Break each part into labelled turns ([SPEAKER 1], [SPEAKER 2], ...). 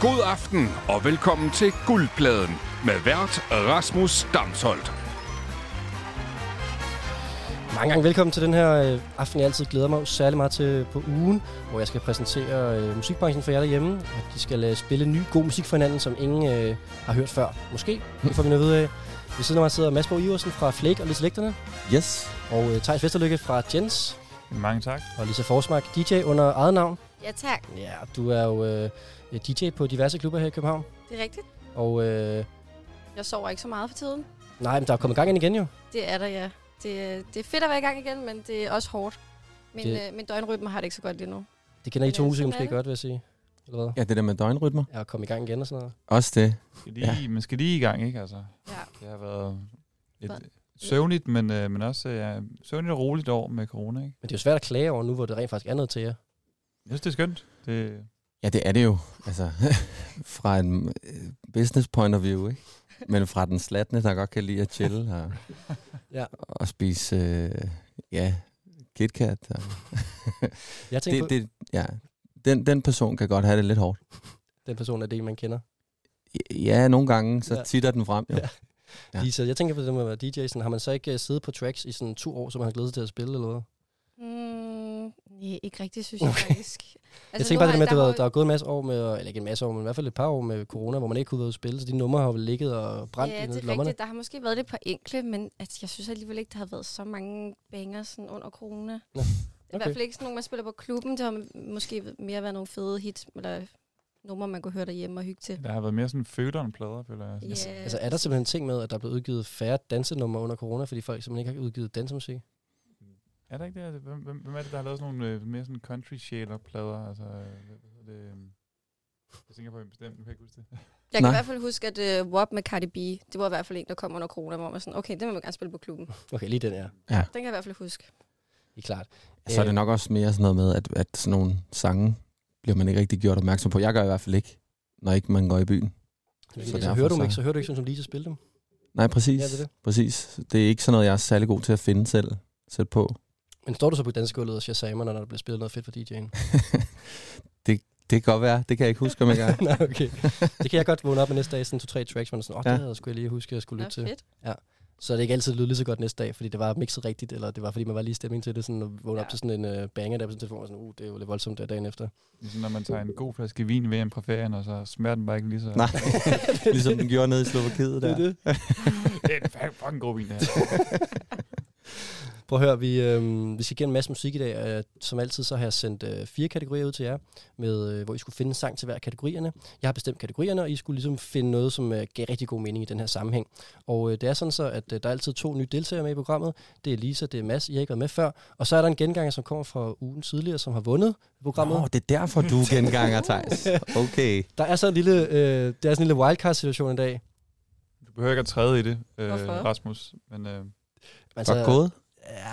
[SPEAKER 1] God aften og velkommen til Guldpladen med vært Rasmus Damsholdt.
[SPEAKER 2] Mange gange velkommen til den her øh, aften, jeg altid glæder mig særlig meget til på ugen, hvor jeg skal præsentere øh, musikbranchen for jer derhjemme, og de skal øh, spille ny god musik for hinanden, som ingen øh, har hørt før. Måske, det får vi noget ud af. Ved siden af mig sidder Mads Borg Iversen fra Flake og Lise Lægterne,
[SPEAKER 3] Yes.
[SPEAKER 2] og øh, Thijs Vesterlykke fra Jens,
[SPEAKER 4] Mange tak.
[SPEAKER 2] og Lisa Forsmark, DJ under eget navn.
[SPEAKER 5] Ja tak,
[SPEAKER 2] Ja, du er jo øh, DJ på diverse klubber her i København,
[SPEAKER 5] det er rigtigt.
[SPEAKER 2] og øh,
[SPEAKER 5] Jeg sover ikke så meget for tiden.
[SPEAKER 2] nej, men der er kommet gang ind igen jo.
[SPEAKER 5] Det er der, ja. Det, det er fedt at være i gang igen, men det er også hårdt. Min,
[SPEAKER 2] Det-
[SPEAKER 5] øh, min døgnrytme har det ikke så godt lige nu.
[SPEAKER 2] Det kender I to
[SPEAKER 5] Ja,
[SPEAKER 2] musikere
[SPEAKER 5] sådan er
[SPEAKER 2] måske
[SPEAKER 5] det.
[SPEAKER 2] godt, vil jeg sige. Eller hvad?
[SPEAKER 3] Ja, det der med døgnrytmer.
[SPEAKER 2] Ja, at komme i gang igen og sådan noget.
[SPEAKER 3] Også det.
[SPEAKER 4] Skal lige, ja. Man skal lige i gang, ikke? Altså,
[SPEAKER 5] Ja.
[SPEAKER 4] det har været et
[SPEAKER 5] Hvad?
[SPEAKER 4] søvnigt, men, øh, men også ja, søvnigt og roligt år med corona, ikke?
[SPEAKER 2] Men det er jo svært at klage over nu, hvor det rent faktisk er noget til jer.
[SPEAKER 4] Jeg synes, det er skønt. Det,
[SPEAKER 3] Ja, det er det jo. Altså, fra en øh, business point of view, ikke? Men fra den slatne, der godt kan lide at chille og,
[SPEAKER 2] Ja.
[SPEAKER 3] og spise, øh, ja, KitKat. Og,
[SPEAKER 2] Jeg tænker
[SPEAKER 3] det, det, ja. den, den person kan godt have det lidt hårdt.
[SPEAKER 2] den person er det, man kender.
[SPEAKER 3] Ja, nogle gange, så
[SPEAKER 2] Ja.
[SPEAKER 3] titter den frem, jo.
[SPEAKER 2] Ja.
[SPEAKER 3] Ja.
[SPEAKER 2] Ja.
[SPEAKER 3] Ja.
[SPEAKER 2] Lisa, jeg tænker på det med at være DJ. Sådan, har man så ikke øh, siddet på tracks i sådan to år, som man har glædet sig til at spille, eller hvad? Altså,
[SPEAKER 5] Mm, nej, ikke rigtigt, synes jeg
[SPEAKER 2] Okay.
[SPEAKER 5] faktisk. Altså,
[SPEAKER 2] jeg tænker
[SPEAKER 5] nu
[SPEAKER 2] bare det
[SPEAKER 5] har-
[SPEAKER 2] med, at der,
[SPEAKER 5] har
[SPEAKER 2] der,
[SPEAKER 5] jo-
[SPEAKER 2] der er gået en masse år med, eller ikke en masse år, men i hvert fald et par år med corona, hvor man ikke kunne være ude at spille, så de numre har jo ligget og brændt
[SPEAKER 5] Ja,
[SPEAKER 2] i
[SPEAKER 5] det er
[SPEAKER 2] lommerne.
[SPEAKER 5] rigtigt. Der har måske været lidt på enkle, men altså, jeg synes alligevel ikke, der har været så mange banger sådan under corona.
[SPEAKER 2] Nå,
[SPEAKER 5] I
[SPEAKER 2] okay.
[SPEAKER 5] hvert fald ikke sådan nogle, man spiller på klubben. Det har måske mere været nogle fede hits, eller numre, man kunne høre derhjemme og hygge til.
[SPEAKER 4] der har været mere sådan føleren-plader, føler jeg.
[SPEAKER 5] Ja,
[SPEAKER 2] Altså, altså, er der simpelthen ting med, at der er blevet udgivet færre dansenumre under corona, fordi folk simpelthen ikke har udgivet dansemusik?
[SPEAKER 4] Er der ikke det? Altså, Hvem, hvem, hvem er det, der har lavet sådan nogle øh, mere sådan country sjæler plader Altså, øh, hvad hedder det? øhm, Jeg tænker på en bestemt, nu kan jeg ikke huske det.
[SPEAKER 5] Jeg kan
[SPEAKER 3] Nej.
[SPEAKER 5] i hvert fald huske, at uh, WAP med Cardi B, det var i hvert fald en, der kom under corona, hvor man sådan, okay, den vil man gerne spille på klubben.
[SPEAKER 2] Okay, lige den her.
[SPEAKER 5] Den kan jeg i hvert fald huske.
[SPEAKER 2] Det er klart.
[SPEAKER 3] Så er det nok også mere sådan noget med, at, at sådan nogle sange bliver man ikke rigtig gjort opmærksom på. Jeg gør i hvert fald ikke, når ikke man går i byen.
[SPEAKER 2] Øh,
[SPEAKER 3] så
[SPEAKER 2] så, så,
[SPEAKER 3] derfor
[SPEAKER 2] hører du dem
[SPEAKER 3] så-
[SPEAKER 2] ikke, så hører du ikke, sådan som Lisa spille dem.
[SPEAKER 3] Nej, præcis.
[SPEAKER 2] Ja, det er det.
[SPEAKER 3] Præcis. Det er ikke sådan noget, jeg er særlig god til at finde selv. Sæt på.
[SPEAKER 2] Men står du så på dansegulvet og shazamer, når der bliver spillet noget fedt for DJ'en?
[SPEAKER 3] Det kan godt være. Det kan jeg ikke huske, om jeg gør.
[SPEAKER 2] Nej, okay. Det kan jeg godt vågne op med næste dag, sådan to-tre tracks, hvor man er sådan, åh, oh,
[SPEAKER 3] Ja.
[SPEAKER 2] det havde jeg skulle lige huske, jeg skulle
[SPEAKER 5] Nå,
[SPEAKER 2] lytte til.
[SPEAKER 5] fedt.
[SPEAKER 2] Så er det ikke altid lyder lige så godt næste dag, fordi det var mixet rigtigt, eller det var, fordi man var lige i stemning til det, sådan at vågne ja. op
[SPEAKER 5] Ja.
[SPEAKER 2] til sådan en uh, banger der på sin telefon, og sådan, uh, det er jo lidt voldsomt der dagen efter.
[SPEAKER 4] Ligesom når man tager en god flaske vin ved hjem fra ferien, og så smager den bare ikke lige så...
[SPEAKER 3] Nej. ligesom den gjorde nede i Slovakiet der.
[SPEAKER 2] det.
[SPEAKER 4] Det er en fucking- fucking god vin, det her.
[SPEAKER 2] Prøv at høre, vi, øh, vi skal give en masse musik i dag, og jeg- som altid så har jeg sendt øh, fire kategorier ud til jer, med, øh, hvor I skulle finde en sang til hver af kategorierne. Jeg har bestemt kategorierne, og I skulle ligesom finde noget, som øh, gav rigtig god mening i den her sammenhæng. Og øh, det er sådan så, at øh, der er altid to nye deltagere med i programmet. Det er Lisa, det er Mads, I har ikke været med før. Og så er der en genganger, som kommer fra ugen tidligere, som har vundet programmet.
[SPEAKER 3] Nå, det er derfor, du er genganger, Thijs. Okay.
[SPEAKER 2] Der er så en lille, øh, der er sådan en lille wildcard-situation i dag.
[SPEAKER 4] Du behøver ikke at træde i det, øh,
[SPEAKER 5] Hvorfor?
[SPEAKER 4] Rasmus, men... Øh,
[SPEAKER 2] Altså-
[SPEAKER 3] Godt gået.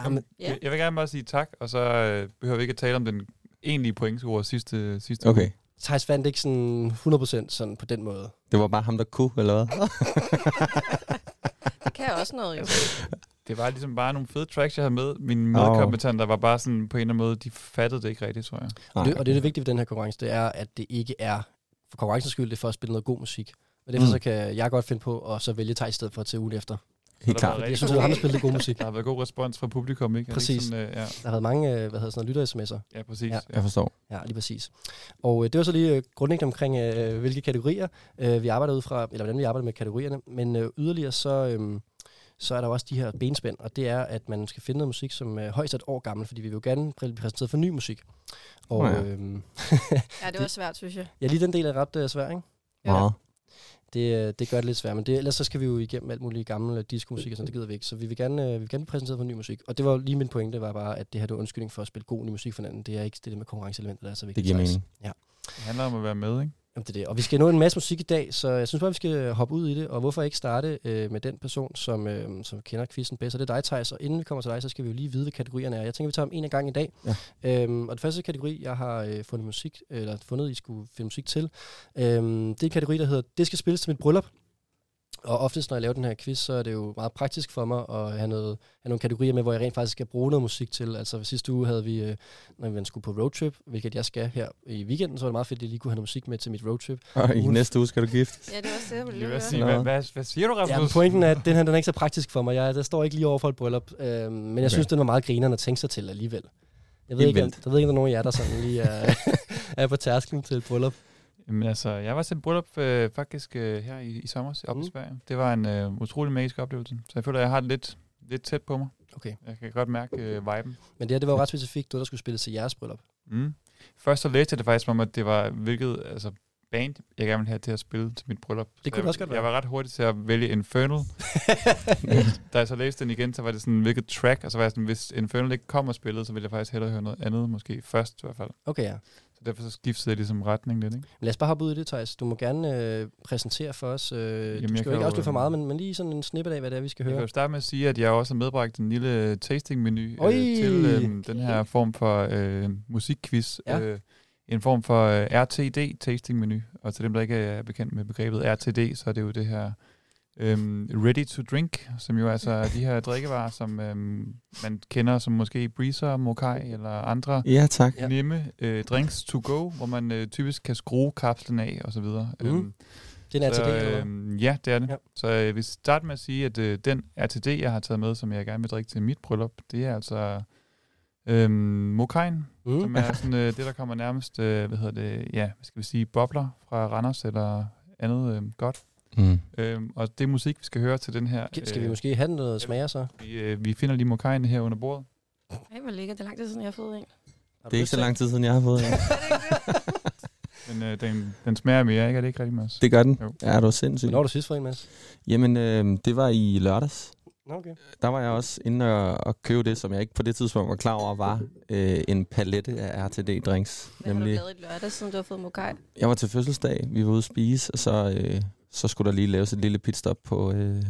[SPEAKER 2] Ja, men,
[SPEAKER 5] Ja.
[SPEAKER 4] Ja. Jeg vil gerne bare sige tak, og så øh, behøver vi ikke at tale om den egentlige pointscorer sidste, sidste
[SPEAKER 3] Okay.
[SPEAKER 2] Thijs vandt ikke sådan 100% sådan på den måde.
[SPEAKER 3] Det var bare ham, der kunne, eller hvad?
[SPEAKER 5] Det kan også noget jo.
[SPEAKER 4] Det var ligesom bare nogle fede tracks, jeg havde med. Mine
[SPEAKER 3] Åh.
[SPEAKER 4] medkompetenter var bare sådan på en eller anden måde, de fattede det ikke rigtigt, tror jeg.
[SPEAKER 2] Og det, og det er det
[SPEAKER 3] vigtigt.
[SPEAKER 2] vigtige ved den her konkurrence, det er, at det ikke er for konkurrencens skyld, det er for at spille noget god musik. Og derfor mm.
[SPEAKER 3] Mm.
[SPEAKER 2] så kan jeg godt finde på, og så vælge Thijs i stedet for til ugen efter.
[SPEAKER 3] Helt klart.
[SPEAKER 2] Jeg synes, at ham der spillede god musik.
[SPEAKER 4] Der har været god respons fra publikum, ikke? Er det
[SPEAKER 2] Præcis.
[SPEAKER 4] Ikke sådan, øh, ja,
[SPEAKER 2] Der har været mange øh, hvad hedder sådan noget, lytter-sms'er.
[SPEAKER 4] ja, præcis.
[SPEAKER 2] Ja.
[SPEAKER 4] Ja.
[SPEAKER 3] Jeg forstår.
[SPEAKER 2] Ja, lige præcis. Og øh, det var så lige øh, grundlæggende omkring, øh, hvilke kategorier øh, vi arbejder ud fra, eller hvordan vi arbejder med kategorierne. Men øh, yderligere så, øh, så er der jo også de her benspænd, og det er, at man skal finde noget musik, som er højst et år gammel, fordi vi vil jo gerne blive præsenteret for ny musik. Og
[SPEAKER 3] Nå ja.
[SPEAKER 2] øh,
[SPEAKER 5] Ja, det var svært, synes jeg.
[SPEAKER 2] ja, lige den del er ret øh, svær, ikke?
[SPEAKER 5] Ja.
[SPEAKER 3] Meget.
[SPEAKER 2] Det, øh, det gør det lidt svært, men det, ellers så skal vi jo igennem alt muligt gammel øh, diskomusik og sådan, det gider vi ikke. Så vi vil gerne, øh, vi vil gerne blive præsenteret for ny musik. Og det var jo lige min pointe, var bare, at det her det er undskyldning for at spille god ny musik for hinanden. Det er ikke det der med konkurrenceelementet, der er så
[SPEAKER 3] Det
[SPEAKER 2] vigtigt.
[SPEAKER 3] giver
[SPEAKER 2] Thijs.
[SPEAKER 3] mening.
[SPEAKER 4] Det handler om at være med, ikke?
[SPEAKER 2] Jamen, det er det. Og vi skal nå en masse musik i dag, så jeg synes bare, vi skal hoppe ud i det. Og hvorfor ikke starte øh, med den person, som, øh, som kender quizzen bedst, og det er dig, Thijs. Og inden vi kommer til dig, så skal vi jo lige vide, hvad kategorierne er. Jeg tænker, vi tager dem en af gangen i dag.
[SPEAKER 3] Ja.
[SPEAKER 2] Øhm, og den første kategori, jeg har øh, fundet musik, eller fundet, I skulle finde musik til, øhm, det er en kategori, der hedder Det skal spilles til mit bryllup. Og oftest, når jeg laver den her quiz, så er det jo meget praktisk for mig at have, noget, have nogle kategorier med, hvor jeg rent faktisk skal bruge noget musik til. Altså sidste uge havde vi, øh, når vi skulle på roadtrip, hvilket jeg skal her i weekenden, så var det meget fedt, at jeg lige kunne have noget musik med til mit roadtrip.
[SPEAKER 3] Og i
[SPEAKER 2] Ugen-
[SPEAKER 3] næste uge skal du gifte.
[SPEAKER 5] Ja, det var også det, jeg ville
[SPEAKER 4] Jeg vil
[SPEAKER 5] høre.
[SPEAKER 4] også sige,
[SPEAKER 3] Nå.
[SPEAKER 4] hvad, hvad, hvad siger du, Rasmus?
[SPEAKER 2] Ja, men pointen er, at den her den er ikke så praktisk for mig. Jeg, der står ikke lige over for et bryllup, øh, men jeg okay.
[SPEAKER 3] Okay.
[SPEAKER 2] synes, den var meget grinerende at tænke sig til alligevel. Jeg ved,
[SPEAKER 3] Helt
[SPEAKER 2] ikke, om,
[SPEAKER 3] vildt.
[SPEAKER 2] jeg ved ikke, om der er nogen af jer, der sådan lige er, er på tærsklen til et bryllup.
[SPEAKER 4] Jamen altså, jeg var til et bryllup øh, faktisk øh, her i, i sommer op mm.
[SPEAKER 2] Mm.
[SPEAKER 4] i Sverige. Det var en øh, utrolig magisk oplevelse, så jeg føler, at jeg har det lidt, lidt tæt på mig.
[SPEAKER 2] Okay.
[SPEAKER 4] Jeg kan godt mærke øh, viben.
[SPEAKER 2] Men det her, det var jo ret specifikt, noget, der skulle spilles til jeres bryllup.
[SPEAKER 4] Mm. Først så læste jeg det faktisk om, at det var hvilket altså, band, jeg gerne ville have til at spille til mit bryllup. Så
[SPEAKER 2] kunne det
[SPEAKER 4] jeg,
[SPEAKER 2] også godt være.
[SPEAKER 4] Jeg var ret hurtig til at vælge Infernal. da jeg så læste den igen, så var det sådan, hvilket track, og så var jeg sådan, hvis Infernal ikke kom og spillede, så ville jeg faktisk hellere høre noget andet, måske først i hvert fald.
[SPEAKER 2] Okay, ja.
[SPEAKER 4] Så derfor så skiftede jeg ligesom retning lidt, ikke?
[SPEAKER 2] Men lad os bare hoppe ud i det, Thijs. Du må gerne øh, præsentere for os. Øh, Jamen, du
[SPEAKER 4] jeg
[SPEAKER 2] skal
[SPEAKER 4] kan
[SPEAKER 2] jo ikke
[SPEAKER 4] jo,
[SPEAKER 2] afsløre for
[SPEAKER 4] øh,
[SPEAKER 2] meget, men, men lige sådan en snippet af, hvad det er, vi skal
[SPEAKER 4] Jeg kan
[SPEAKER 2] høre.
[SPEAKER 4] jo starte med at sige, at jeg også har medbragt en lille tasting-menu
[SPEAKER 2] Oj!
[SPEAKER 4] øh, til øh, den her form for øh, musikquiz.
[SPEAKER 2] Ja.
[SPEAKER 4] Øh, en form for øh, RTD-tasting-menu. Og til dem, der ikke er bekendt med begrebet RTD, så er det jo det her øh, ready to drink, som jo altså er de her drikkevarer, som øh, man kender som måske Breezer, Mokai eller andre
[SPEAKER 3] Ja, tak.
[SPEAKER 2] Ja.
[SPEAKER 4] ja. nemme øh, drinks to go, hvor man øh, typisk kan skrue kapslen af osv.
[SPEAKER 2] Mm.
[SPEAKER 4] Øhm,
[SPEAKER 2] Det er en
[SPEAKER 4] så,
[SPEAKER 2] ATD, eller hvad?
[SPEAKER 4] øhm, Ja, det er det.
[SPEAKER 2] Ja.
[SPEAKER 4] Ja. Så øh, jeg vil starte med at sige, at øh, den RTD, jeg har taget med, som jeg gerne vil drikke til mit bryllup, det er altså øhm, Mokain, mm. som
[SPEAKER 2] Mm.
[SPEAKER 4] er sådan, øh, det, der kommer nærmest, øh, hvad hedder det, ja, hvad skal vi sige, bobler fra Randers eller andet øh, godt.
[SPEAKER 3] Mm.
[SPEAKER 4] Øhm, og det musik, vi skal høre til den her, øh,
[SPEAKER 2] Skal vi måske have noget smager så? Har
[SPEAKER 4] vi, øh, vi finder lige Mokain her under bordet.
[SPEAKER 5] Ej, hvor ligger det er lang tid siden, jeg har fået en.
[SPEAKER 2] du
[SPEAKER 3] Det er ikke
[SPEAKER 2] lyst
[SPEAKER 3] så
[SPEAKER 2] til?
[SPEAKER 3] lang tid siden, jeg har fået en.
[SPEAKER 4] Men øh, den, den smager mere, ikke? Er det ikke rigtig meget?
[SPEAKER 3] Det gør den.
[SPEAKER 4] Jo.
[SPEAKER 3] Ja, du er sindssyg.
[SPEAKER 2] Hvornår har du sidst fået en, Mads?
[SPEAKER 3] Jamen, øh, det var i lørdags.
[SPEAKER 2] Nå, okay.
[SPEAKER 3] Der var jeg også inde og, og købe det, som jeg ikke på det tidspunkt var klar over, var øh, en palette af RTD-drinks.
[SPEAKER 5] Hvad har du lavet i lørdag, siden du har fået mokai?
[SPEAKER 3] jeg var til fødselsdag, vi var ude at spise, og så, øh, så skulle der lige laves et lille pitstop på øh,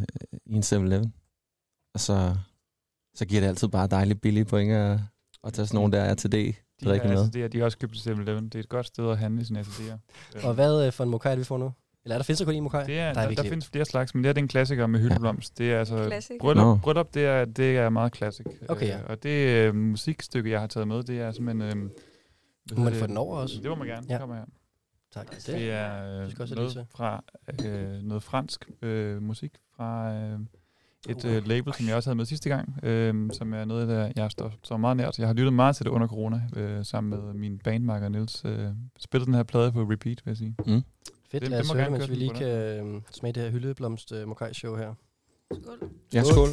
[SPEAKER 3] i en 7-Eleven. Og så, så giver det altid bare dejligt billige point at, at tage sådan nogle der RTD.
[SPEAKER 4] De her
[SPEAKER 3] Drikke med.
[SPEAKER 4] RTD'er, de er også købt til 7-Eleven. Det er et godt sted at handle sine RTD'er.
[SPEAKER 2] Og hvad øh, for en mokai er det, vi får nu? Eller er der findes der kun en mokai?
[SPEAKER 4] Det er,
[SPEAKER 2] Der er
[SPEAKER 4] der, der,
[SPEAKER 2] virkelig-
[SPEAKER 4] der findes flere slags, men det her det er en klassiker med hyldeblomst. Det er altså
[SPEAKER 5] Classic.
[SPEAKER 4] bryllup,
[SPEAKER 3] Nå.
[SPEAKER 4] bryllup det, er, det er meget klassik.
[SPEAKER 2] Okay, ja.
[SPEAKER 4] Øh, Og det øh, musikstykke, jeg har taget med, det er simpelthen... Øh, hvad
[SPEAKER 2] Må
[SPEAKER 4] hedder
[SPEAKER 2] man få den over også?
[SPEAKER 4] Det må man gerne.
[SPEAKER 2] Ja.
[SPEAKER 4] Ja. Kommer her.
[SPEAKER 2] Tak.
[SPEAKER 4] Det
[SPEAKER 2] Det.
[SPEAKER 4] er
[SPEAKER 2] Du
[SPEAKER 4] øh,
[SPEAKER 2] skal også have
[SPEAKER 4] noget,
[SPEAKER 2] lidt
[SPEAKER 4] fra, øh, noget fransk øh, musik fra øh, et
[SPEAKER 2] Uh.
[SPEAKER 4] øh, label, som jeg også havde med sidste gang, øh, som er noget, der jeg står, står meget nært. Jeg har lyttet meget til det under corona, øh, sammen med min bandmarker Nils. Øh, spillede den her plade på repeat, vil jeg sige.
[SPEAKER 3] Mm.
[SPEAKER 2] Fedt,
[SPEAKER 4] det-
[SPEAKER 2] lad
[SPEAKER 4] det
[SPEAKER 2] os
[SPEAKER 4] må
[SPEAKER 2] høre,
[SPEAKER 4] gerne
[SPEAKER 2] mens
[SPEAKER 4] køre
[SPEAKER 2] vi
[SPEAKER 4] den
[SPEAKER 2] lige
[SPEAKER 4] på
[SPEAKER 2] kan øh, smage det her hyldeblomst øh, mokai-show her.
[SPEAKER 5] Skål.
[SPEAKER 3] Ja, skål.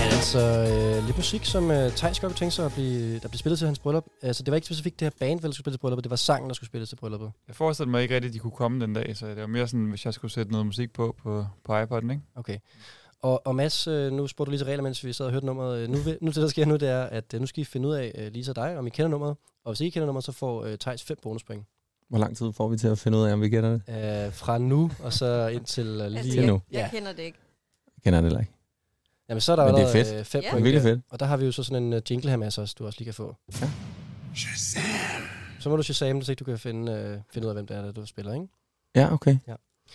[SPEAKER 2] Altså, øh, lidt musik, som øh, Thijs godt kunne tænke sig at blive, der blev spillet til hans bryllup. Altså, det var ikke specifikt det her band, der skulle spille til brylluppet, det var sangen, der skulle spilles til brylluppet.
[SPEAKER 4] Jeg forestillede mig ikke rigtigt, at de kunne komme den dag, så det var mere sådan, hvis jeg skulle sætte noget musik på på, på iPod'en, ikke?
[SPEAKER 2] Okay. Og, og Mads, øh, nu spurgte du lige til regler, mens vi sad og hørte nummeret. Øh, Nu, vil- nu det, der sker nu, det er, at øh, nu skal I finde ud af, øh, Lisa og dig, om I kender nummeret. Og hvis I ikke kender nummeret, så får øh, Thijs fem bonuspoint.
[SPEAKER 3] Hvor lang tid får vi til at finde ud af, om vi kender det?
[SPEAKER 2] Øh, fra nu og så indtil øh, lige...
[SPEAKER 5] Altså,
[SPEAKER 3] Til
[SPEAKER 5] jeg,
[SPEAKER 3] nu.
[SPEAKER 5] jeg
[SPEAKER 2] Ja.
[SPEAKER 5] kender det ikke.
[SPEAKER 3] Kender det eller ikke?
[SPEAKER 2] Jamen, så er der
[SPEAKER 3] Men det er
[SPEAKER 2] allerede,
[SPEAKER 3] fedt.
[SPEAKER 2] Øh, fem
[SPEAKER 5] Ja.
[SPEAKER 3] Det er
[SPEAKER 2] point.
[SPEAKER 3] virkelig
[SPEAKER 2] der.
[SPEAKER 3] fedt.
[SPEAKER 2] Og der har vi jo så sådan en øh, jingle her med os også, du også lige kan få.
[SPEAKER 3] Ja.
[SPEAKER 2] Så må du shazam, så ikke du kan finde, øh, finde ud af, hvem det er, der du spiller, ikke?
[SPEAKER 3] Ja, okay.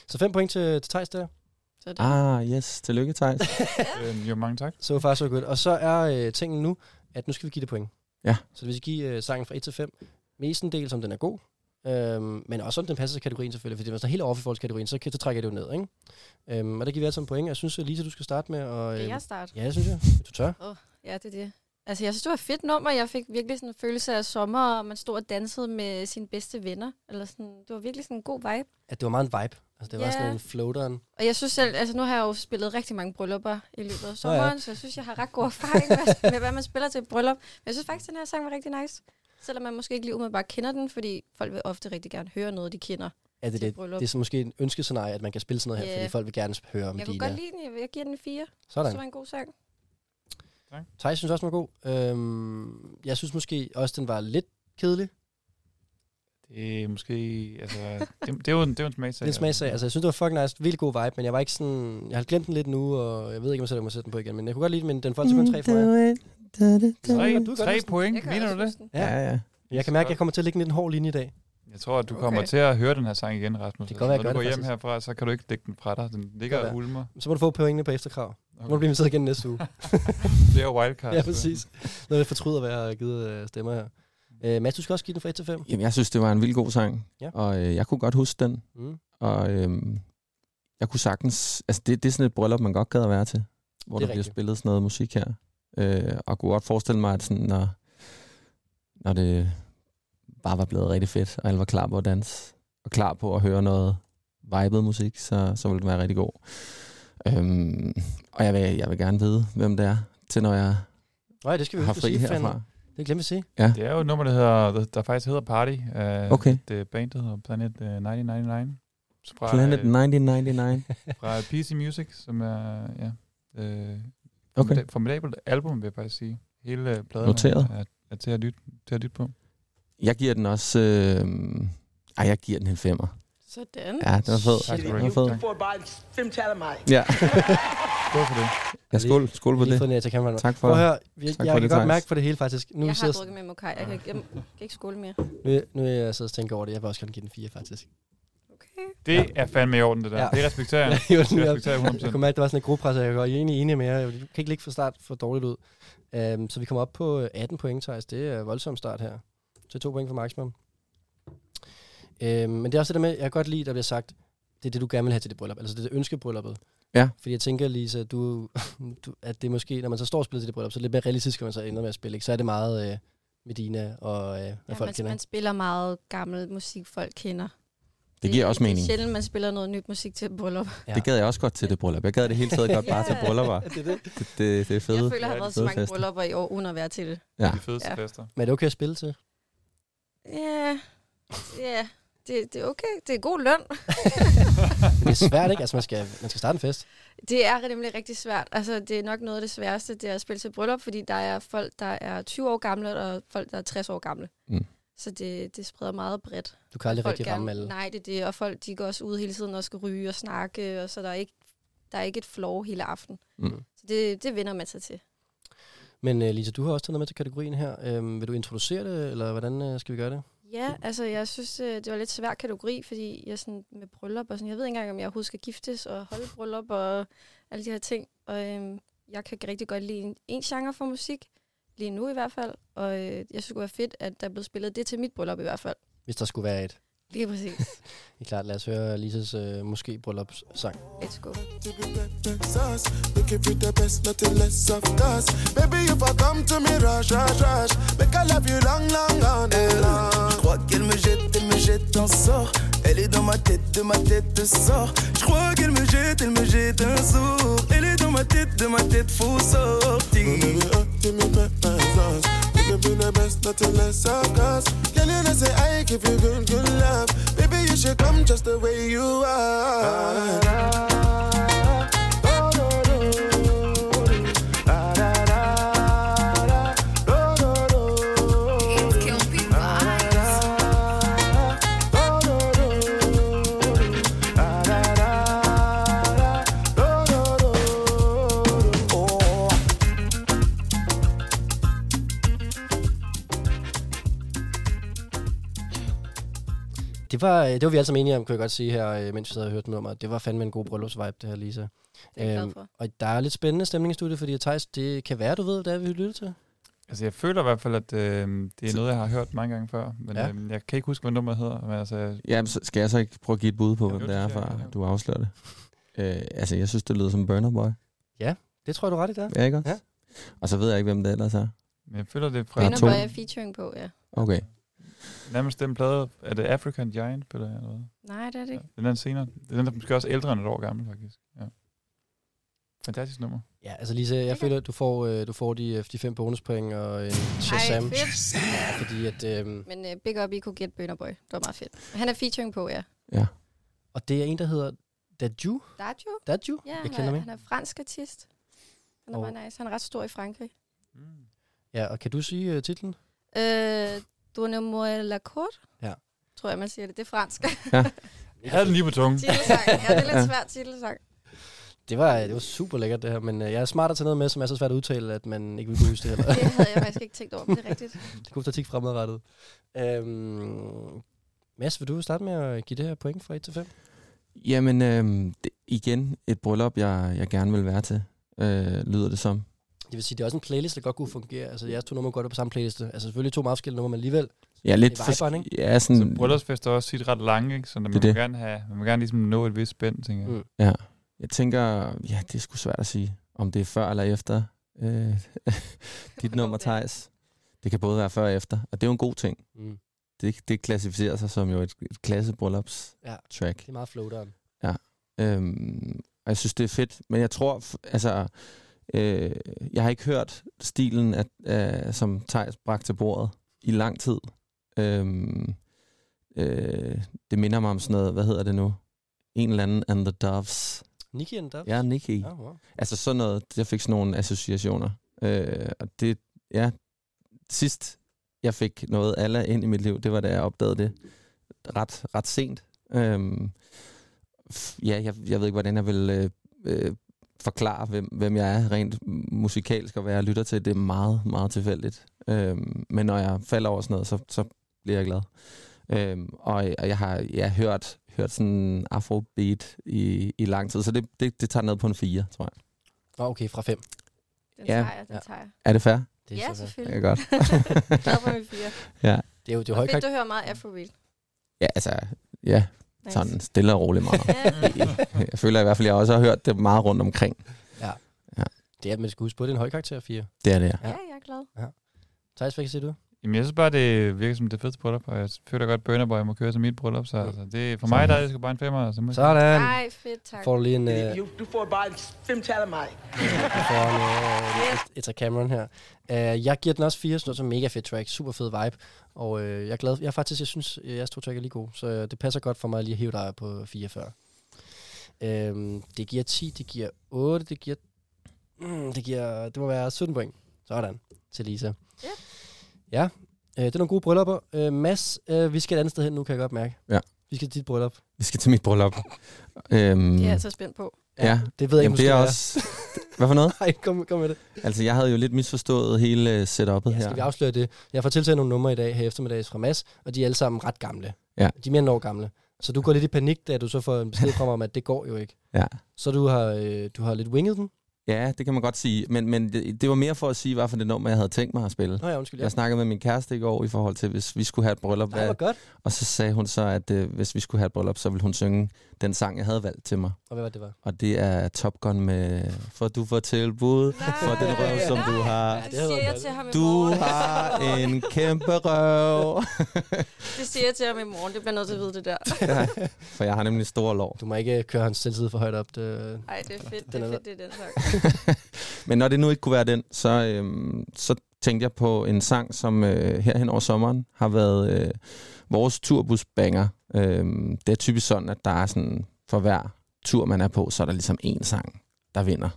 [SPEAKER 2] Så fem point til, til Thijs der.
[SPEAKER 5] Så det.
[SPEAKER 3] Ah, yes. Tillykke, Thijs.
[SPEAKER 4] Øh, jo, mange tak.
[SPEAKER 2] Så so far, so good. Og så er øh, tingen nu, at nu skal vi give det point.
[SPEAKER 3] Ja.
[SPEAKER 2] Så vi skal give øh, sangen fra 1 til 5. Mestendels, om den er god. Øhm, men også om den passer til kategorien selvfølgelig, fordi hvis der er helt over for kategorien, så, kan- så trækker jeg det jo ned, ikke? Øhm, og der giver vi alle sammen point. Jeg synes, at Lisa, du skal starte med. Og,
[SPEAKER 5] Kan jeg starte?
[SPEAKER 2] Ja, det synes jeg. Du tør.
[SPEAKER 5] Ja, det er det. Altså, jeg synes, det var et fedt nummer. Jeg fik virkelig sådan en følelse af sommer, og man stod og dansede med sine bedste venner. Eller sådan, det var virkelig sådan en god vibe.
[SPEAKER 2] At det var meget en vibe. Altså, det var
[SPEAKER 5] Ja.
[SPEAKER 2] sådan en floateren.
[SPEAKER 5] Og jeg synes selv, altså nu har jeg jo spillet rigtig mange bryllupper i løbet af sommeren,
[SPEAKER 2] ja.
[SPEAKER 5] så jeg synes, jeg har ret god erfaring med, med, hvad man spiller til et bryllup. Men jeg synes faktisk, den her sang var rigtig nice. Selvom man måske ikke lige umiddelbart kender den, fordi folk vil ofte rigtig gerne høre noget, de kender
[SPEAKER 2] Er det,
[SPEAKER 5] til
[SPEAKER 2] det,
[SPEAKER 5] et bryllup.
[SPEAKER 2] det er så måske en ønskescenarie, at man kan spille sådan noget her,
[SPEAKER 5] Ja.
[SPEAKER 2] fordi folk vil gerne sp- høre om
[SPEAKER 5] jeg
[SPEAKER 2] dine.
[SPEAKER 5] kunne godt lide den. Jeg- Jeg giver den en fire. Så det
[SPEAKER 2] Sådan.
[SPEAKER 5] var en god sang.
[SPEAKER 2] Thijs synes også, den var god. Øhm, jeg synes måske også, den var lidt kedelig.
[SPEAKER 4] Det er måske... Altså, det, det, er jo en, det er jo en smagsag.
[SPEAKER 2] Lidt smagsag. Altså, jeg synes, det var fucking nice. Vildt god vibe, men jeg var ikke sådan... Jeg har glemt den lidt nu, og jeg ved ikke, om jeg selv må sætte den på igen. Men jeg kunne godt lide den, men den får altså kun tre for jer.
[SPEAKER 4] Tre,
[SPEAKER 2] Du kan godt
[SPEAKER 4] tre
[SPEAKER 2] huske den.
[SPEAKER 4] point,
[SPEAKER 5] Jeg kan
[SPEAKER 4] mener
[SPEAKER 5] også
[SPEAKER 4] du det?
[SPEAKER 5] huske den.
[SPEAKER 3] Ja, ja.
[SPEAKER 2] Jeg kan mærke, at jeg kommer til at ligge en lidt hård linje i dag.
[SPEAKER 4] Jeg tror, at du
[SPEAKER 5] Okay.
[SPEAKER 4] kommer til at høre den her sang igen, Rasmus.
[SPEAKER 2] Det kan godt være,
[SPEAKER 4] Når
[SPEAKER 2] jeg
[SPEAKER 4] du
[SPEAKER 2] gør
[SPEAKER 4] går
[SPEAKER 2] det,
[SPEAKER 4] hjem
[SPEAKER 2] faktisk.
[SPEAKER 4] herfra, så kan du ikke lægge den fra dig. Den ligger
[SPEAKER 2] Det kan
[SPEAKER 4] og ulmer.
[SPEAKER 2] Så må du få pointene på efterkrav. Okay. Må du blive inviteret igen næste uge.
[SPEAKER 4] Det er wildcard.
[SPEAKER 2] ja, præcis. Når jeg fortryder, hvad jeg har givet øh, stemmer her. Øh, Mads, du skal også give den fra 1 til 5.
[SPEAKER 3] Jamen, jeg synes, det var en vild god sang,
[SPEAKER 2] Ja.
[SPEAKER 3] og øh, jeg kunne godt huske den.
[SPEAKER 2] Mm.
[SPEAKER 3] Og øhm, jeg kunne sagtens... Altså, det, det er sådan et bryllup, man godt gad at være til. Hvor
[SPEAKER 2] Det
[SPEAKER 3] der
[SPEAKER 2] er
[SPEAKER 3] bliver
[SPEAKER 2] rigtigt.
[SPEAKER 3] spillet sådan noget musik her. Øh, og kunne godt forestille mig, at sådan, når, når det bare var blevet rigtig fedt, og alle var klar på at danse, og klar på at høre noget vibet musik, så, så ville det være rigtig god. Øhm, og jeg vil, jeg vil gerne vide, hvem det er, til når jeg
[SPEAKER 2] Nej, det skal vi
[SPEAKER 3] har
[SPEAKER 2] huske at
[SPEAKER 3] fri
[SPEAKER 2] sige, fanden.
[SPEAKER 3] herfra.
[SPEAKER 2] Det glemte vi at sige.
[SPEAKER 4] Det er jo et nummer, der, hedder, der, der faktisk hedder Party. Uh,
[SPEAKER 3] Okay.
[SPEAKER 4] Det er bandet hedder Planet uh, 1999. Så Fra,
[SPEAKER 3] Planet
[SPEAKER 4] øh,
[SPEAKER 3] 1999.
[SPEAKER 4] fra PC Music, som er ja, øh,
[SPEAKER 3] Okay.
[SPEAKER 4] okay. formidabelt album, vil jeg faktisk sige. Hele øh, pladen
[SPEAKER 3] Noteret.
[SPEAKER 4] er, er til, at lytte, til at lytte på.
[SPEAKER 3] Jeg giver den også... Øh, ej, jeg giver den en femmer.
[SPEAKER 5] Sådan.
[SPEAKER 3] Ja, den er fed.
[SPEAKER 4] Tak,
[SPEAKER 3] Den
[SPEAKER 4] Rick.
[SPEAKER 3] er fed.
[SPEAKER 4] Tak.
[SPEAKER 6] får bare fem tal af mig.
[SPEAKER 3] Ja,
[SPEAKER 4] Skål for det.
[SPEAKER 3] ja skål, skål på
[SPEAKER 2] Lige
[SPEAKER 3] det.
[SPEAKER 2] fået den her til kameraet.
[SPEAKER 3] Tak for
[SPEAKER 2] Prøv at høre, jeg, jeg
[SPEAKER 3] tak for
[SPEAKER 2] kan
[SPEAKER 3] det,
[SPEAKER 2] godt
[SPEAKER 3] Thijs.
[SPEAKER 2] mærke for det hele faktisk. Nu
[SPEAKER 5] Jeg
[SPEAKER 2] sidder
[SPEAKER 5] har
[SPEAKER 2] jeg,
[SPEAKER 5] drukket med mokai. Jeg kan, jeg, jeg kan ikke skåle mere.
[SPEAKER 2] nu- nu, er jeg sidder og tænker over det. Jeg vil også gerne give den 4, faktisk.
[SPEAKER 5] Okay.
[SPEAKER 4] Det er fandme i orden, det der.
[SPEAKER 2] Ja.
[SPEAKER 4] Ja. Det respekterer jeg.
[SPEAKER 2] jo, nu,
[SPEAKER 4] Det
[SPEAKER 2] jeg,
[SPEAKER 4] respekterer jeg
[SPEAKER 2] jeg
[SPEAKER 4] 100%.
[SPEAKER 2] kunne mærke, at der var sådan et gruppepres, og jeg var egentlig enig med jer. Jeg kan ikke ligge for start for dårligt ud. Um, så vi kommer op på øh, 18 point, Thijs. Det er voldsom start her. Så to point for maksimum. Um, men det er også det der med, jeg kan godt lide, der bliver sagt, det er det, du gerne vil have til det bryllup. Altså det er det ønskebrylluppet.
[SPEAKER 3] Ja.
[SPEAKER 2] Fordi jeg tænker, Lisa, du, du, at det måske, når man så står og spiller til det bryllup, så er det lidt mere realistisk, når man så ender med at spille. Ikke? Så er det meget øh, Medina og øh, hvad
[SPEAKER 5] Ja,
[SPEAKER 2] folk
[SPEAKER 5] man,
[SPEAKER 2] kender.
[SPEAKER 5] man spiller meget gammel musik, folk kender.
[SPEAKER 3] Det giver også mening.
[SPEAKER 5] Det er sjældent, man spiller noget nyt musik til et bryllup.
[SPEAKER 2] Ja.
[SPEAKER 3] Det gad jeg også godt til det bryllup. Jeg gad det hele taget godt bare til
[SPEAKER 5] Ja.
[SPEAKER 3] bryllupper.
[SPEAKER 2] det er det.
[SPEAKER 3] Det, det, det er
[SPEAKER 5] Jeg
[SPEAKER 3] fedt.
[SPEAKER 5] føler, jeg har
[SPEAKER 4] Ja,
[SPEAKER 5] været
[SPEAKER 3] det
[SPEAKER 5] så
[SPEAKER 3] er
[SPEAKER 5] mange
[SPEAKER 3] fedest.
[SPEAKER 5] bryllupper i år, uden at være til det.
[SPEAKER 3] Ja.
[SPEAKER 4] De fedeste
[SPEAKER 5] Ja.
[SPEAKER 4] fester.
[SPEAKER 2] Men er det okay at spille til?
[SPEAKER 5] Ja, ja. Det, det er okay. Det er god løn.
[SPEAKER 2] Det er svært, ikke? Altså, man skal, man skal starte en fest.
[SPEAKER 5] Det er nemlig rigtig svært. Altså, det er nok noget af det sværeste, det er at spille til bryllup, fordi der er folk, der er 20 år gamle, og folk, der er 60 år gamle.
[SPEAKER 3] Mm.
[SPEAKER 5] Så det, det spreder meget bredt.
[SPEAKER 2] Du kan aldrig
[SPEAKER 5] folk
[SPEAKER 2] rigtig ramme alle.
[SPEAKER 5] Nej, det er det, og folk de går også ud hele tiden og skal ryge og snakke, og så der er ikke, der er ikke et flow hele aften.
[SPEAKER 3] Mm.
[SPEAKER 5] Så det, det vender man sig til.
[SPEAKER 2] Men uh, Lisa, du har også taget noget med til kategorien her. Øhm, vil du introducere det, eller hvordan øh, skal vi gøre det?
[SPEAKER 5] Ja, altså jeg synes, øh, det var lidt svær kategori, fordi jeg sådan med bryllup og sådan, jeg ved ikke engang, om jeg husker giftes og holde bryllup og alle de her ting. Og øhm, jeg kan rigtig godt lide en, en genre for musik, lige nu i hvert fald. Og øh, jeg synes det kunne være fedt, at der blev spillet det til mit bryllup i hvert fald.
[SPEAKER 2] Hvis der skulle være et.
[SPEAKER 5] Lige præcis.
[SPEAKER 2] Det er klart, lad os høre Lisas øh, måske bryllupssang.
[SPEAKER 5] Let's go.
[SPEAKER 7] Texas. Looking for the best, nothing less of us. Baby, if I come to me, rush, rush, rush. Make I love you long, long, long, and long. Je crois qu'elle me jette, elle me jette un sort. Elle est dans ma tête, de ma tête, de sort. Je crois qu'elle me jette, elle me jette un sort. Elle est dans ma tête, de ma tête, faut sortir. Looking for the best, nothing less of us. Can you not say I give you good, good love? Baby, you should come just the way you are. Ah. Oh,
[SPEAKER 2] Det var, øh, det var vi alle sammen enige om, kunne jeg godt sige her, øh, mens vi sad og hørte nummer. Det var fandme en god bryllupsvibe, det her, Lisa.
[SPEAKER 5] Det er jeg glad
[SPEAKER 2] Øhm,
[SPEAKER 5] for.
[SPEAKER 2] og der er lidt spændende stemning i studiet, fordi Thijs, det kan være, du ved, hvad det er, vi lytter til.
[SPEAKER 4] Altså, jeg føler i hvert fald, at øh, det er noget, jeg har hørt mange gange før, men
[SPEAKER 2] Ja.
[SPEAKER 4] ja. øh, jeg kan ikke huske, hvad nummeret hedder. Men altså,
[SPEAKER 3] Ja, så skal jeg så ikke prøve at give et bud på,
[SPEAKER 4] Ja,
[SPEAKER 3] hvem
[SPEAKER 4] jo,
[SPEAKER 3] det
[SPEAKER 4] det
[SPEAKER 3] er,
[SPEAKER 4] synes jeg,
[SPEAKER 3] for
[SPEAKER 4] ja.
[SPEAKER 3] du afslører det? Øh, altså, jeg synes, det lyder som Burner Boy.
[SPEAKER 2] Det tror jeg, du er ret i, der.
[SPEAKER 3] Ja, ikke også?
[SPEAKER 2] Ja.
[SPEAKER 3] Og så ved jeg ikke, hvem det ellers er.
[SPEAKER 4] Men jeg føler det er fra
[SPEAKER 3] Der er
[SPEAKER 5] Vinder
[SPEAKER 3] to.
[SPEAKER 5] var jeg featuring på, ja.
[SPEAKER 3] Okay.
[SPEAKER 4] nærmest den plade. Er det African Giant, eller noget?
[SPEAKER 5] Nej, det er det
[SPEAKER 4] Ja.
[SPEAKER 5] ikke.
[SPEAKER 4] Den er senere. Den er måske også ældre end et år gammel, faktisk. Ja. Fantastisk nummer.
[SPEAKER 2] Ja, altså Lise, jeg
[SPEAKER 5] Det kan-
[SPEAKER 2] føler, at du får, øh, du får de, øh, de fem bonuspoint og en Shazam.
[SPEAKER 5] fedt.
[SPEAKER 2] ja, fordi at, øh,
[SPEAKER 5] Men uh, Big Up, I kunne gætte Bønderboy. Det var meget fedt. Han er featuring på, ja.
[SPEAKER 3] Ja.
[SPEAKER 2] og det er en, der hedder Daju.
[SPEAKER 5] Dajo?
[SPEAKER 2] Daju?
[SPEAKER 5] Ja,
[SPEAKER 2] jeg
[SPEAKER 5] han
[SPEAKER 2] kender
[SPEAKER 5] er,
[SPEAKER 2] ham
[SPEAKER 5] han
[SPEAKER 2] ikke.
[SPEAKER 5] er fransk artist. Han er
[SPEAKER 2] Og-
[SPEAKER 5] meget nice. Han er ret stor i Frankrig.
[SPEAKER 4] Mm.
[SPEAKER 2] Ja, og kan du sige øh, titlen?
[SPEAKER 5] Øh, Donnez-moi la cour.
[SPEAKER 2] Ja.
[SPEAKER 5] Tror jeg, man siger det. Det er fransk.
[SPEAKER 4] Jeg havde den lige på tungen.
[SPEAKER 5] titelsang. Ja, det er lidt svært titelsang.
[SPEAKER 2] Det var, øh, det var super lækkert det her, men øh, jeg er smart at tage noget med, som er så svært at udtale, at man ikke vil kunne huske det heller.
[SPEAKER 5] Det havde jeg faktisk ikke tænkt over, men det er rigtigt.
[SPEAKER 2] det kunne taktik fremadrettet. Øhm, Mads, vil du starte med at give det her point fra 1 til 5?
[SPEAKER 3] Jamen, øh, igen et bryllup, jeg, jeg gerne vil være til, øh, lyder det som.
[SPEAKER 2] Det vil sige, det er også en playlist, der godt kunne fungere. Altså, jeres to numre går på samme playliste. Altså, selvfølgelig to meget forskellige numre, men alligevel.
[SPEAKER 3] Ja, lidt
[SPEAKER 2] Det er viberen,
[SPEAKER 3] fors- Ja, sådan,
[SPEAKER 4] Så bryllupsfester er også sit ret lange, ikke? Så man,
[SPEAKER 3] Mm. Det er
[SPEAKER 4] vil
[SPEAKER 3] det.
[SPEAKER 4] gerne have, man vil gerne ligesom nå et vist spænd, tænker jeg.
[SPEAKER 2] Mm.
[SPEAKER 4] Mm.
[SPEAKER 3] jeg tænker, ja, det er sgu svært at sige, om det er før eller efter øh, dit nummer, Thijs. Det kan både være før og efter, og det er jo en god ting.
[SPEAKER 2] Mm.
[SPEAKER 3] Det, det klassificerer sig som jo et, et klasse bryllups
[SPEAKER 2] Ja.
[SPEAKER 3] track.
[SPEAKER 2] Det er meget floateren.
[SPEAKER 3] Øhm, og jeg synes, det er fedt, men jeg tror, f- altså, øh, jeg har ikke hørt stilen, at, øh, som Thijs bragte til bordet i lang tid. Øhm, øh, det minder mig om sådan noget, hvad hedder det nu? En eller anden and the Doves.
[SPEAKER 2] Nicki and Dubs?
[SPEAKER 3] Ja, Nicky.
[SPEAKER 2] Ah, wow.
[SPEAKER 3] Altså sådan noget, jeg fik sådan nogle associationer. Øh, og det, ja, sidst jeg fik noget alle ind i mit liv, det var da jeg opdagede det ret, ret sent. Øhm, f- ja, jeg, jeg ved ikke, hvordan jeg vil øh, øh, forklare, hvem, hvem jeg er rent musikalsk, og hvad jeg lytter til. Det er meget, meget tilfældigt. Øhm, men når jeg falder over sådan noget, så, så bliver jeg glad. Øhm, og, og jeg har jeg har hørt, hørt sådan afrobeat i, i lang tid, så det, det, det tager ned på en 4, tror jeg.
[SPEAKER 2] Nå, okay, fra 5.
[SPEAKER 5] Den
[SPEAKER 3] Ja.
[SPEAKER 5] tager jeg, den
[SPEAKER 2] Ja.
[SPEAKER 5] tager jeg.
[SPEAKER 3] Er det fair?
[SPEAKER 2] Det er
[SPEAKER 5] Ja,
[SPEAKER 2] så fair.
[SPEAKER 3] Det er
[SPEAKER 5] selvfølgelig.
[SPEAKER 3] godt.
[SPEAKER 5] Glad for min fire.
[SPEAKER 2] det er jo det er
[SPEAKER 5] Og fedt,
[SPEAKER 2] højkagt.
[SPEAKER 5] du hører meget Afrobeat.
[SPEAKER 3] ja, altså, ja,
[SPEAKER 5] Nice.
[SPEAKER 3] sådan stille og roligt meget.
[SPEAKER 5] Ja.
[SPEAKER 3] jeg føler i hvert fald, at jeg også har hørt det meget rundt omkring.
[SPEAKER 2] Det er, at man skal huske på, det er en højkarakter 4.
[SPEAKER 3] Det er det, ja.
[SPEAKER 5] ja, jeg er glad.
[SPEAKER 2] Thijs, hvad kan du?
[SPEAKER 4] Jamen, jeg synes bare, det virker som det fedeste bryllup, og jeg føler godt, at Burner Boy må køre til mit bryllup, så
[SPEAKER 2] Mm.
[SPEAKER 4] altså, det, for
[SPEAKER 3] Sådan.
[SPEAKER 4] mig der er det sgu bare en femmer. Så må jeg-
[SPEAKER 2] Sådan.
[SPEAKER 3] Øhm,
[SPEAKER 5] Nej, fedt, tak.
[SPEAKER 2] Får du lige en, øh,
[SPEAKER 6] You, du får bare fem tal af mig.
[SPEAKER 2] for en øh, et- et af Cameron her. Uh, jeg giver den også 4, så det er mega fed track, super fed vibe. Og øh, jeg er glad, jeg er faktisk, jeg synes, øh, jeres to track er lige gode, så øh, det passer godt for mig at lige at hive dig på 44. Øhm, det giver 10, det giver 8, det giver, mm, det giver, det må være 17 point. Sådan, til Lisa.
[SPEAKER 5] Ja.
[SPEAKER 2] Ja, øh, det er nogle gode bryllupper. Øh, Mads, øh, vi skal et andet sted hen nu, kan jeg godt mærke.
[SPEAKER 3] Ja.
[SPEAKER 2] Vi skal til dit bryllup.
[SPEAKER 3] Vi skal til mit bryllup. Øhm,
[SPEAKER 5] Det er jeg altså spændt på.
[SPEAKER 3] Ja.
[SPEAKER 2] Det ved jeg
[SPEAKER 3] Jamen,
[SPEAKER 2] ikke,
[SPEAKER 3] det er
[SPEAKER 2] om du skal
[SPEAKER 3] også... Hvad for noget?
[SPEAKER 2] være. Ej, kom, kom med det.
[SPEAKER 3] Altså, jeg havde jo lidt misforstået hele øh, setupet
[SPEAKER 2] Ja,
[SPEAKER 3] her.
[SPEAKER 2] skal vi afsløre det? Jeg får tilsendt nogle numre i dag her i eftermiddags fra Mads, og de er alle sammen ret gamle.
[SPEAKER 3] Ja.
[SPEAKER 2] De er mere end år gamle. Så du går lidt i panik, da du så får en besked fra mig om, at det går jo ikke.
[SPEAKER 3] Ja.
[SPEAKER 2] Så du har, øh, du har lidt winget den.
[SPEAKER 3] Ja, det kan man godt sige. Men, men det, det var mere for at sige, hvad for det nummer, jeg havde tænkt mig at spille.
[SPEAKER 2] Nå ja, undskyld. Ja.
[SPEAKER 3] Jeg snakkede med min kæreste i går i forhold til, hvis vi skulle have et bryllup,
[SPEAKER 2] Nej,
[SPEAKER 3] hvad,
[SPEAKER 2] hvor godt.
[SPEAKER 3] og så sagde hun så, at øh, hvis vi skulle have et bryllup, så ville hun synge den sang, jeg havde valgt til mig.
[SPEAKER 2] Og hvad var det, det var?
[SPEAKER 3] Og det er Top Gun med For du får tilbud for den røv, som du har.
[SPEAKER 5] Det
[SPEAKER 2] Det havde
[SPEAKER 5] siger
[SPEAKER 2] været
[SPEAKER 5] jeg
[SPEAKER 2] godt.
[SPEAKER 5] til ham i
[SPEAKER 3] Du
[SPEAKER 5] morgen.
[SPEAKER 3] har en kæmpe røv.
[SPEAKER 5] Det siger jeg til ham i morgen. Det bliver nødt til at vide det der.
[SPEAKER 3] Ja, for jeg har nemlig store lår.
[SPEAKER 2] Du må ikke øh, køre hans selvtid for højt op. Det, øh,
[SPEAKER 5] Ej, det er fedt. Det
[SPEAKER 2] Den er
[SPEAKER 5] er
[SPEAKER 2] der.
[SPEAKER 5] fedt, det er den sang.
[SPEAKER 3] Men når det nu ikke kunne være den, så, øhm, så tænkte jeg på en sang, som øh, her hen over sommeren har været øh, vores turbusbanger. Øhm, det er typisk sådan, at der er sådan, for hver tur, man er på, så er der ligesom én sang, der vinder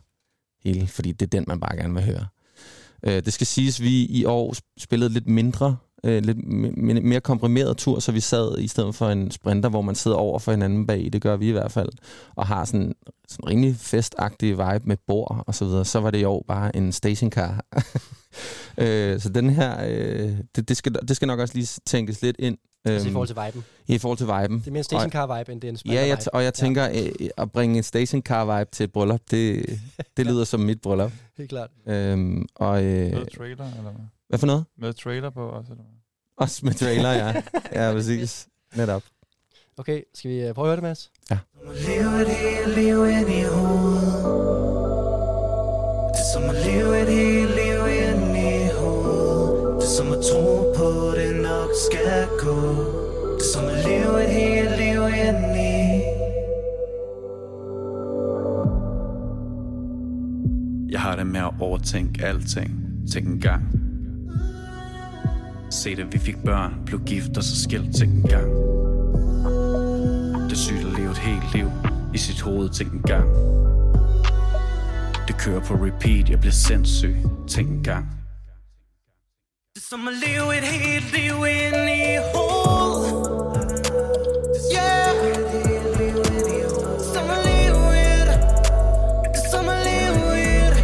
[SPEAKER 3] hele, fordi det er den, man bare gerne vil høre. Øh, det skal siges, at vi i år spillede lidt mindre, øh, lidt m- m- mere komprimeret tur, så vi sad i stedet for en sprinter, hvor man sidder over for hinanden bag, det gør vi i hvert fald, og har sådan sådan rimelig festagtig vibe med bord og så videre, så var det i år bare en stationcar. øh, så den her, øh, det, det, skal, det skal nok også lige tænkes lidt ind
[SPEAKER 2] altså i forhold
[SPEAKER 3] øh,
[SPEAKER 2] til viben.
[SPEAKER 3] i forhold til viben.
[SPEAKER 2] Det er mere en stationcar vibe, end det er en sprinter
[SPEAKER 3] Ja, jeg
[SPEAKER 2] vibe.
[SPEAKER 3] t- og jeg tænker, øh, at bringe en stationcar-vibe til et bryllup, det, det lyder som mit bryllup.
[SPEAKER 2] Helt klart.
[SPEAKER 3] Øhm, og, øh,
[SPEAKER 4] Med trailer, eller hvad?
[SPEAKER 3] hvad for noget?
[SPEAKER 4] Med trailer på også, eller hvad?
[SPEAKER 3] Også med trailer, ja. Ja, præcis. Netop.
[SPEAKER 2] Okay, skal vi øh, prøve at høre det, Mads?
[SPEAKER 8] Leve et helt liv ind i hovedet Det er som at leve et helt liv ind i hovedet skal gå Det er som at leve et helt liv indeni
[SPEAKER 9] Jeg har det med at overtænke alting. Tænk en gang. Se det, vi fik børn, blev gift og så skilt. Tænk en gang. Det er sygt at leve et helt liv i sit hoved. Tænk en gang. Det kører på repeat, jeg bliver sindssyg. Tænk en gang.
[SPEAKER 8] Det er som at leve et helt liv ind i hovedet Yeah Som at leve et Det er som at leve et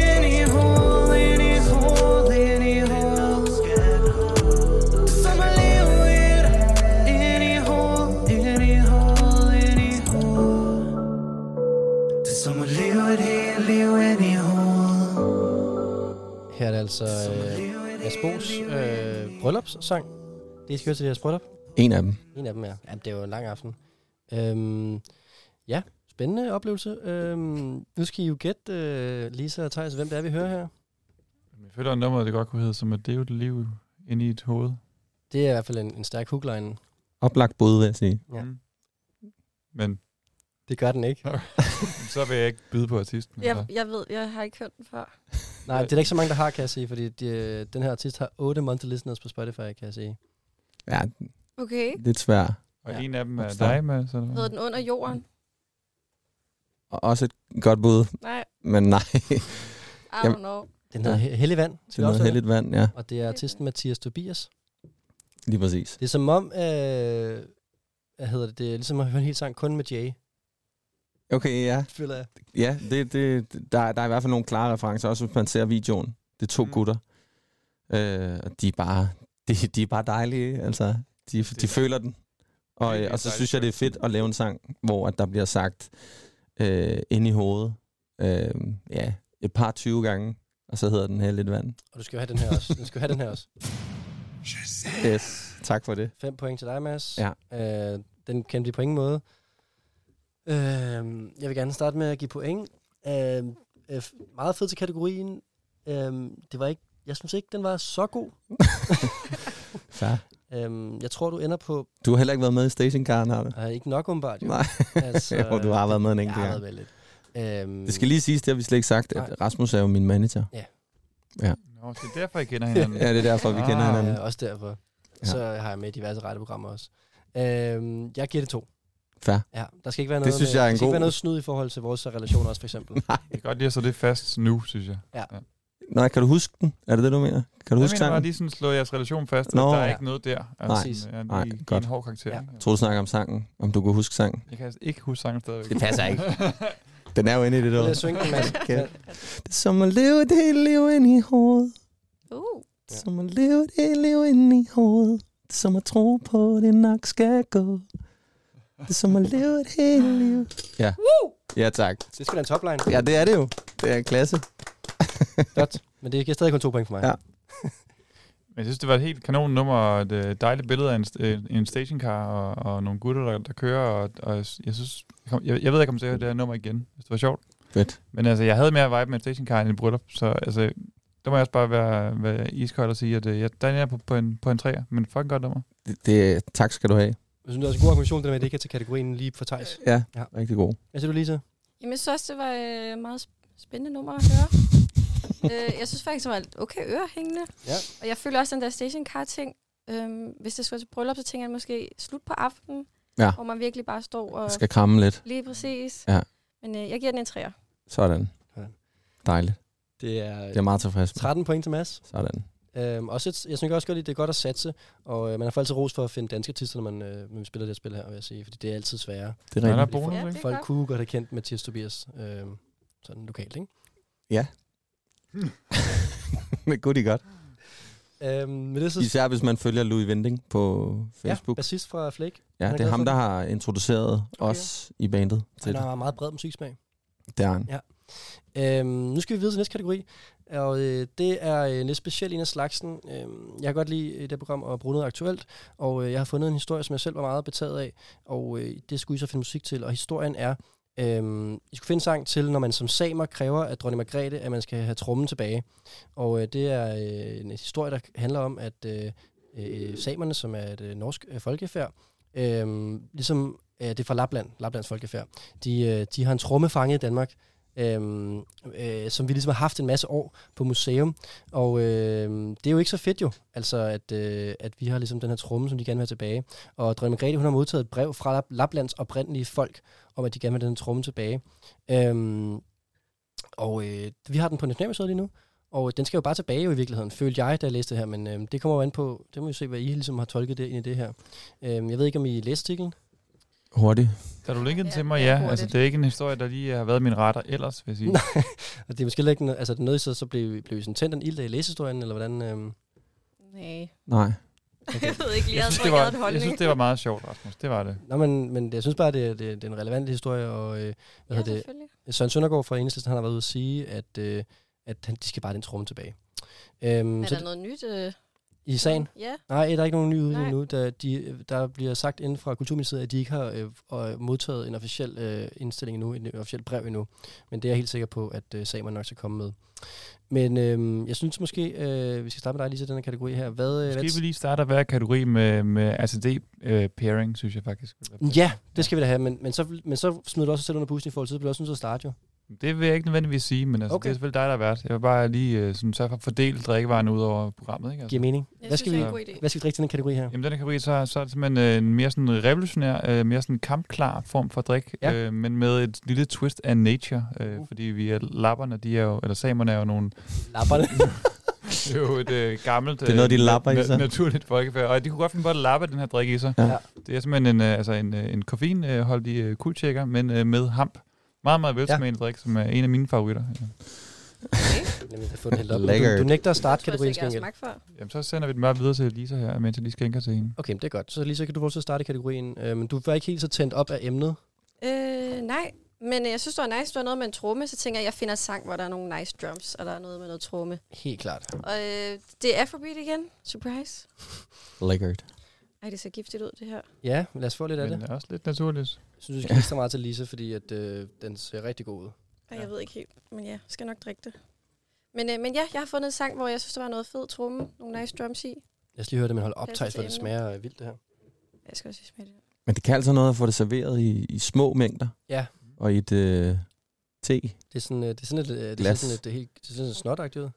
[SPEAKER 8] Ind i hovedet, ind i hovedet, ind i hovedet Det er som at leve et Ind i hovedet, ind i hovedet, ind i hovedet Det er som at leve et helt liv ind i hovedet
[SPEAKER 2] Her er det altså øh, Mads Bo's øh, bryllupssang. Det I skal høre til deres bryllup.
[SPEAKER 3] En af dem.
[SPEAKER 2] En af dem er. Ja, det er jo en lang aften. Øhm, ja, spændende oplevelse. Øhm, nu skal I jo gætte, øh, Lisa og Thijs, hvem det er, vi hører her.
[SPEAKER 4] Jeg føler, at nummeret det godt kunne hedde, som at det er jo et liv inde i et hoved.
[SPEAKER 2] Det er i hvert fald en, en stærk hookline.
[SPEAKER 3] Oplagt både, vil jeg sige.
[SPEAKER 2] Ja.
[SPEAKER 4] Mm. Men
[SPEAKER 2] Det gør den ikke.
[SPEAKER 4] så vil jeg ikke byde på artisten.
[SPEAKER 5] Jeg,
[SPEAKER 4] altså.
[SPEAKER 5] jeg ved, jeg har ikke hørt den før.
[SPEAKER 2] Nej, det er der ikke så mange, der har, kan jeg sige, fordi de, øh, den her artist har 8 monthly listeners på Spotify, kan jeg sige.
[SPEAKER 3] Ja,
[SPEAKER 5] Okay.
[SPEAKER 3] lidt svært.
[SPEAKER 4] Og
[SPEAKER 2] Ja.
[SPEAKER 4] en af dem er
[SPEAKER 3] Forstår.
[SPEAKER 4] dig med. Så
[SPEAKER 5] Hedder den under jorden?
[SPEAKER 3] Og også et godt bud,
[SPEAKER 5] Nej,
[SPEAKER 3] men nej.
[SPEAKER 5] I
[SPEAKER 3] Jamen,
[SPEAKER 5] don't know.
[SPEAKER 2] Den hedder ja. Hellig Vand,
[SPEAKER 3] Til noget heldigt vand, ja.
[SPEAKER 2] og det er artisten Mathias Tobias.
[SPEAKER 3] Lige præcis.
[SPEAKER 2] Det er som om, øh, hvad hedder det, det er ligesom at høre en hel sang kun med Jay,
[SPEAKER 3] Okay, ja.
[SPEAKER 2] føler jeg.
[SPEAKER 3] Ja, det, det, der, er- der er i hvert fald nogle klare referencer, også hvis man ser videoen. Det er to
[SPEAKER 4] Mm.
[SPEAKER 3] mm. gutter, øh, og de er, bare, de, de er bare dejlige, altså. De, de
[SPEAKER 4] er-
[SPEAKER 3] føler den. Og,
[SPEAKER 4] det
[SPEAKER 3] øh,
[SPEAKER 4] er
[SPEAKER 3] og så
[SPEAKER 4] dejligt
[SPEAKER 3] synes jeg, det er fedt at lave en sang, hvor at der bliver sagt øh, ind i hovedet, øh, ja, et par 20 gange, og så hedder den her lidt vand.
[SPEAKER 2] Og du skal jo have den her også. Du skal jo have den her også.
[SPEAKER 3] Yes, tak for det.
[SPEAKER 2] Fem point til dig, Mads.
[SPEAKER 3] Ja.
[SPEAKER 2] Øh, den kan blive på ingen måde. Øh, jeg vil gerne starte med at give point. Øh, øh, meget fed til kategorien. Øh, det var ikke, jeg synes ikke, den var så god.
[SPEAKER 3] Fair.
[SPEAKER 2] Øh, jeg tror, du ender på,
[SPEAKER 3] Du har heller ikke været med i stationcaren, har du?
[SPEAKER 2] øh, ikke nok umiddelbart. Jo.
[SPEAKER 3] Nej,
[SPEAKER 2] altså,
[SPEAKER 3] jo, du har været med en
[SPEAKER 2] Jeg
[SPEAKER 3] enkelt
[SPEAKER 2] har
[SPEAKER 3] gang.
[SPEAKER 2] været med lidt. Øhm,
[SPEAKER 3] Det skal lige siges, det har vi slet ikke sagt,
[SPEAKER 2] Nej.
[SPEAKER 3] at Rasmus er jo min manager.
[SPEAKER 4] Nå, så det er derfor, jeg kender hinanden.
[SPEAKER 3] Ja, det er derfor, vi kender
[SPEAKER 4] Ah.
[SPEAKER 3] hinanden.
[SPEAKER 2] Ja, også derfor.
[SPEAKER 3] Ja.
[SPEAKER 2] Så har jeg med i diverse retteprogrammer også. Øhm, jeg giver det to.
[SPEAKER 3] Fair.
[SPEAKER 2] Ja, der skal ikke være
[SPEAKER 3] Det
[SPEAKER 2] noget,
[SPEAKER 3] synes
[SPEAKER 2] med,
[SPEAKER 3] jeg er
[SPEAKER 2] der
[SPEAKER 3] en
[SPEAKER 2] skal ikke
[SPEAKER 3] god-
[SPEAKER 2] være noget snyd i forhold til vores relationer også, for eksempel.
[SPEAKER 4] Det er godt lige at så det fast nu, synes jeg.
[SPEAKER 3] Nej, kan du huske den? Er det det, du mener? Kan du
[SPEAKER 4] Jeg
[SPEAKER 3] huske
[SPEAKER 4] mener bare
[SPEAKER 3] sangen?
[SPEAKER 4] lige sådan slå jeres relation fast,
[SPEAKER 3] Nå.
[SPEAKER 4] at der er
[SPEAKER 2] Ja.
[SPEAKER 4] ikke noget der. Altså,
[SPEAKER 2] Præcis.
[SPEAKER 4] jeg er
[SPEAKER 3] Nej,
[SPEAKER 4] lige,
[SPEAKER 3] godt.
[SPEAKER 4] en hård karakter.
[SPEAKER 2] Ja.
[SPEAKER 4] Ja.
[SPEAKER 3] Jeg tror, du snakker om sangen. Om du kunne huske sangen.
[SPEAKER 4] Jeg kan altså ikke huske sangen stadigvæk.
[SPEAKER 3] Det passer ikke. Den er jo inde i det der.
[SPEAKER 2] Lad os synge den, Mads.
[SPEAKER 3] Okay. Det er som at leve et helt liv inde i hovedet.
[SPEAKER 5] Uh,
[SPEAKER 3] Det er som at leve et helt liv inde i hovedet. Det er som at tro på, at det nok skal gå. Det er som at leve et helt liv. Ja. Ja, tak.
[SPEAKER 2] Det skal da en topline.
[SPEAKER 3] Ja, det er det jo. Det er en klasse.
[SPEAKER 2] Godt. Men det giver stadig kun to point for mig.
[SPEAKER 3] Ja.
[SPEAKER 4] Men jeg synes, det var et helt kanon nummer, og et øh, dejligt billede af en, st- øh, en stationcar og, og nogle gutter, der, der kører, og, og jeg synes, jeg, kom, jeg, jeg ved, jeg kommer til at høre det her nummer igen, hvis det var sjovt.
[SPEAKER 3] Fedt.
[SPEAKER 4] Men altså, jeg havde mere vibe med en stationcar end en bryllup, så altså, der må jeg også bare være, være iskold og sige, at øh, jeg, der er jeg på, på, en, på en træer, men fucking godt nummer.
[SPEAKER 3] Det, det, tak skal du have.
[SPEAKER 2] Jeg synes, det er også en god argumentation, det der med, at det ikke er til kategorien lige for Thijs.
[SPEAKER 3] Ja,
[SPEAKER 2] Ja.
[SPEAKER 3] ja. rigtig god.
[SPEAKER 2] Hvad siger du, Lisa?
[SPEAKER 5] jamen, jeg synes også, det var øh, meget sp- spændende nummer at høre. øh, jeg synes faktisk, det var et okay ørehængende.
[SPEAKER 2] Ja.
[SPEAKER 5] Og jeg føler også den der stationcar-ting. Øhm, hvis det skulle til bryllup, så tænker jeg måske slut på aftenen,
[SPEAKER 3] Ja.
[SPEAKER 5] hvor man virkelig bare står og
[SPEAKER 3] Jeg skal kramme lidt.
[SPEAKER 5] lige præcis.
[SPEAKER 3] Ja.
[SPEAKER 5] Men øh, jeg giver den en træer.
[SPEAKER 3] Sådan.
[SPEAKER 2] Sådan.
[SPEAKER 3] Dejligt.
[SPEAKER 2] Det er,
[SPEAKER 3] Det er meget tilfreds med.
[SPEAKER 2] 13 point til Mads.
[SPEAKER 3] Sådan.
[SPEAKER 2] Øhm, også et, jeg synes også godt, lide, at det er godt at satse, og øh, man har for altid ros for at finde danske titler, når man, øh, når man spiller det her spil her, vil jeg sige, fordi det er altid sværere.
[SPEAKER 3] Det er
[SPEAKER 4] Der er der
[SPEAKER 3] rigtigt.
[SPEAKER 4] bonus,
[SPEAKER 5] Ja,
[SPEAKER 4] ikke?
[SPEAKER 5] det er
[SPEAKER 2] Folk
[SPEAKER 5] godt.
[SPEAKER 2] kunne godt have kendt Mathias Tobias øh, sådan lokalt, ikke?
[SPEAKER 3] Men kunne de godt.
[SPEAKER 2] Øhm, men det er så
[SPEAKER 3] Især hvis man følger Louis Vending på Facebook.
[SPEAKER 2] Ja, bassist fra Flake.
[SPEAKER 3] Ja,
[SPEAKER 2] han er
[SPEAKER 3] ja det er
[SPEAKER 2] glad
[SPEAKER 3] ham,
[SPEAKER 2] for
[SPEAKER 3] der
[SPEAKER 2] det.
[SPEAKER 3] har introduceret okay.
[SPEAKER 2] Okay.
[SPEAKER 3] os i bandet til
[SPEAKER 2] Han
[SPEAKER 3] det.
[SPEAKER 2] har meget bred musiksmag.
[SPEAKER 3] Det er han.
[SPEAKER 2] Øhm, nu skal vi videre til næste kategori, og øh, det er øh, lidt specielt en af slagsen. Øhm, jeg kan godt lide i det her program at bruge noget aktuelt, og øh, jeg har fundet en historie, som jeg selv var meget betaget af, og øh, det skulle I så finde musik til, og historien er, øhm, I skulle finde en sang til, når man som samer kræver af dronning Margrethe, at man skal have trommen tilbage. Og øh, det er øh, en historie, der handler om, at øh, øh, samerne, som er et øh, norsk øh, folkefærd, øh, ligesom øh, det er fra Lapland, Laplands folkefærd, de, øh, de har en tromme fanget i Danmark, Øhm, øh, som vi ligesom har haft en masse år på museum. Og øh, det er jo ikke så fedt jo, altså at, øh, at vi har ligesom den her tromme, som de gerne vil have tilbage. Og Drønne Margrethe, hun har modtaget et brev fra Lap- Laplands oprindelige folk, om at de gerne vil have den her tromme tilbage. Øhm, og øh, vi har den på Nationalmuseet lige nu, og den skal jo bare tilbage jo i virkeligheden, følte jeg, da jeg læste det her, men øh, det kommer jo an på, det må vi se, hvad I ligesom har tolket det ind i det her. Øhm, jeg ved ikke, om I læste artiklen?
[SPEAKER 3] Hurtigt.
[SPEAKER 4] Da du linkede den
[SPEAKER 5] Ja,
[SPEAKER 4] til mig,
[SPEAKER 5] det er
[SPEAKER 4] ja.
[SPEAKER 5] hurtigt.
[SPEAKER 4] Altså, det er ikke en historie, der lige har været min retter ellers, vil jeg sige.
[SPEAKER 2] Nej. Og det er måske heller ikke noget, altså det er noget, så, så blev, blev I sådan tændt en ild af i læsehistorien, eller hvordan? Øhm,
[SPEAKER 5] Nej,
[SPEAKER 3] Nej.
[SPEAKER 5] jeg ved ikke lige, jeg,
[SPEAKER 4] Jeg synes, det
[SPEAKER 5] tror ikke, jeg
[SPEAKER 4] var,
[SPEAKER 5] havde en
[SPEAKER 4] jeg
[SPEAKER 5] holdning.
[SPEAKER 4] synes, det var meget sjovt, Rasmus. Det var det.
[SPEAKER 2] Nå, men, men jeg synes bare, det, er- det, er- det er en relevant historie, og øh, hvad
[SPEAKER 5] ja,
[SPEAKER 2] hedder det?
[SPEAKER 5] selvfølgelig.
[SPEAKER 2] Søren Søndergaard fra Enhedslisten, han har været ude at sige, at, øh, at han, de skal bare have den tromme tilbage. Øhm,
[SPEAKER 5] Er
[SPEAKER 2] så
[SPEAKER 5] der noget nyt? Øh,
[SPEAKER 2] i sagen?
[SPEAKER 5] Ja,
[SPEAKER 2] Nej, der er ikke nogen nye udgivning
[SPEAKER 5] Nej.
[SPEAKER 2] nu. Der, de, der bliver sagt inden fra Kulturministeriet, at de ikke har øh, og modtaget en officiel øh, indstilling endnu, en officiel brev endnu. Men det er jeg helt sikker på, at øh, samerne nok skal komme med. Men øh, jeg synes måske, øh, vi skal starte med dig lige til den her kategori her. Hvad, øh,
[SPEAKER 4] Måske vi
[SPEAKER 2] hvad,
[SPEAKER 4] lige starter hver kategori med, med ACD-pairing, øh, synes jeg faktisk. ville være fedt.
[SPEAKER 2] ja, det skal vi da have, men, men, så, men så smider du også dig selv under bussen i forhold til, det bliver også nødt til at starte jo.
[SPEAKER 4] Det vil jeg ikke nødvendigvis sige, men altså,
[SPEAKER 2] Okay.
[SPEAKER 4] okay. det er selvfølgelig dig, der er vært. Jeg vil bare lige øh, sådan, sørge for at fordele drikkevarerne ud over programmet. Ikke? Altså.
[SPEAKER 2] Giver mening.
[SPEAKER 5] jeg
[SPEAKER 2] Hvad
[SPEAKER 5] synes,
[SPEAKER 2] skal,
[SPEAKER 5] det
[SPEAKER 2] vi,
[SPEAKER 5] er en god idé.
[SPEAKER 2] hvad skal vi drikke til den kategori her?
[SPEAKER 4] Jamen, den her kategori, så, så er det simpelthen øh, en mere sådan revolutionær, øh, mere sådan kampklar form for drik,
[SPEAKER 2] Ja.
[SPEAKER 4] ja. øh, men med et lille twist af nature, øh,
[SPEAKER 2] Uh.
[SPEAKER 4] fordi vi er lapperne, de er jo, eller samerne er jo nogle
[SPEAKER 2] Lapperne.
[SPEAKER 4] Det er jo et øh, gammelt...
[SPEAKER 3] Det er noget, de
[SPEAKER 4] øh,
[SPEAKER 3] lapper i
[SPEAKER 4] na-
[SPEAKER 3] sig.
[SPEAKER 4] Naturligt folkefærd. Og de kunne godt finde på at lappe den her drik i sig.
[SPEAKER 3] Ja.
[SPEAKER 4] Det er simpelthen en, øh, altså en, øh, en koffeinholdig øh, kultjekker, men øh, med hamp. Meget, meget velsmagende ja. drik, som er en af mine favoritter. Ja.
[SPEAKER 2] Jamen, jeg har fået den helt op. Du,
[SPEAKER 3] Lækkert.
[SPEAKER 2] du nægter at starte
[SPEAKER 5] jeg tror
[SPEAKER 2] kategorien
[SPEAKER 5] ikke, jeg
[SPEAKER 2] skængel.
[SPEAKER 5] har smagt før.
[SPEAKER 4] Jamen, så sender vi den bare videre til Lisa her, mens jeg lige skænker til hende.
[SPEAKER 2] Okay, men det er godt. Så lige så kan du fortsætte at starte i kategorien. Øh, men du var ikke helt så tændt op af emnet.
[SPEAKER 5] Øh, nej, men øh, jeg synes, det var nice, det var noget med en tromme, så tænker jeg, jeg finder en sang, hvor der er nogle nice drums, og der er noget med noget tromme.
[SPEAKER 2] Helt klart.
[SPEAKER 5] Og øh, det er Afrobeat igen, surprise.
[SPEAKER 3] Lækkert.
[SPEAKER 5] Ej, det ser giftigt ud, det her.
[SPEAKER 2] Ja, lad os få lidt af
[SPEAKER 4] Men øh, det
[SPEAKER 2] det.
[SPEAKER 4] er også lidt naturligt.
[SPEAKER 2] Jeg synes, du skal ikke så meget til Lisa, fordi at, øh, den ser rigtig god ud.
[SPEAKER 5] Ej,
[SPEAKER 4] Ja.
[SPEAKER 5] jeg ved ikke helt, men ja, skal nok drikke det. Men, øh, men ja, jeg har fundet en sang, hvor jeg synes, der var noget fed tromme, nogle nice drums i.
[SPEAKER 2] Lad os lige høre det, men hold
[SPEAKER 5] Passer
[SPEAKER 2] optaget,
[SPEAKER 5] til
[SPEAKER 2] for det
[SPEAKER 5] emnet.
[SPEAKER 2] smager øh, vildt det her.
[SPEAKER 5] Jeg skal også lige smage det.
[SPEAKER 3] Men det kan altså noget at få det serveret i, i små mængder.
[SPEAKER 2] Ja.
[SPEAKER 3] Og i et øh, te.
[SPEAKER 2] Det er sådan, øh, det er sådan et, øh, det er
[SPEAKER 3] Glas.
[SPEAKER 2] sådan et, det er helt, det er sådan et snotagtigt ud.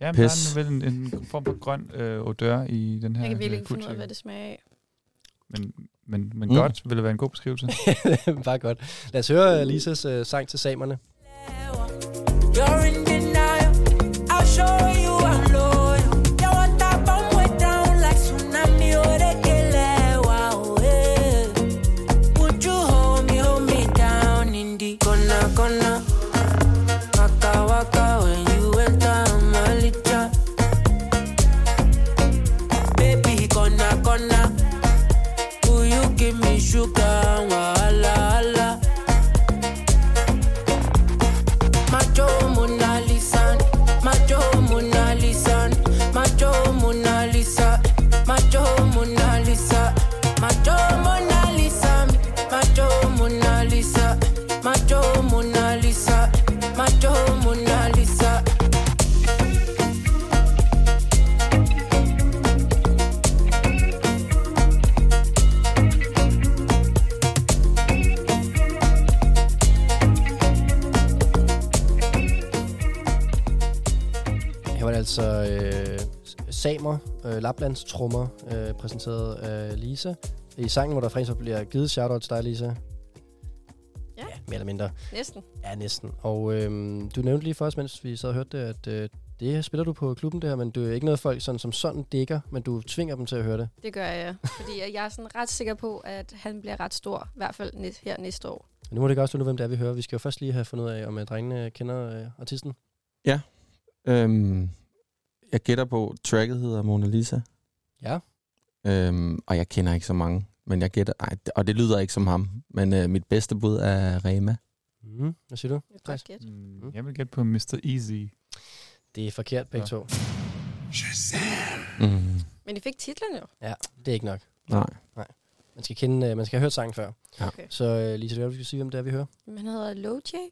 [SPEAKER 4] Ja, men der
[SPEAKER 3] Pis.
[SPEAKER 4] er vel en, en form for grøn øh, odør i den her
[SPEAKER 5] Jeg kan
[SPEAKER 4] øh,
[SPEAKER 5] virkelig ikke finde ud af,
[SPEAKER 4] kultjekker.
[SPEAKER 5] hvad det smager af.
[SPEAKER 4] Men, men, men
[SPEAKER 3] Mm.
[SPEAKER 4] mm. godt ville være en god beskrivelse.
[SPEAKER 2] Bare godt. Lad os høre øh, Lisas øh, sang til samerne.
[SPEAKER 8] You're in denial. I'll show you I'm loyal. You want that bomb way down like tsunami oh, or the killer. Wow, eh. Would you hold me, hold me down in the corner, corner? Waka waka when you enter my litter. Baby, corner, corner. Will you give me sugar? Wala, wala. Macho Mona Lisa, Macho Mona Lisa, Macho Mona Lisa, Macho Mona Lisa, Macho Mona Lisa, Macho Mona Lisa, Macho Mona Lisa, Macho Mona Lisa.
[SPEAKER 2] Her var det altså øh, samer, øh, Laplands trommer, øh, præsenteret af Lisa. I sangen, hvor der faktisk bliver givet shout-out til dig, Lisa.
[SPEAKER 5] Ja.
[SPEAKER 2] Mere eller mindre.
[SPEAKER 5] Næsten.
[SPEAKER 2] Ja, næsten. Og øhm, du nævnte lige for os, mens vi sad og hørte det, at øh, det spiller du på klubben det her, men det er jo ikke noget folk sådan, som sådan dækker, men du tvinger dem til at høre det.
[SPEAKER 5] Det gør jeg, fordi øh, jeg er sådan ret sikker på, at han bliver ret stor, i hvert fald næ- her næste år.
[SPEAKER 2] Men nu må det ikke afsløre nu, hvem det er, vi hører. Vi skal jo først lige have fundet ud af, om øh, drengene kender øh, artisten.
[SPEAKER 3] Øhm, jeg gætter på, tracket hedder Mona Lisa.
[SPEAKER 2] Ja.
[SPEAKER 3] Øhm, og jeg kender ikke så mange. Men jeg gætter, ej, det- og det lyder ikke som ham. Men øh, mit bedste bud er Rema.
[SPEAKER 2] Mm. Hvad siger du?
[SPEAKER 5] Jeg
[SPEAKER 2] Nice.
[SPEAKER 5] godt gæt.
[SPEAKER 4] Mm, Jeg vil gætte på Mr. Easy.
[SPEAKER 2] Det er forkert begge ja.
[SPEAKER 4] Ja.
[SPEAKER 2] to.
[SPEAKER 3] Mm.
[SPEAKER 5] Men I fik titlen jo.
[SPEAKER 2] Det er ikke nok.
[SPEAKER 3] Nej.
[SPEAKER 2] Man skal, kende, øh, man skal have hørt sangen før.
[SPEAKER 3] Ja.
[SPEAKER 5] Okay.
[SPEAKER 2] Så øh, Lisa, du skal sige, hvem det er, vi hører.
[SPEAKER 5] Men han hedder Lojay.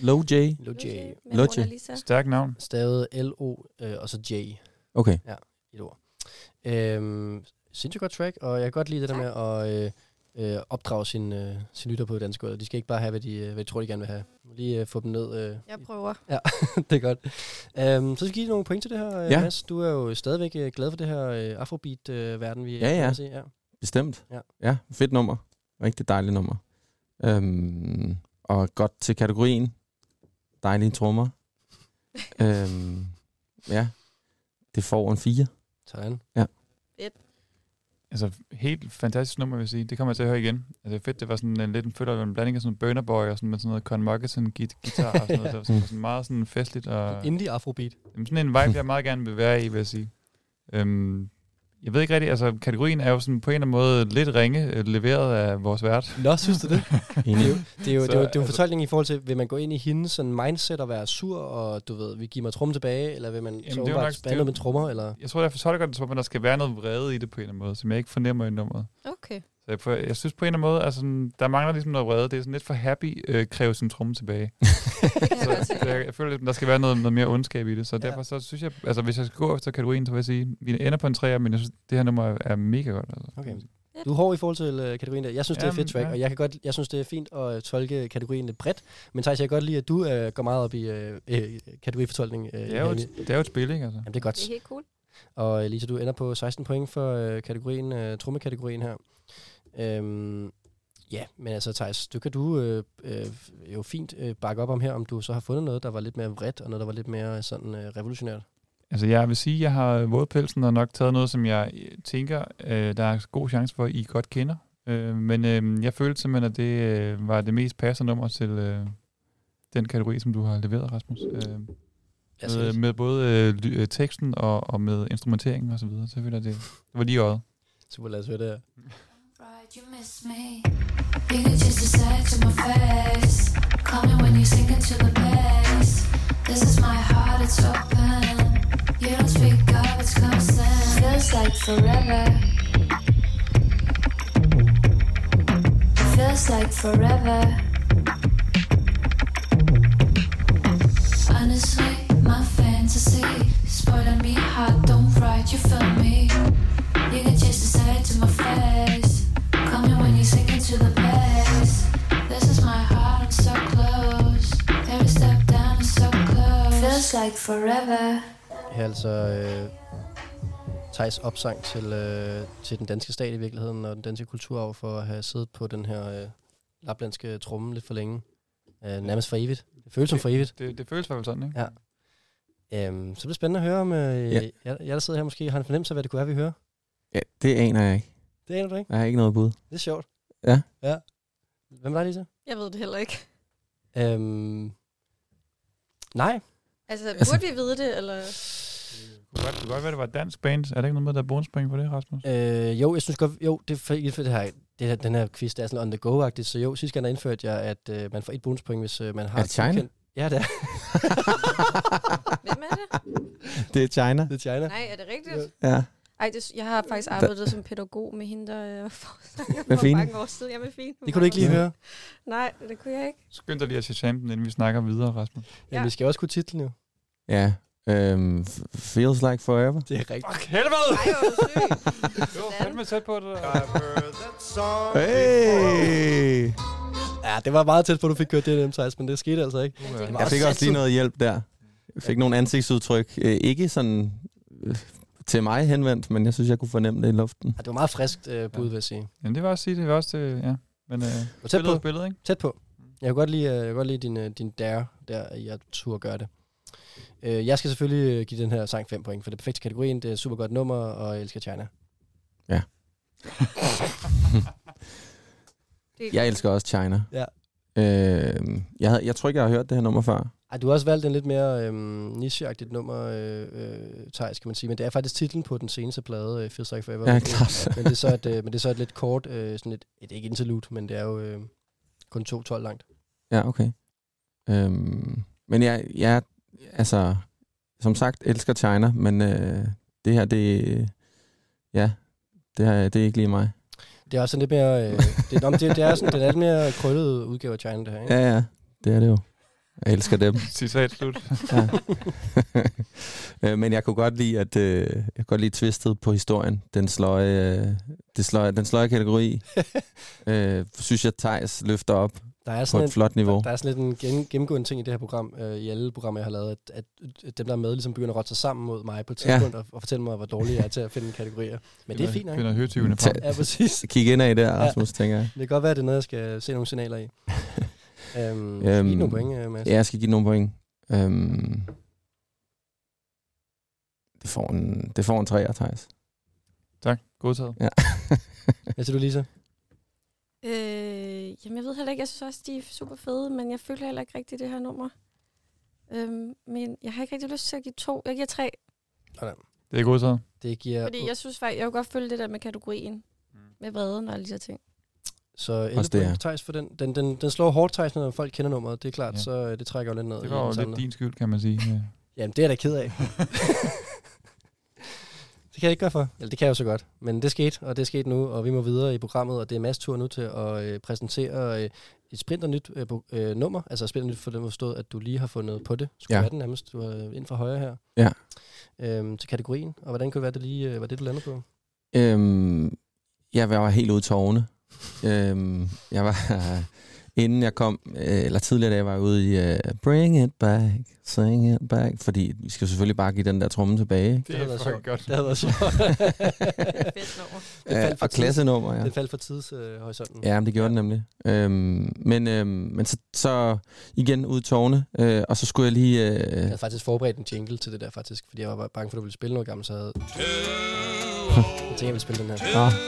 [SPEAKER 3] Low J.
[SPEAKER 2] Lojay.
[SPEAKER 5] med
[SPEAKER 3] Lojay.
[SPEAKER 5] Mona Lisa.
[SPEAKER 4] Stærk navn.
[SPEAKER 2] Stavet L-O øh, og så J.
[SPEAKER 3] Okay.
[SPEAKER 2] Ja. et ord. Øhm, sindssygt godt track, og jeg kan godt lide det der med at øh, øh, opdrage sine øh, sin lytter på dansk gulv. De skal ikke bare have, hvad de, øh, hvad de tror, de gerne vil have. Man må Lige øh, få dem ned. Øh.
[SPEAKER 5] Jeg prøver.
[SPEAKER 2] Ja, det er godt. Øhm, så skal vi give nogle point til det her,
[SPEAKER 3] Ja.
[SPEAKER 2] øh, ja. Mads. Du er jo stadigvæk øh, glad for det her øh, afrobeat-verden, vi
[SPEAKER 3] Ja, ja.
[SPEAKER 2] kan man sige. ja.
[SPEAKER 3] Bestemt.
[SPEAKER 2] Ja.
[SPEAKER 3] ja fedt nummer. Rigtig dejligt nummer. Øhm, og godt til kategorien. Dejlige trommer. øhm, ja, det får en 4.
[SPEAKER 2] Sådan.
[SPEAKER 4] Altså, helt fantastisk nummer, vil jeg sige. Det kommer jeg til at høre igen. Altså, det er fedt, det var sådan en lidt en følger, en blanding af sådan en Burner Boy og sådan med sådan noget Con Moccasin git- guitar og sådan noget. Så det var sådan meget sådan festligt. Og,
[SPEAKER 2] Indie afrobeat.
[SPEAKER 4] Jamen, sådan en vibe, jeg meget gerne vil være i, vil jeg sige. Øhm, jeg ved ikke rigtigt, altså kategorien er jo sådan på en eller anden måde lidt ringe øh, leveret af vores vært.
[SPEAKER 2] Nå, synes du det?
[SPEAKER 3] Enig.
[SPEAKER 2] Det er jo,
[SPEAKER 4] Så,
[SPEAKER 2] det er jo, det er jo en
[SPEAKER 4] altså-
[SPEAKER 2] fortolkning i forhold til, vil man gå ind i hendes sådan mindset og være sur, og du ved, vi giver mig trum tilbage, eller vil man
[SPEAKER 4] Jamen,
[SPEAKER 2] Jamen,
[SPEAKER 4] det er
[SPEAKER 2] så
[SPEAKER 4] jo
[SPEAKER 2] åbenbart
[SPEAKER 4] nok- det er
[SPEAKER 2] spille
[SPEAKER 4] jo-
[SPEAKER 2] noget med trommer, eller...
[SPEAKER 4] Jeg tror, jeg fortolker det som, om at der skal være noget vrede i det på en eller anden måde, som jeg ikke fornemmer i nummeret.
[SPEAKER 5] Okay.
[SPEAKER 4] Så jeg, prøver, jeg synes på en eller anden måde, altså, sådan, der mangler ligesom noget vrede. Det er sådan lidt for happy, øh, kræve sin tromme tilbage.
[SPEAKER 5] Det kan jeg godt
[SPEAKER 4] så,
[SPEAKER 5] se.
[SPEAKER 4] så jeg, jeg føler, lidt, der skal være noget, noget mere ondskab i det. Så
[SPEAKER 2] Ja.
[SPEAKER 4] derfor så synes jeg, altså hvis jeg skal gå efter kategorien, så vil jeg sige, vi ender på en træer, men jeg synes, det her nummer er mega godt. Altså.
[SPEAKER 2] Okay. Du er hård i forhold til øh, kategorien der. Jeg synes, det er et
[SPEAKER 4] Jamen,
[SPEAKER 2] fedt track,
[SPEAKER 4] ja.
[SPEAKER 2] ja. og jeg, kan godt, jeg synes, det er fint at øh, tolke kategorien lidt bredt. Men Thijs, jeg kan godt lide, at du øh, går meget op i øh, øh, kategorifortolkning. Øh,
[SPEAKER 4] Det er, jo
[SPEAKER 2] herinde.
[SPEAKER 4] et, det er jo et spil, ikke? Altså.
[SPEAKER 2] Jamen, det er godt.
[SPEAKER 5] Det er helt cool.
[SPEAKER 2] Og øh, Lisa, du ender på 16 point for øh, kategorien, øh, trummekategorien her. Øhm, ja, men altså Thijs, du kan du øh, øh, jo fint øh, bakke op om her, om du så har fundet noget, der var lidt mere vredt, og noget, der var lidt mere sådan øh, revolutionært.
[SPEAKER 4] Altså, jeg vil sige, at jeg har våget pelsen og nok taget noget, som jeg øh, tænker, øh, der er god chance for, at I godt kender. Øh, men øh, jeg følte simpelthen, at det øh, var det mest passende nummer til øh, den kategori, som du har leveret, Rasmus. Øh,
[SPEAKER 2] Altså,
[SPEAKER 4] med, med både øh, ly- øh, teksten og, og med instrumenteringen og så videre. Så føler jeg, det, det var lige i øjet.
[SPEAKER 2] super, lad os høre det her.
[SPEAKER 10] Right, you miss me. You can just decide to my face. Call me when you sink into the bass. This is my heart, it's open. You don't speak up, it's constant. Feels like forever. Feels like forever. Honestly, my fantasy spoiling me hard. Don't write, you feel me. You can just decide to my face. Call me when you sink into the bass. This is my heart, I'm so close. Every step down is so close. Feels like forever.
[SPEAKER 2] Her er altså øh, Thijs opsang til, øh, til den danske stat i virkeligheden, og den danske kulturarv for at have siddet på den her øh, laplandske tromme lidt for længe. Øh, nærmest for evigt. Det føles som for evigt.
[SPEAKER 4] Det, det føles i hvert fald sådan, ikke?
[SPEAKER 2] Ja. Øhm, så bliver det spændende at høre, om øh, ja.
[SPEAKER 3] Ja.
[SPEAKER 2] jeg, jeg, der sidder her måske har en fornemmelse af, hvad det kunne være, vi hører.
[SPEAKER 3] Ja, det aner jeg ikke.
[SPEAKER 2] Det aner du ikke.
[SPEAKER 3] Jeg har ikke noget bud.
[SPEAKER 2] Det er sjovt.
[SPEAKER 3] Ja.
[SPEAKER 2] ja. Hvem er der, Lisa?
[SPEAKER 5] Jeg ved det heller ikke.
[SPEAKER 2] Øhm, nej.
[SPEAKER 5] Altså,
[SPEAKER 3] Altså-
[SPEAKER 5] burde vi vide det, eller?
[SPEAKER 4] Det kunne godt, det kunne godt være, at det var et dansk band. Er der ikke noget med, der er bonuspoint på det, Rasmus?
[SPEAKER 2] Øh, jo, jeg synes godt, jo, det er for, for det her, det her, den her quiz, det er sådan on the go-agtigt, så jo, sidste gang der indførte jeg, at øh, man får et bonuspoint, hvis øh, man har...
[SPEAKER 3] Er det China?
[SPEAKER 2] godkendt- Ja, det er,
[SPEAKER 5] Hvem er det?
[SPEAKER 3] Det er China.
[SPEAKER 2] det er China.
[SPEAKER 5] Nej, er det rigtigt?
[SPEAKER 2] Ja.
[SPEAKER 3] Ja.
[SPEAKER 5] Ej, det, jeg har faktisk arbejdet som pædagog med hende, der øh, forsanger
[SPEAKER 3] Med
[SPEAKER 5] for
[SPEAKER 3] Fine?
[SPEAKER 5] mange år siden. Jeg med fine.
[SPEAKER 2] Det kunne du ikke lige
[SPEAKER 3] Ja.
[SPEAKER 2] høre.
[SPEAKER 5] Nej, det kunne jeg ikke.
[SPEAKER 4] Skynd dig lige at se champen, inden vi snakker videre, Rasmus.
[SPEAKER 2] Ja.
[SPEAKER 5] Ja.
[SPEAKER 2] Jamen, vi skal også kunne titlen jo.
[SPEAKER 3] Ja. Øhm, f- feels like forever.
[SPEAKER 2] Det er rigtigt.
[SPEAKER 4] Fuck helvede!
[SPEAKER 5] Ej, hvor er du syg.
[SPEAKER 4] Det var fandme tæt på det der.
[SPEAKER 3] Hey!
[SPEAKER 2] Ja, det var meget tæt på, at du fik kørt det her M-Size, men det skete altså ikke.
[SPEAKER 4] Uh,
[SPEAKER 2] Det var
[SPEAKER 3] Jeg fik også lige noget hjælp der. Jeg fik nogle ansigtsudtryk. Øh, ikke sådan øh, til mig henvendt, men jeg synes, jeg kunne fornemme det i luften.
[SPEAKER 2] Ja, det var meget friskt øh, bud, vil jeg sige.
[SPEAKER 4] Jamen, det var også sige, det var også det, ja. Men øh,
[SPEAKER 2] Og tæt
[SPEAKER 4] spillet
[SPEAKER 2] på,
[SPEAKER 4] er spillet, ikke?
[SPEAKER 2] Tæt på. Jeg kan godt lide, øh, jeg kan godt lide din, øh, din dare, der at jeg turde gøre det. Øh, Jeg skal selvfølgelig øh, give den her sang 5 point, for det er perfekt til kategorien, det er et super godt nummer, og jeg elsker China.
[SPEAKER 5] Det er-
[SPEAKER 3] Jeg elsker også China.
[SPEAKER 2] Ja.
[SPEAKER 3] Øh, jeg, havde, jeg tror ikke, jeg har hørt det her nummer før.
[SPEAKER 2] Ej, du har også valgt en lidt mere øhm, nicheagtigt nummer, øh, øh, Thijs, kan man sige, men det er faktisk titlen på den seneste plade, øh, Feels Like Forever.
[SPEAKER 3] Ja, klart.
[SPEAKER 2] men, det er så et, øh, men det er så et lidt kort, øh, sådan et, et ikke interlude, men det er jo øh, kun 2-12 langt.
[SPEAKER 3] Ja, okay. Øhm, men jeg, jeg, altså, som sagt, elsker China, men øh, det her, det, øh, ja, det, her, det er ikke lige mig.
[SPEAKER 2] Det er også sådan lidt mere, øh, det, nå, men det, det er sådan, det er lidt mere krøllet udgave af China, det her, ikke?
[SPEAKER 3] Ja, ja, det er det jo. Jeg elsker dem.
[SPEAKER 4] Citat slut.
[SPEAKER 3] Ja. Øh, Men jeg kunne godt lide, at øh, jeg kunne godt lide twistet på historien. Den sløje, øh, det sløje, den sløje kategori, øh, synes jeg, Thijs løfter op
[SPEAKER 2] Der er
[SPEAKER 3] på
[SPEAKER 2] sådan
[SPEAKER 3] et flot niveau.
[SPEAKER 2] Der, der er sådan lidt en gen, gennemgående ting i det her program, øh, i alle programmer, jeg har lavet, at, at, at dem, der er med, ligesom begynder at rotte sig sammen mod mig på et
[SPEAKER 3] Ja.
[SPEAKER 2] tidspunkt, ja. og, og fortælle mig, hvor dårlig jeg er til at finde kategorier. Men det er fint nok.
[SPEAKER 4] Finder høtyvene frem.
[SPEAKER 2] Ja, præcis.
[SPEAKER 3] Kig ind i der, Rasmus, ja. tænker jeg.
[SPEAKER 2] Det kan godt være, at det er noget, jeg skal se nogle signaler i. øhm, øhm, skal I give nogle point, øh, Mads?
[SPEAKER 3] Ja, jeg skal give nogle point. Øhm, det får en, det får en træer, Thijs.
[SPEAKER 4] Tak. Godtaget.
[SPEAKER 3] Ja.
[SPEAKER 2] Hvad siger du, Lisa?
[SPEAKER 5] Øh, jamen, jeg ved heller ikke. Jeg synes også, de er super fede, men jeg føler heller ikke rigtigt det her nummer. Øhm, men jeg har ikke rigtig lyst til at give to. Jeg giver tre,
[SPEAKER 4] Det er godtaget.
[SPEAKER 2] Det giver...
[SPEAKER 5] fordi jeg synes faktisk, jeg kunne godt følge det der med kategorien.
[SPEAKER 3] Mm.
[SPEAKER 5] Med vreden og alle de her ting.
[SPEAKER 2] Så 11
[SPEAKER 3] Også
[SPEAKER 2] point
[SPEAKER 3] det, ja.
[SPEAKER 2] til Thijs for den. Den, den, den slår hårdt Thijs, når folk kender nummeret, det er klart,
[SPEAKER 4] Ja.
[SPEAKER 2] ja. så øh, det trækker jo lidt ned. i
[SPEAKER 4] Det var
[SPEAKER 2] den
[SPEAKER 4] jo
[SPEAKER 2] samlede.
[SPEAKER 4] lidt din skyld, kan man sige. Ja.
[SPEAKER 2] Jamen, det er jeg da ked af. det kan jeg ikke gøre for. Eller det kan jeg jo så godt. Men det skete, og det er sket nu, og vi må videre i programmet, og det er Mads tur nu til at øh, præsentere øh, et sprinternyt øh, bo- øh, nummer. Altså sprinternyt for den forstået, at du lige har fundet på det. Skulle
[SPEAKER 3] Ja.
[SPEAKER 2] ja. være den nærmest. Du er øh, ind fra højre her.
[SPEAKER 3] Ja.
[SPEAKER 2] Øhm, til kategorien. Og hvordan kunne det være, det lige øh, var det, du landede på?
[SPEAKER 3] Øhm, jeg var helt ude i tårne. Øhm, jeg var, inden jeg kom, øh, eller tidligere dage var jeg ude i uh, Bring it back, sing it back, fordi vi skal selvfølgelig bare give den der tromme tilbage. ikke?
[SPEAKER 4] Det
[SPEAKER 2] havde
[SPEAKER 4] er
[SPEAKER 2] været
[SPEAKER 4] fucking godt.
[SPEAKER 2] Det havde været sjovt.
[SPEAKER 5] Fedt nummer.
[SPEAKER 2] Det faldt
[SPEAKER 3] Øh,
[SPEAKER 2] for
[SPEAKER 3] og
[SPEAKER 2] tids-
[SPEAKER 3] klassenummer, ja.
[SPEAKER 2] Den faldt for tidshorisonten. Øh, ja.
[SPEAKER 3] Ja, men det gjorde ja. den nemlig. Øhm, men øhm, men så, så igen ud i tårne, øh, og så skulle jeg lige...
[SPEAKER 2] Jeg
[SPEAKER 3] Øh,
[SPEAKER 2] havde faktisk forberedt en jingle til det der, faktisk, fordi jeg var bange for, at du ville spille noget gammelt, så jeg havde... Jeg tænkte, jeg ville spille den her.
[SPEAKER 3] Nå.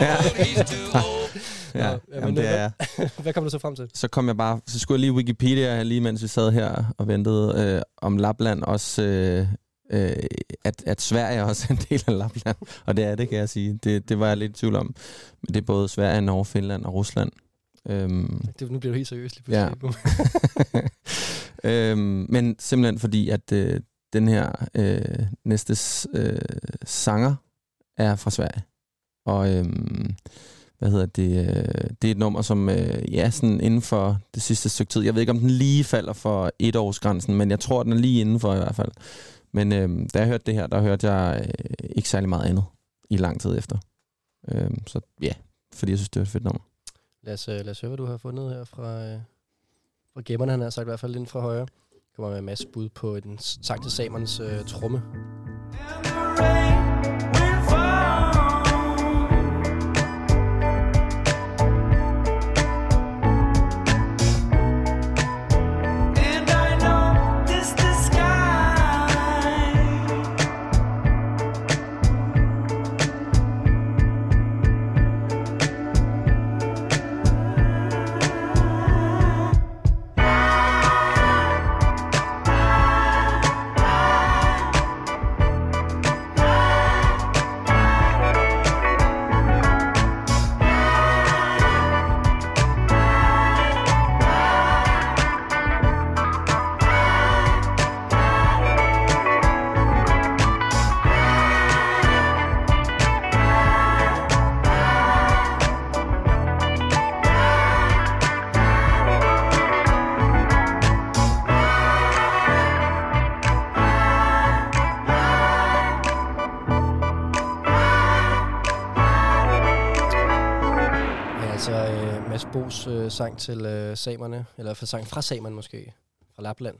[SPEAKER 3] Ja. ja,
[SPEAKER 2] Nå, jamen,
[SPEAKER 3] jamen, det
[SPEAKER 2] det
[SPEAKER 3] er
[SPEAKER 2] Hvad kom du så frem til?
[SPEAKER 3] Så kom jeg bare, så skulle jeg lige Wikipedia her, lige mens vi sad her og ventede øh, om Lapland også, øh, øh, at, at Sverige også er en del af Lapland. Og det er det, kan jeg sige. Det, det var jeg lidt i tvivl om. Men det er både Sverige, Norge, Finland og Rusland. Øhm,
[SPEAKER 2] Det, nu bliver du helt seriøs lige
[SPEAKER 3] Ja.
[SPEAKER 2] pludselig. Ja.
[SPEAKER 3] øhm, men simpelthen fordi, at øh, den her øh, næste s- øh, sanger er fra Sverige. Og øhm, hvad hedder det? Øh, det er et nummer, som øh, ja, sådan inden for det sidste stykke tid. Jeg ved ikke, om den lige falder for etårsgrænsen, men jeg tror, den er lige inden for i hvert fald. Men øhm, da jeg hørte det her, der hørte jeg øh, ikke særlig meget andet i lang tid efter. Øhm, så ja, fordi jeg synes, det var et fedt nummer.
[SPEAKER 2] Lad, os, øh, lad os høre, hvad du har fundet her fra, øh, fra gemmerne, han har sagt i hvert fald inden fra højre. Kommer med masser bud på en s- sang til samernes øh, tromme. Ja, altså øh, Mads Bos øh, sang til øh, samerne, eller for sang fra samerne måske, fra Lapland.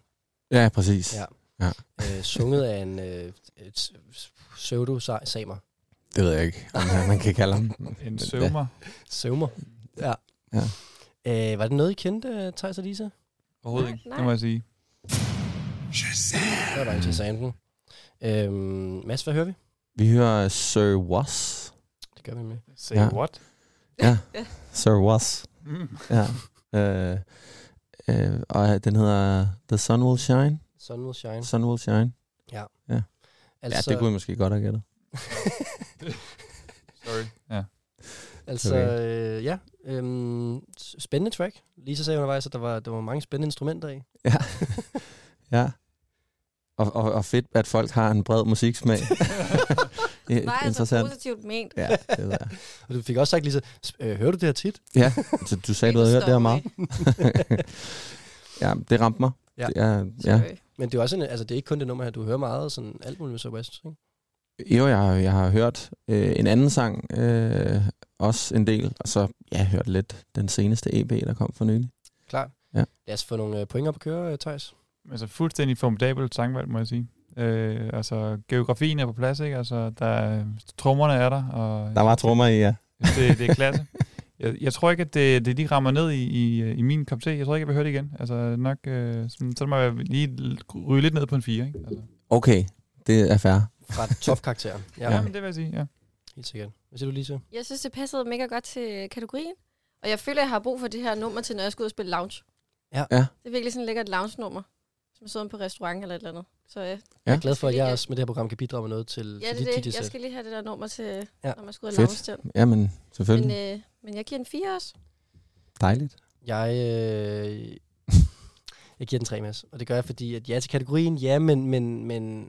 [SPEAKER 3] Ja, præcis.
[SPEAKER 2] Ja.
[SPEAKER 3] Ja.
[SPEAKER 2] Øh, sunget af en øh, et pseudo-samer.
[SPEAKER 3] Det ved jeg ikke, om man kan kalde ham.
[SPEAKER 4] En søvmer.
[SPEAKER 2] Søvmer. Ja.
[SPEAKER 3] Ja.
[SPEAKER 2] Øh, var det noget, I kendte, Thijs og Lisa?
[SPEAKER 4] Overhovedet
[SPEAKER 5] Nej,
[SPEAKER 4] ikke.
[SPEAKER 5] nej.
[SPEAKER 4] Det må jeg sige.
[SPEAKER 2] Det var da interessant. Øhm, Mads, hvad hører vi?
[SPEAKER 3] Vi hører Sir Was.
[SPEAKER 2] Det gør vi med.
[SPEAKER 4] Say
[SPEAKER 3] Ja.
[SPEAKER 4] what?
[SPEAKER 3] Ja, Sir Was.
[SPEAKER 4] Mm.
[SPEAKER 3] Ja. Øh, øh, og den hedder The Sun Will Shine.
[SPEAKER 2] Sun Will Shine.
[SPEAKER 3] Sun Will Shine.
[SPEAKER 2] Altså,
[SPEAKER 3] Ja, det kunne jeg måske godt have gættet.
[SPEAKER 4] Sorry. Ja.
[SPEAKER 2] altså øh, ja, øhm, s- spændende track. Lisa sagde undervejs, at der var, der var mange spændende instrumenter i.
[SPEAKER 3] Ja. ja. Og, og, og fedt, at folk har en bred musiksmag. Det er
[SPEAKER 5] Nej, altså
[SPEAKER 3] Interessant.
[SPEAKER 5] positivt ment.
[SPEAKER 3] Ja, det ved jeg.
[SPEAKER 2] Og du fik også
[SPEAKER 3] altså,
[SPEAKER 2] sagt, Lisa, s- øh, hører du det her tit?
[SPEAKER 3] Ja, så du sagde, du havde hørt det her meget. Ja, det ramte mig.
[SPEAKER 2] Ja.
[SPEAKER 3] Det er, ja.
[SPEAKER 2] Men det er, jo også en, altså, det er ikke kun det nummer her, du hører meget, sådan alt muligt med So West, ikke?
[SPEAKER 3] Jo, jeg, har- jeg har hørt øh, en anden sang øh, også en del, og så ja, jeg har hørt lidt den seneste EP, der kom for nylig.
[SPEAKER 2] Klart.
[SPEAKER 3] Ja.
[SPEAKER 2] Lad os få nogle øh, point op at køre, øh, Thijs.
[SPEAKER 4] Altså fuldstændig formidabelt sangvalg, må jeg sige. Øh, altså, geografien er på plads, ikke? Altså, der er, trommerne er der, og
[SPEAKER 3] Der var trommer i, ja.
[SPEAKER 4] det, det er klasse. Jeg, jeg tror ikke, at det, det lige rammer ned i, i, i min kop te. Jeg tror ikke, jeg vil høre det igen. Altså, nok, øh, sådan, så må jeg lige ryge lidt ned på en 4, ikke? Altså,
[SPEAKER 3] Okay, det er fair.
[SPEAKER 2] Fra topkarakter.
[SPEAKER 4] ja, ja, men det vil jeg sige, ja.
[SPEAKER 2] Helt sikkert. Hvad siger du, Lisa?
[SPEAKER 5] Jeg synes, det passede mega godt til kategorien. Og jeg føler, jeg har brug for det her nummer til, når jeg skal ud og spille lounge.
[SPEAKER 2] Ja.
[SPEAKER 3] Ja.
[SPEAKER 5] Det er virkelig sådan et lækkert lounge-nummer. Som sidder på restaurant eller et eller andet. Så ja,
[SPEAKER 2] Jeg er glad for, at
[SPEAKER 5] Skal vi-
[SPEAKER 2] jeg også med det her program kan bidrage med noget til,
[SPEAKER 5] ja
[SPEAKER 2] til
[SPEAKER 5] det
[SPEAKER 2] dit
[SPEAKER 5] er det.
[SPEAKER 2] DJ-sæt.
[SPEAKER 5] Jeg skal lige have det der nummer til,
[SPEAKER 2] Ja.
[SPEAKER 5] ja. når man skal ud og
[SPEAKER 3] Fedt.
[SPEAKER 5] lounge den.
[SPEAKER 3] Jamen, selvfølgelig.
[SPEAKER 5] Men,
[SPEAKER 3] Men, øh...
[SPEAKER 5] øh, men jeg giver en 4 også.
[SPEAKER 3] Dejligt.
[SPEAKER 2] Jeg, øh, jeg giver den tre, Mads. Og det gør jeg, fordi at ja til kategorien, ja, men... men, men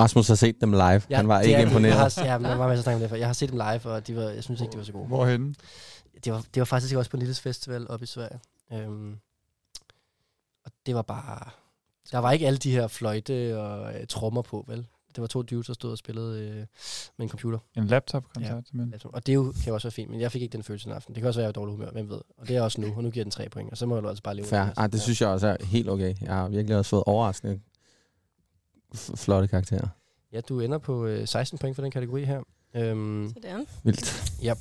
[SPEAKER 3] Rasmus har set dem live.
[SPEAKER 2] ja,
[SPEAKER 3] Ja, Han var
[SPEAKER 2] det
[SPEAKER 3] ikke
[SPEAKER 2] er-
[SPEAKER 3] imponeret.
[SPEAKER 2] Jeg har, ja, men der var masser af snak om det, for jeg har set dem live, og de var, jeg synes ikke, de var så gode.
[SPEAKER 4] Hvorhenne?
[SPEAKER 2] Det var, det var faktisk også på en lille festival oppe i Sverige. Øhm, og det var bare... Der var ikke alle de her fløjte og øh, trommer på, vel? Det var to dudes, der stod og spillede øh, med en computer.
[SPEAKER 4] En laptop-koncert, ja. simpelthen.
[SPEAKER 2] Laptop. Og det er jo, kan jo også være fint, men jeg fik ikke den følelse den aften. Det kan også være, at jeg var i dårlig humør, hvem ved. Og det er jeg også nu, og nu giver jeg den tre point, og så må jeg jo altså bare leve med
[SPEAKER 3] Fair.
[SPEAKER 2] resten.
[SPEAKER 3] Ej, det synes jeg også er helt okay. Jeg har virkelig også fået overraskende f- flotte karakterer.
[SPEAKER 2] Ja, du ender på øh, 16 point for den kategori her. Øhm,
[SPEAKER 5] Sådan.
[SPEAKER 3] Vildt.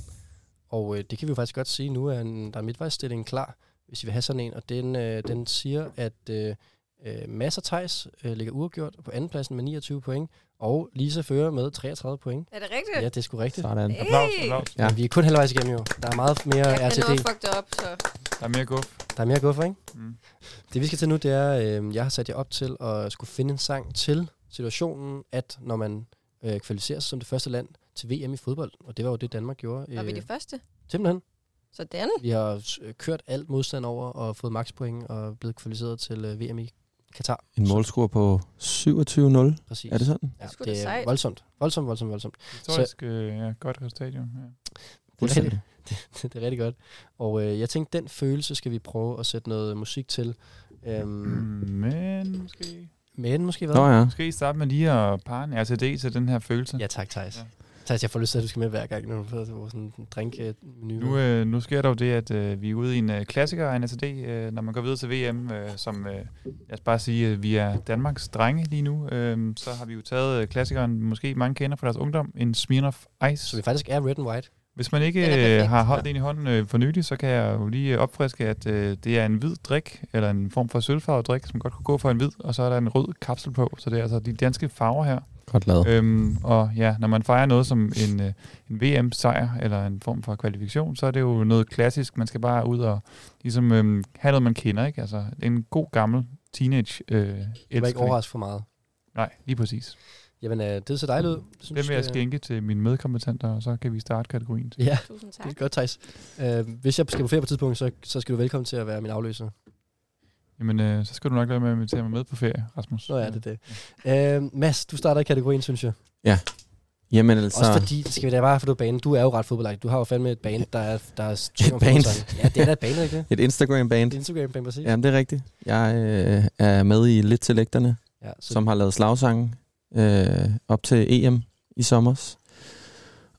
[SPEAKER 2] og øh, det kan vi jo faktisk godt sige nu, at en, der er midtvejsstillingen klar, hvis I vil have sådan en. Og den, øh, den siger, at øh, øh, Mads og Thijs øh, ligger uafgjort på andenpladsen med 29 point, og Lisa fører med 33 point.
[SPEAKER 5] Er det rigtigt?
[SPEAKER 2] Ja, det er sgu rigtigt.
[SPEAKER 3] Sådan.
[SPEAKER 5] Hey!
[SPEAKER 4] Applaus, applaus.
[SPEAKER 3] Ja.
[SPEAKER 2] Ja. Vi er kun halvvejs igennem jo. Der er meget mere
[SPEAKER 5] Jeg kan nå
[SPEAKER 2] RTD.
[SPEAKER 5] at fuck det op, så...
[SPEAKER 4] Der er mere guf.
[SPEAKER 2] Der er mere guffer, ikke?
[SPEAKER 4] Mm.
[SPEAKER 2] Det vi skal til nu, det er, øh, jeg har sat jer op til at skulle finde en sang til situationen, at når man øh, kvalificerer sig som det første land til VM i fodbold, og det var jo det, Danmark gjorde.
[SPEAKER 5] Var vi
[SPEAKER 2] øh,
[SPEAKER 5] det første?
[SPEAKER 2] Simpelthen.
[SPEAKER 5] Sådan.
[SPEAKER 2] Vi har øh, kørt alt modstand over og fået makspoint og blevet kvalificeret til øh, VM i Katar.
[SPEAKER 3] En målscore på 27-0.
[SPEAKER 2] Præcis.
[SPEAKER 3] Er det sådan?
[SPEAKER 2] Ja,
[SPEAKER 5] Sgu da
[SPEAKER 2] det er
[SPEAKER 5] sejt.
[SPEAKER 2] voldsomt. Voldsomt, voldsomt, voldsomt.
[SPEAKER 4] Historisk øh, ja, godt resultat, jo. Ja.
[SPEAKER 2] Det er,
[SPEAKER 3] Fuldstændig.
[SPEAKER 2] rigtig, det er rigtig godt. Og øh, jeg tænkte, den følelse skal vi prøve at sætte noget musik til. Øhm,
[SPEAKER 4] Men måske...
[SPEAKER 2] men måske hvad?
[SPEAKER 3] Nå ja.
[SPEAKER 4] Måske starte med lige at parre en RTD til den her følelse.
[SPEAKER 2] Ja tak, Thijs. Ja.
[SPEAKER 4] Ja.
[SPEAKER 2] Thijs, jeg får lyst til, at du skal med hver gang, når du får sådan en drinkmenu.
[SPEAKER 4] Nu, øh, nu sker der jo det, at øh, vi er ude i en øh, klassiker af en ATD, øh, når man går videre til VM, øh, som, øh, lad os bare sige, øh, vi er Danmarks drenge lige nu. Øh, så har vi jo taget øh, klassikeren, måske mange kender fra deres ungdom, en Smirnoff
[SPEAKER 2] Så vi
[SPEAKER 4] Ice.
[SPEAKER 2] faktisk er red and white.
[SPEAKER 4] Hvis man
[SPEAKER 5] Den er
[SPEAKER 4] ikke øh,
[SPEAKER 5] perfekt.
[SPEAKER 4] har holdt den i hånden øh, for nylig, så kan jeg jo lige øh, opfriske, at øh, det er en hvid drik, eller en form for sølvfarvet drik, som godt kunne gå for en hvid, og så er der en rød kapsel på. Så det er altså de danske farver her.
[SPEAKER 3] Godt lavet.
[SPEAKER 4] Øhm, og ja, når man fejrer noget som en, øh, en VM-sejr eller en form for kvalifikation, så er det jo noget klassisk. Man skal bare ud og ligesom, øhm, have noget, man kender. Ikke? Altså, en god gammel teenage øh,
[SPEAKER 2] Det var ikke
[SPEAKER 4] elskling.
[SPEAKER 2] overrasket for meget.
[SPEAKER 4] Nej, lige præcis.
[SPEAKER 2] Jamen, øh, det ser dejligt ud. Det synes
[SPEAKER 4] Den vil jeg
[SPEAKER 2] jeg-
[SPEAKER 4] skænke til mine medkompetenter, og så kan vi starte kategorien. til.
[SPEAKER 2] Ja,
[SPEAKER 5] Tusind tak.
[SPEAKER 2] det er godt, Thijs. Øh, hvis jeg skal på ferie på et tidspunkt, så, så skal du velkommen til at være min afløser.
[SPEAKER 4] Jamen, øh, så skal du nok lade med at invitere mig med på ferie, Rasmus.
[SPEAKER 2] Nå ja, det er det. Øh, Mads, du starter i kategorien, synes jeg.
[SPEAKER 3] Jamen
[SPEAKER 2] Så. Også
[SPEAKER 3] altså,
[SPEAKER 2] fordi, det skal vi da bare få du bane. Du er jo ret fodboldagtig. Du har jo fandme et bane, der er... Der er
[SPEAKER 3] Et band.
[SPEAKER 2] Ja, det er da et bane, ikke det?
[SPEAKER 3] et Instagram-band.
[SPEAKER 2] Et Instagram-bane, præcis. Ja.
[SPEAKER 3] Jamen, det er rigtigt. Jeg øh, er med i Lidt til lægterne,
[SPEAKER 2] ja så,
[SPEAKER 3] som har lavet slagsangen øh, op til EM i sommer.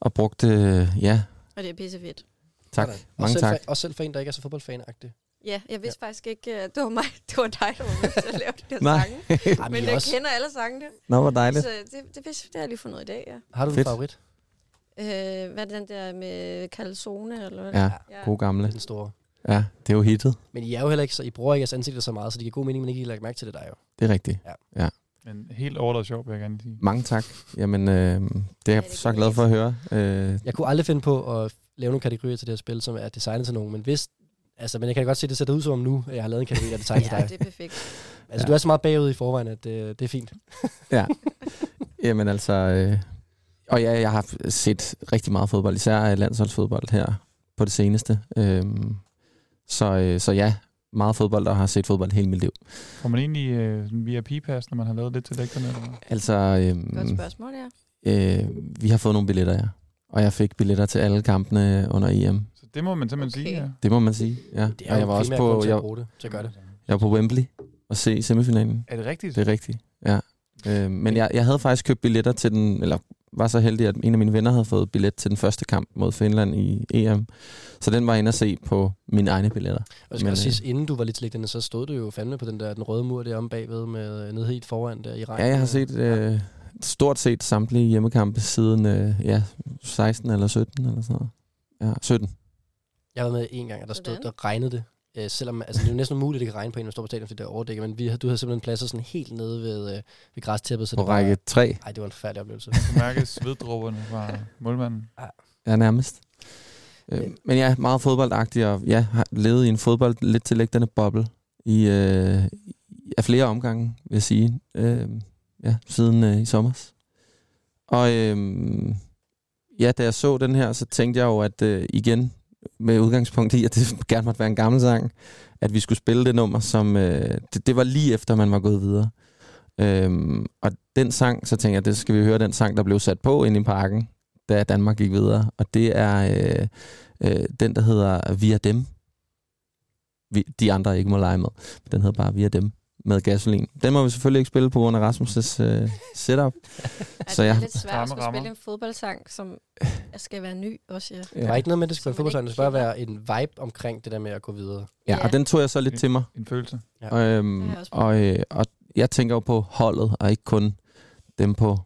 [SPEAKER 3] Og brugt, øh, ja,
[SPEAKER 5] Og det er pissefedt.
[SPEAKER 3] tak.
[SPEAKER 2] Sådan. Også
[SPEAKER 3] Mange
[SPEAKER 2] selv
[SPEAKER 3] tak.
[SPEAKER 2] For, også selv for en, der ikke er så fodboldfanagtig.
[SPEAKER 5] Ja, jeg vidste ja. faktisk ikke, at det var mig, det var dig, der var med til at lave de her
[SPEAKER 3] Nej.
[SPEAKER 5] sange.
[SPEAKER 2] Ej,
[SPEAKER 5] Men
[SPEAKER 2] I
[SPEAKER 5] jeg
[SPEAKER 2] også,
[SPEAKER 5] kender alle sangene.
[SPEAKER 3] Nå, hvor dejligt.
[SPEAKER 5] Så det, det, vidste, det har jeg lige fundet ud af i dag, ja.
[SPEAKER 2] har du en
[SPEAKER 3] Fedt.
[SPEAKER 2] favorit?
[SPEAKER 5] Øh, hvad er det den der med calzone? Eller hvad?
[SPEAKER 3] Ja,
[SPEAKER 5] ja.
[SPEAKER 3] gode
[SPEAKER 2] Det
[SPEAKER 3] gamle.
[SPEAKER 2] er Den store.
[SPEAKER 3] Ja, det er jo hittet.
[SPEAKER 2] Men I er jo heller ikke så... I bruger ikke jeres ansigter så meget, så det giver god mening, men ikke I lægger mærke til det, der er jo.
[SPEAKER 3] Det er rigtigt.
[SPEAKER 4] Men helt overladet sjov, vil jeg gerne sige.
[SPEAKER 3] Mange tak. Jamen, øh, det er jeg
[SPEAKER 5] det
[SPEAKER 3] så
[SPEAKER 5] kan
[SPEAKER 3] glad
[SPEAKER 5] jeg
[SPEAKER 3] for at høre. Øh,
[SPEAKER 2] Jeg kunne aldrig finde på at lave nogle kategorier til det her spil, som er designet til nogen, men hvis... Altså, men jeg kan da godt se, det ser ud som om nu, at jeg har lavet en kategori, der er designet
[SPEAKER 5] ja,
[SPEAKER 2] til dig.
[SPEAKER 5] det er perfekt.
[SPEAKER 2] Altså,
[SPEAKER 3] Ja.
[SPEAKER 2] du er så meget bagud i forvejen, at øh, det er fint.
[SPEAKER 3] Jamen altså, øh, og ja, jeg har set rigtig meget fodbold, især øh, landsholdsfodbold her på det seneste. Øhm, så, øh, så ja, meget fodbold, og har set fodbold hele mit liv.
[SPEAKER 4] Får man egentlig øh, sådan VIP-pass, når man har lavet lidt til lægterne? Eller? hvad?
[SPEAKER 3] Altså,
[SPEAKER 5] Godt
[SPEAKER 3] øhm,
[SPEAKER 5] spørgsmål, ja.
[SPEAKER 3] øh, vi har fået nogle billetter, ja. Og jeg fik billetter til alle kampene under EM.
[SPEAKER 4] Så det må man simpelthen
[SPEAKER 5] Okay.
[SPEAKER 4] sige, ja.
[SPEAKER 3] Det må man sige, ja.
[SPEAKER 2] Det er
[SPEAKER 3] Og
[SPEAKER 2] jo
[SPEAKER 3] jeg var også
[SPEAKER 2] primært grund
[SPEAKER 3] på,
[SPEAKER 2] til at
[SPEAKER 3] jeg,
[SPEAKER 2] bruge det, så gør det.
[SPEAKER 3] Jeg var på Wembley og se semifinalen.
[SPEAKER 4] Er det rigtigt?
[SPEAKER 3] Det er rigtigt, ja. Øh, men jeg, jeg havde faktisk købt billetter til den, eller var så heldig, at en af mine venner havde fået billet til den første kamp mod Finland i EM. Så den var jeg inde at se på mine egne billetter.
[SPEAKER 2] Og jeg skal
[SPEAKER 3] øh,
[SPEAKER 2] også sige, inden du var lidt slægtende, så stod du jo fandme på den der den røde mur der om bagved, med, øh, nede helt foran der i regnen.
[SPEAKER 3] Ja, jeg har set øh, stort set samtlige hjemmekampe siden øh, ja, 16 eller 17 eller sådan noget. Ja, 17.
[SPEAKER 2] Jeg har været med en gang, og der, stod, der regnede det. Øh, selvom, altså, det er jo næsten umuligt, at det kan regne på en, når man står på stadion, fordi det er overdækket, men vi, havde- du havde simpelthen pladser sådan helt nede ved, øh, ved græstæppet. Så
[SPEAKER 3] På
[SPEAKER 2] det var-
[SPEAKER 3] række tre.
[SPEAKER 2] Ej, det var en forfærdelig oplevelse.
[SPEAKER 4] Du mærker sveddråberne fra målmanden.
[SPEAKER 3] Ja, nærmest. Øh, men jeg er meget fodboldagtig, og jeg har levet i en fodbold lidt tillægtende boble i øh, af flere omgange, vil jeg sige, øh, ja, siden øh, i sommer. Og øh, ja, da jeg så den her, så tænkte jeg jo, at øh, igen, med udgangspunkt i, at det gerne måtte være en gammel sang, at vi skulle spille det nummer, som øh, det, det var lige efter, man var gået videre. Øhm, og den sang, så tænker jeg, det skal vi høre den sang, der blev sat på ind i parken, da Danmark gik videre. Og det er øh, øh, den, der hedder Via Dem. Vi, de andre ikke må lege med. Men den hedder bare Via Dem med gasolin. Den må vi selvfølgelig ikke spille på grund af Rasmus' øh, setup.
[SPEAKER 5] Altså, det er lidt svært at skulle spille en fodboldsang, som skal være ny også, ja.
[SPEAKER 3] Ja.
[SPEAKER 2] Der var ikke noget med, at det skulle være
[SPEAKER 5] Så man
[SPEAKER 2] fodboldsang, det skulle bare være en vibe omkring det der med at gå videre.
[SPEAKER 3] Ja, og den tog jeg så lidt til mig.
[SPEAKER 4] En følelse.
[SPEAKER 3] Ja. Øhm, og, øh, og jeg tænker jo på holdet, og ikke kun dem på,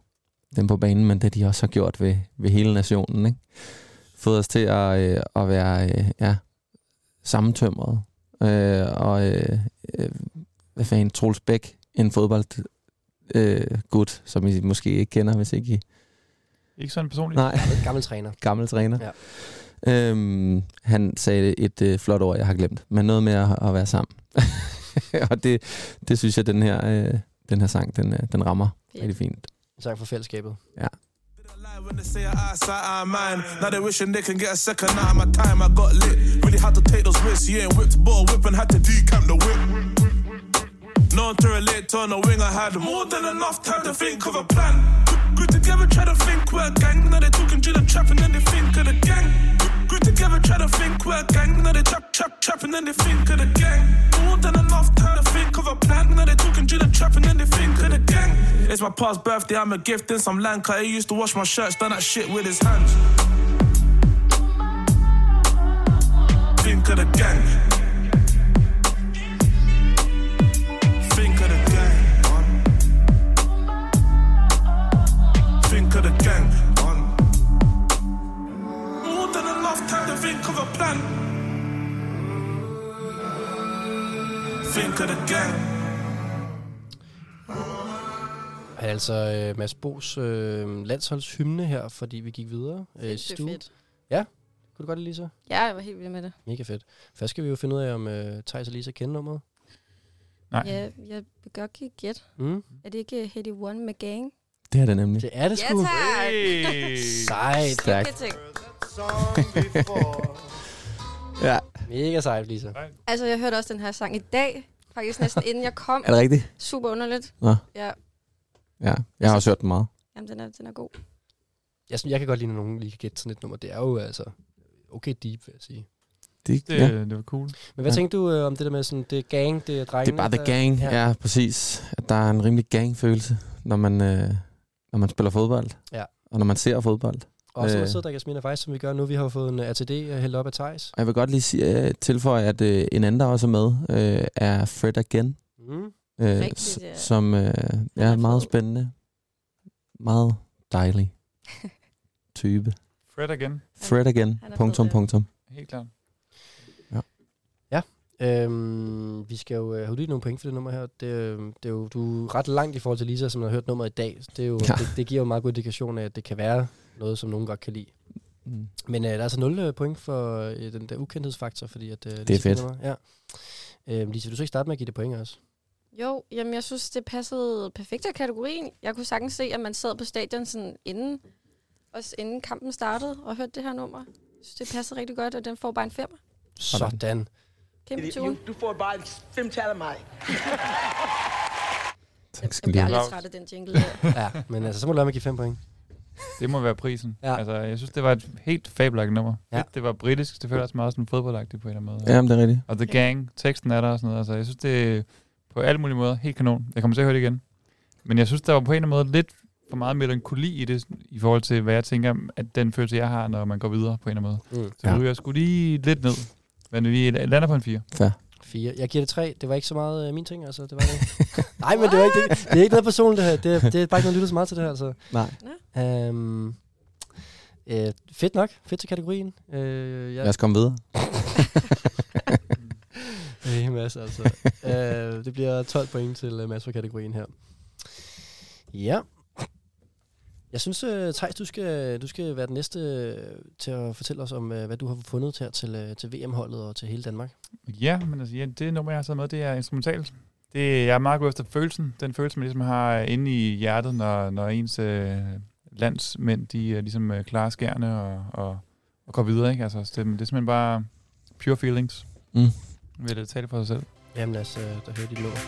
[SPEAKER 3] dem på banen, men det de også har gjort ved, ved hele nationen. Ikke? Fået os til at, øh, at være øh, ja, sammentømret. Øh, og øh, øh, hvad fanden, Troels Bæk, en fodboldgud, øh, gut, som I måske ikke kender, hvis ikke I
[SPEAKER 4] Ikke sådan personligt.
[SPEAKER 3] Nej.
[SPEAKER 2] Gammel træner.
[SPEAKER 3] Gammel træner. Ja. Øhm, han sagde et øh, flot ord, jeg har glemt. Men noget med at, at være sammen. og det, det synes jeg, den her, øh, den her sang, den, øh, den rammer
[SPEAKER 2] Fedt.
[SPEAKER 3] rigtig fint.
[SPEAKER 2] En sang for fællesskabet.
[SPEAKER 3] Ja.
[SPEAKER 11] Say I eyes, sight I mine. Now they wishing they can get a second out of my time. I got lit. Really had to take those risks. You ain't whipped ball whipping, had to decamp the whip. Known to relate on a wing, I had more than enough time to think of a plan. Grew together, try to think we're a gang. Now they talking to the trap and then they think of the gang. Grew together, try to think we're a gang. Now they trap, trap, trap and then they think of the gang. More than enough time to think of a plan. Now they talking to the trap and then they think of the gang. It's my past birthday, I'm a gift in some land. Cause he used to wash my shirts, done that shit with his hands. Think of the gang. Think of the gang. Think of the gang. More than enough time to think of a plan. Think of the gang.
[SPEAKER 2] Altså øh, Mads Bos øh, landsholdshymne her, fordi vi gik videre øh, i
[SPEAKER 5] Sindssygt
[SPEAKER 2] stue.
[SPEAKER 5] fedt.
[SPEAKER 2] Ja, kunne du godt lide Lisa?
[SPEAKER 5] Ja, jeg var helt vild med det.
[SPEAKER 2] Mega fedt. Først skal vi jo finde ud af, om øh, Thijs og Lisa kender nummeret. Nej.
[SPEAKER 5] Ja, jeg vil godt give et gæt.
[SPEAKER 2] Mm.
[SPEAKER 5] Er det ikke Heady One med gang?
[SPEAKER 3] Det er det nemlig.
[SPEAKER 2] Det er det
[SPEAKER 5] Ja,
[SPEAKER 2] sgu.
[SPEAKER 5] tak.
[SPEAKER 2] Hey. Sejt.
[SPEAKER 5] Stærkt. Stærkt.
[SPEAKER 3] ja.
[SPEAKER 2] Mega sejt, Lisa.
[SPEAKER 5] Altså, jeg hørte også den her sang i dag. Faktisk næsten inden jeg kom.
[SPEAKER 3] Er det rigtigt?
[SPEAKER 5] Super underligt.
[SPEAKER 3] Nå.
[SPEAKER 5] Ja,
[SPEAKER 3] ja, jeg har også hørt den meget.
[SPEAKER 5] Jamen, den er, den er god.
[SPEAKER 2] Jeg, synes, jeg kan godt lide, når nogen lige kan gætte sådan et nummer. Det er jo altså okay deep, vil jeg sige.
[SPEAKER 3] Det,
[SPEAKER 4] Det-
[SPEAKER 3] ja.
[SPEAKER 4] det var cool.
[SPEAKER 2] Men hvad
[SPEAKER 3] Ja.
[SPEAKER 2] ja. tænkte du øh, om det der med sådan, det er gang, det er drengene?
[SPEAKER 3] Det er bare the
[SPEAKER 2] der-
[SPEAKER 3] gang, ja. ja, præcis. At der er en rimelig gang-følelse, når man, øh, når man spiller fodbold.
[SPEAKER 2] Ja.
[SPEAKER 3] Og når man ser fodbold.
[SPEAKER 2] Og så øh. sidder der Jasmin og faktisk, som vi gør nu. Vi har jo fået en øh, ATD hældt op af Thijs.
[SPEAKER 3] Og jeg vil godt lige sige, uh, tilføje, at uh, en anden, der også er med, uh, er Fred Again.
[SPEAKER 2] Mm.
[SPEAKER 3] Øh,
[SPEAKER 2] Rigtigt,
[SPEAKER 3] s-
[SPEAKER 2] ja.
[SPEAKER 3] Som uh, er meget spændende. Meget dejlig type.
[SPEAKER 4] Fred again.
[SPEAKER 3] Fred Again.
[SPEAKER 4] han er fed,
[SPEAKER 3] Punktum,
[SPEAKER 4] ja.
[SPEAKER 3] punktum.
[SPEAKER 4] Helt klart.
[SPEAKER 2] Ja. Øhm, vi skal jo øh, have uddelt nogle point for det nummer her. Det, øh, det er jo, du er ret langt i forhold til Lisa, som har hørt nummeret i dag. Så Det, er jo,
[SPEAKER 3] Ja.
[SPEAKER 2] ja. det, det giver jo meget god indikation af, at det kan være noget, som nogen godt kan lide.
[SPEAKER 3] Mm.
[SPEAKER 2] Men øh, der er altså 0 point for øh, den der ukendthedsfaktor, fordi at, øh, det
[SPEAKER 3] fedt.
[SPEAKER 2] Ja. Øhm, Lisa, vil du så ikke starte med at give det point også?
[SPEAKER 5] Jo, jamen jeg synes, det passede perfekt af kategorien. Jeg kunne sagtens se, at man sad på stadion sådan inden, også inden kampen startede, og hørte det her nummer. Jeg synes, det passede rigtig godt, og den får bare en femmer.
[SPEAKER 2] Sådan.
[SPEAKER 5] Kæmpe
[SPEAKER 6] Du,
[SPEAKER 5] tune.
[SPEAKER 6] du får bare et femtal af mig.
[SPEAKER 3] Tak
[SPEAKER 5] Jeg bliver lidt træt af den jingle der.
[SPEAKER 2] ja, men altså, så må du lade mig give 5 point.
[SPEAKER 4] Det må være prisen.
[SPEAKER 2] Ja.
[SPEAKER 4] Altså, jeg synes, det var et helt fabelagtigt nummer.
[SPEAKER 2] Ja.
[SPEAKER 4] Ja. Det var britisk, det føler også meget sådan fodboldagtigt på en eller anden måde.
[SPEAKER 3] Ja, men det er rigtigt.
[SPEAKER 4] Og The Gang, teksten er der og sådan noget. Altså, jeg synes, det er på alle mulige måder helt kanon. Jeg kommer til at høre det igen. Men jeg synes, der var på en eller anden måde lidt for meget melankoli i det, i forhold til, hvad jeg tænker, at den følelse, jeg har, når man går videre på en eller anden måde.
[SPEAKER 2] Mm.
[SPEAKER 4] Mm. Så
[SPEAKER 3] Ja.
[SPEAKER 4] ja. ryger jeg sgu lige lidt ned. Men vi lander på en 4.
[SPEAKER 3] Fair.
[SPEAKER 2] Fire. Jeg giver det tre. Det var ikke så meget øh, min ting, altså. Det var det. ikke. Nej, men det var ikke det. Det er ikke noget personligt, det her. Det, det er bare ikke noget, lytter så meget til det her, altså.
[SPEAKER 3] Nej.
[SPEAKER 2] Øhm, øh, fedt nok. Fedt til kategorien. Øh, jeg,
[SPEAKER 3] Lad os komme videre.
[SPEAKER 2] hey, Mads, altså. øh, det bliver 12 point til uh, Mads for kategorien her. Ja. Jeg synes, uh, Thijs, du skal, du skal være den næste øh, til at fortælle os om, uh, hvad du har fundet her til, øh, til VM-holdet og til hele Danmark.
[SPEAKER 4] Ja, men altså, ja, det nummer, jeg har taget med, det er instrumentalt. Det, jeg er meget god efter følelsen. Den følelse, man ligesom har inde i hjertet, når, når ens øh, landsmænd, de øh, ligesom øh, klarer skærne og, og, og går videre. Ikke? Altså, så det, det er simpelthen bare pure feelings.
[SPEAKER 3] Mm.
[SPEAKER 4] Vil det tale for sig selv?
[SPEAKER 2] Jamen lad os uh, da høre dit nummer.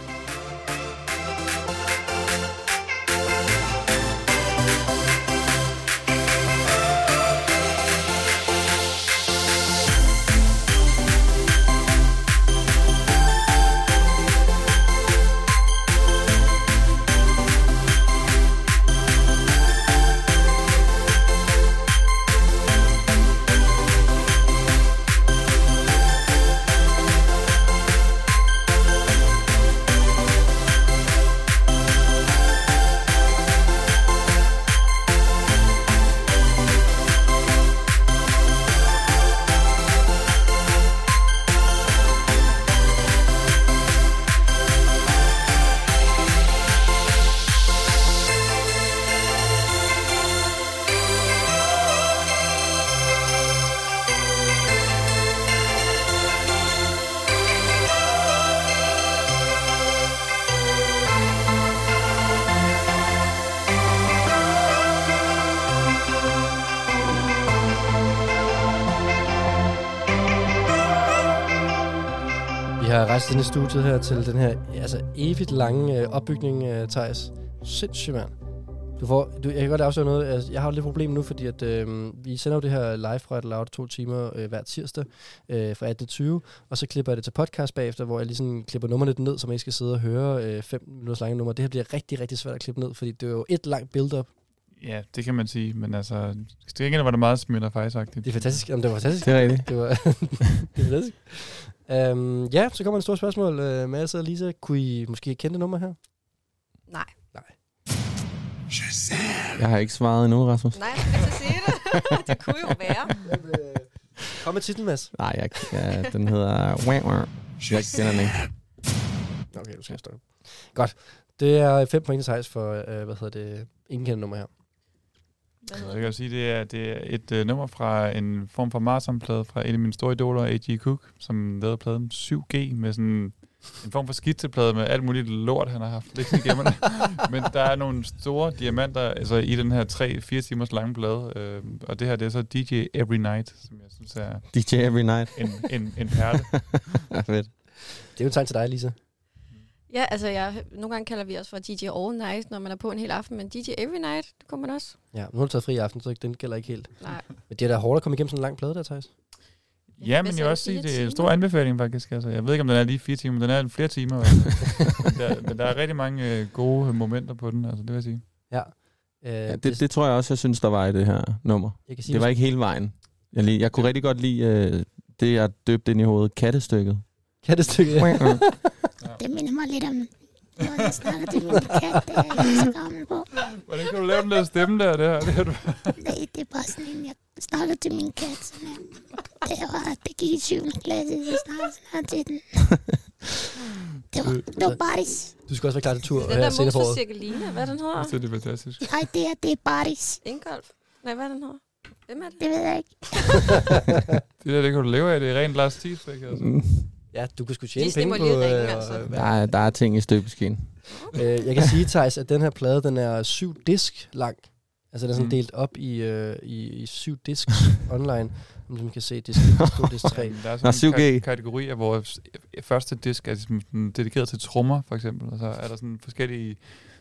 [SPEAKER 2] Vi har rejst ind i studiet her til den her altså evigt lange øh, opbygning, øh, Thijs. Sindssygt, mand. Du får, du, jeg kan godt afsløre noget. Altså, Jeg har jo lidt problem nu, fordi at, øh, vi sender jo det her live fra et loud to timer øh, hver tirsdag øh, fra 18 til 20, og så klipper jeg det til podcast bagefter, hvor jeg ligesom klipper nummerne ned, så man ikke skal sidde og høre øh, 5 minutters lange numre. Det her bliver rigtig, rigtig svært at klippe ned, fordi det er jo et langt build-up.
[SPEAKER 4] Ja, det kan man sige, men altså, til gengæld var det meget smidt og faktisk
[SPEAKER 2] Det er fantastisk. Jamen, det var fantastisk.
[SPEAKER 3] Det er rigtigt.
[SPEAKER 2] Det var, det er fantastisk. Um, ja, så kommer et stort spørgsmål. Uh, Mads og Lisa, kunne I måske kende det nummer her?
[SPEAKER 5] Nej.
[SPEAKER 2] Nej.
[SPEAKER 3] Jeg har ikke svaret endnu, Rasmus.
[SPEAKER 5] Nej, jeg skal sige det. det kunne jo være.
[SPEAKER 2] øh, Kom med titlen, Mads.
[SPEAKER 3] Nej, jeg, ja, den hedder... Jeg kender den ikke.
[SPEAKER 2] Okay, du skal stoppe. Godt. Det er 5 point til Thijs for, uh, hvad hedder det, ingen kender nummer her.
[SPEAKER 5] Hvad
[SPEAKER 4] Altså, Så
[SPEAKER 5] hedder
[SPEAKER 4] jeg kan jo sige, det er, det er et øh, nummer fra en form for Marsom-plade fra en af mine store idoler, A.G. Cook, som lavede pladen 7G med sådan en form for skitseplade med alt muligt lort, han har haft liggende igennem. Men der er nogle store diamanter altså, i den her 3-4 timers lange plade, øh, og det her det er så DJ Every Night, som jeg synes er
[SPEAKER 3] DJ Every Night.
[SPEAKER 4] en, en, en perle.
[SPEAKER 3] Fedt.
[SPEAKER 2] Det er jo et tegn til dig, Lisa.
[SPEAKER 5] Ja, altså jeg, nogle gange kalder vi også for DJ All Night, når man er på en hel aften, men DJ Every Night, det kunne man også.
[SPEAKER 2] Ja, nu har du taget fri i aften, så den gælder ikke helt.
[SPEAKER 5] Nej.
[SPEAKER 2] Men det er da hårdt at komme igennem sådan en lang plade der, Thijs.
[SPEAKER 4] Ja, men jeg
[SPEAKER 5] Hvad sagde
[SPEAKER 4] vil
[SPEAKER 5] du,
[SPEAKER 4] også sige,
[SPEAKER 5] fire
[SPEAKER 4] det er en stor
[SPEAKER 5] timer?
[SPEAKER 4] anbefaling faktisk. Altså, jeg ved ikke, om den er lige fire timer, men den er flere timer. Altså. men, der, men der er rigtig mange øh, gode momenter på den, altså det vil jeg sige.
[SPEAKER 2] Uh,
[SPEAKER 3] Ja, det, det tror jeg også, jeg synes, der var i det her nummer.
[SPEAKER 2] jeg kan sige,
[SPEAKER 3] Det var ikke hele vejen. Jeg, lige, jeg kunne rigtig godt lide øh, det, jeg døbte ind i hovedet, kattestykket.
[SPEAKER 2] Kan det stykke?
[SPEAKER 12] Det minder mig lidt om noget, jeg snakkede til min kat, da jeg var så gammel på.
[SPEAKER 4] Hvordan kan du lave den der stemme der? Det her? Det her, du...
[SPEAKER 12] Nej, det er bare sådan en, jeg snakkede til min kat, sådan en, da jeg var, det gik i 7. klasse, så snakkede jeg sådan her til den. Det var, det var Baris.
[SPEAKER 2] Du skal også være klar til tur
[SPEAKER 5] Den
[SPEAKER 2] her
[SPEAKER 5] der
[SPEAKER 2] senere på året.
[SPEAKER 5] motorcirkeline, hvad den hedder?
[SPEAKER 4] Så er det fantastisk.
[SPEAKER 12] Nej, det er, det er Baris.
[SPEAKER 5] Ingolf? Nej, hvad er den hedder? Hvem er det?
[SPEAKER 12] Det ved jeg ikke.
[SPEAKER 4] Det der, det kan du leve af. Det er rent Lars Tiesbæk, altså.
[SPEAKER 3] Mm.
[SPEAKER 2] Ja, du kan sgu tjene
[SPEAKER 5] Disney
[SPEAKER 2] penge
[SPEAKER 5] må
[SPEAKER 2] på...
[SPEAKER 5] lige ringe,
[SPEAKER 2] øh,
[SPEAKER 5] altså.
[SPEAKER 3] Der, er, der er ting i støbeskeen.
[SPEAKER 2] Øh, jeg kan sige, Thijs, at den her plade, den er syv disk lang. Altså, den er sådan mm.
[SPEAKER 4] Mm.
[SPEAKER 2] delt op i, øh, i, i syv disk online. Om man kan se disk 2, disk 3.
[SPEAKER 4] Der er
[SPEAKER 3] Nå,
[SPEAKER 4] sådan
[SPEAKER 3] 7G.
[SPEAKER 4] en ka- kategori, af, hvor f- første disk er ligesom sådan dedikeret til trommer, for eksempel. Og så er der sådan forskellige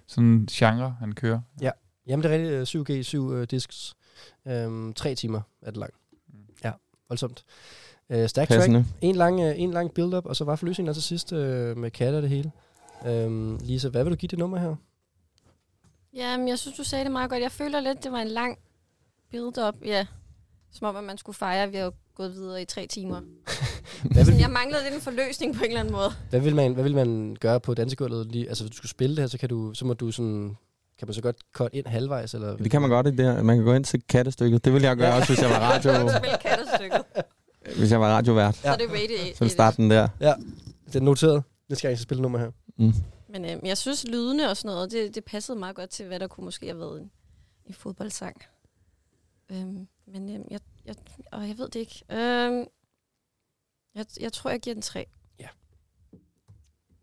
[SPEAKER 4] sådan genre, han kører.
[SPEAKER 2] Ja. Jamen, det er rigtigt. øh, 7G, 7 øh, disks. Øhm, tre timer er det langt. Ja, voldsomt. Øh, stack
[SPEAKER 3] Passende.
[SPEAKER 2] track. En lang, øh, en lang build-up, og så var forløsningen til sidst øh, med katter og det hele. Øhm, Lisa, hvad vil du give det nummer her?
[SPEAKER 5] Jamen, jeg synes, du sagde det meget godt. Jeg føler lidt, det var en lang build-up. Ja, som om, at man skulle fejre, at vi har gået videre i tre timer.
[SPEAKER 2] Hvad vil,
[SPEAKER 5] Sådan, jeg manglede lidt en forløsning på en eller anden måde.
[SPEAKER 2] hvad vil, man, hvad vil man gøre på dansegulvet? Lige, altså, hvis du skulle spille det her, så, kan du, så må du sådan... Kan man så godt cut ind halvvejs? Eller?
[SPEAKER 3] Det kan man godt i der. Man kan gå ind til kattestykket. Det ville jeg gøre
[SPEAKER 2] Ja.
[SPEAKER 3] også, hvis jeg var radio.
[SPEAKER 5] Spil kattestykket.
[SPEAKER 3] Hvis jeg var radiovært.
[SPEAKER 5] Så er det rated
[SPEAKER 3] Så vil starten der.
[SPEAKER 2] Ja, det er noteret. Næste gang, jeg skal spille et nummer her.
[SPEAKER 3] Mm.
[SPEAKER 5] Men øhm, jeg synes, lydene og sådan noget, det, det passede meget godt til, hvad der kunne måske have været en, en fodboldsang. Øhm, men øhm, jeg, jeg, og jeg ved det ikke. Øhm, jeg, jeg tror, jeg giver den tre.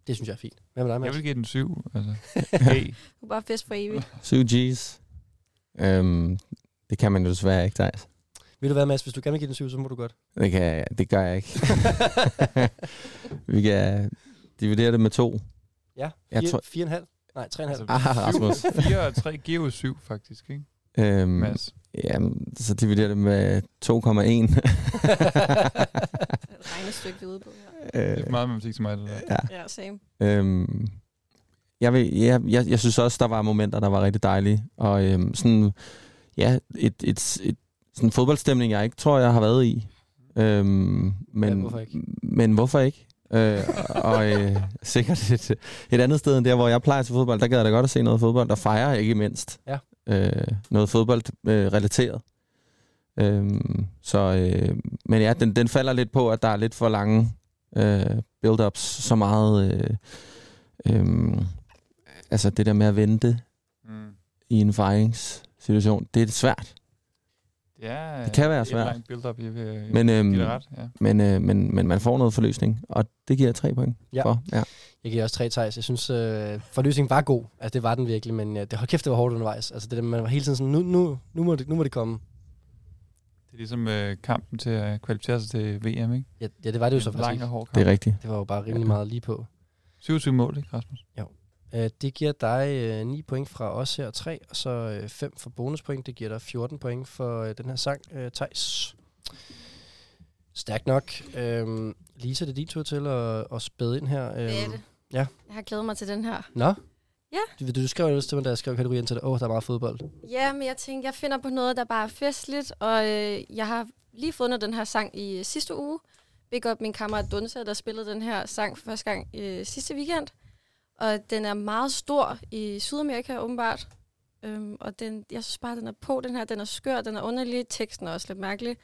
[SPEAKER 2] Det synes jeg er fint. Hvad med dig,
[SPEAKER 4] Jeg
[SPEAKER 2] Mads?
[SPEAKER 4] vil give den syv. Altså. Hey.
[SPEAKER 5] Du er bare fest for evigt.
[SPEAKER 3] 7 G's. Øhm, det kan man jo desværre ikke, Thijs.
[SPEAKER 2] Vil du være, Mads? Hvis du gerne vil give den 7, så må du godt.
[SPEAKER 3] Det, kan jeg, det gør jeg ikke. Vi kan dividere det med to.
[SPEAKER 2] Ja,
[SPEAKER 3] Jeg
[SPEAKER 2] fire,
[SPEAKER 3] tror-
[SPEAKER 2] fire og en halv. Nej, tre og en halv.
[SPEAKER 3] Ah, Rasmus.
[SPEAKER 4] 4 og 3 giver jo 7, faktisk. Ikke?
[SPEAKER 3] Øhm,
[SPEAKER 4] Mads.
[SPEAKER 3] Jamen, så dividerer det med Øh, 2,1.
[SPEAKER 5] Regnestykke, vi er ude på her.
[SPEAKER 4] Det er meget matematik til mig, det der.
[SPEAKER 3] Ja.
[SPEAKER 5] Ja, same.
[SPEAKER 3] Øhm, jeg, vil, jeg, jeg, jeg synes også, der var momenter, der var rigtig dejlige. Og øhm, sådan, ja, et, et, et, sådan en fodboldstemning, jeg ikke tror, jeg har været i. Øhm, men, ja,
[SPEAKER 2] hvorfor
[SPEAKER 3] ikke? Men hvorfor ikke? øh, og øh, sikkert et, et andet sted end der, hvor jeg plejer til fodbold, der gad jeg da godt at se noget fodbold, der fejrer ikke mindst.
[SPEAKER 2] Ja.
[SPEAKER 3] Øh, noget fodbold øh, relateret. Øhm, så, øh, men ja, den, den falder lidt på, at der er lidt for lange øh, build-ups, så meget... Øh, øh, altså det der med at vente
[SPEAKER 4] Mm.
[SPEAKER 3] i en fejringssituation, det er svært.
[SPEAKER 4] Det, er, øh,
[SPEAKER 3] Det kan være
[SPEAKER 4] et
[SPEAKER 3] svært.
[SPEAKER 4] langt build-up, jeg vil, øh,
[SPEAKER 2] Mm,
[SPEAKER 4] jeg
[SPEAKER 3] Men,
[SPEAKER 4] vil
[SPEAKER 3] øhm,
[SPEAKER 4] give dig ret. Ja.
[SPEAKER 3] men, øh, men, men man får noget forløsning, og det giver jeg tre point
[SPEAKER 2] Ja.
[SPEAKER 3] for. Ja.
[SPEAKER 2] Jeg giver også tre tejs. Jeg synes, øh, forløsningen var god. Altså, det var den virkelig, men øh, det hold kæft, det var hårdt undervejs. Altså, det der, man var hele tiden sådan, nu, nu, nu, må, det, nu må det komme.
[SPEAKER 4] Det er ligesom øh, kampen til at kvalificere sig til VM, ikke?
[SPEAKER 2] Ja, ja det var det jo så
[SPEAKER 4] en lang
[SPEAKER 2] faktisk.
[SPEAKER 4] og hård kamp.
[SPEAKER 3] Det er rigtigt.
[SPEAKER 2] Det var jo bare rimelig meget lige på.
[SPEAKER 4] 27 mål, ikke Rasmus?
[SPEAKER 2] Jo. Øh, det giver dig øh, 9 point fra os her, 3, og så øh, 5 for bonuspoint. Det giver dig 14 point for øh, den her sang, øh, Tejs. Stærkt nok. Øh, Lisa, det er din tur til at, at spæde ind her. Øh,
[SPEAKER 5] Det er det.
[SPEAKER 2] Ja.
[SPEAKER 5] Øhm, Jeg har glædet mig til den her.
[SPEAKER 2] Nå?
[SPEAKER 5] Ja.
[SPEAKER 2] Du, du skrev jo også til mig, da jeg skrev kategorien til dig, åh, oh, der er meget fodbold.
[SPEAKER 5] Ja, men jeg tænkte, jeg finder på noget, der bare er festligt, og øh, jeg har lige fundet den her sang i øh, sidste uge. Big up min kammerat Dunse, der spillede den her sang for første gang øh, sidste weekend. Og den er meget stor i Sydamerika, åbenbart. Øhm, og den, jeg synes bare, den er på, den her. Den er skør, den er underlig. Teksten er også lidt mærkelig.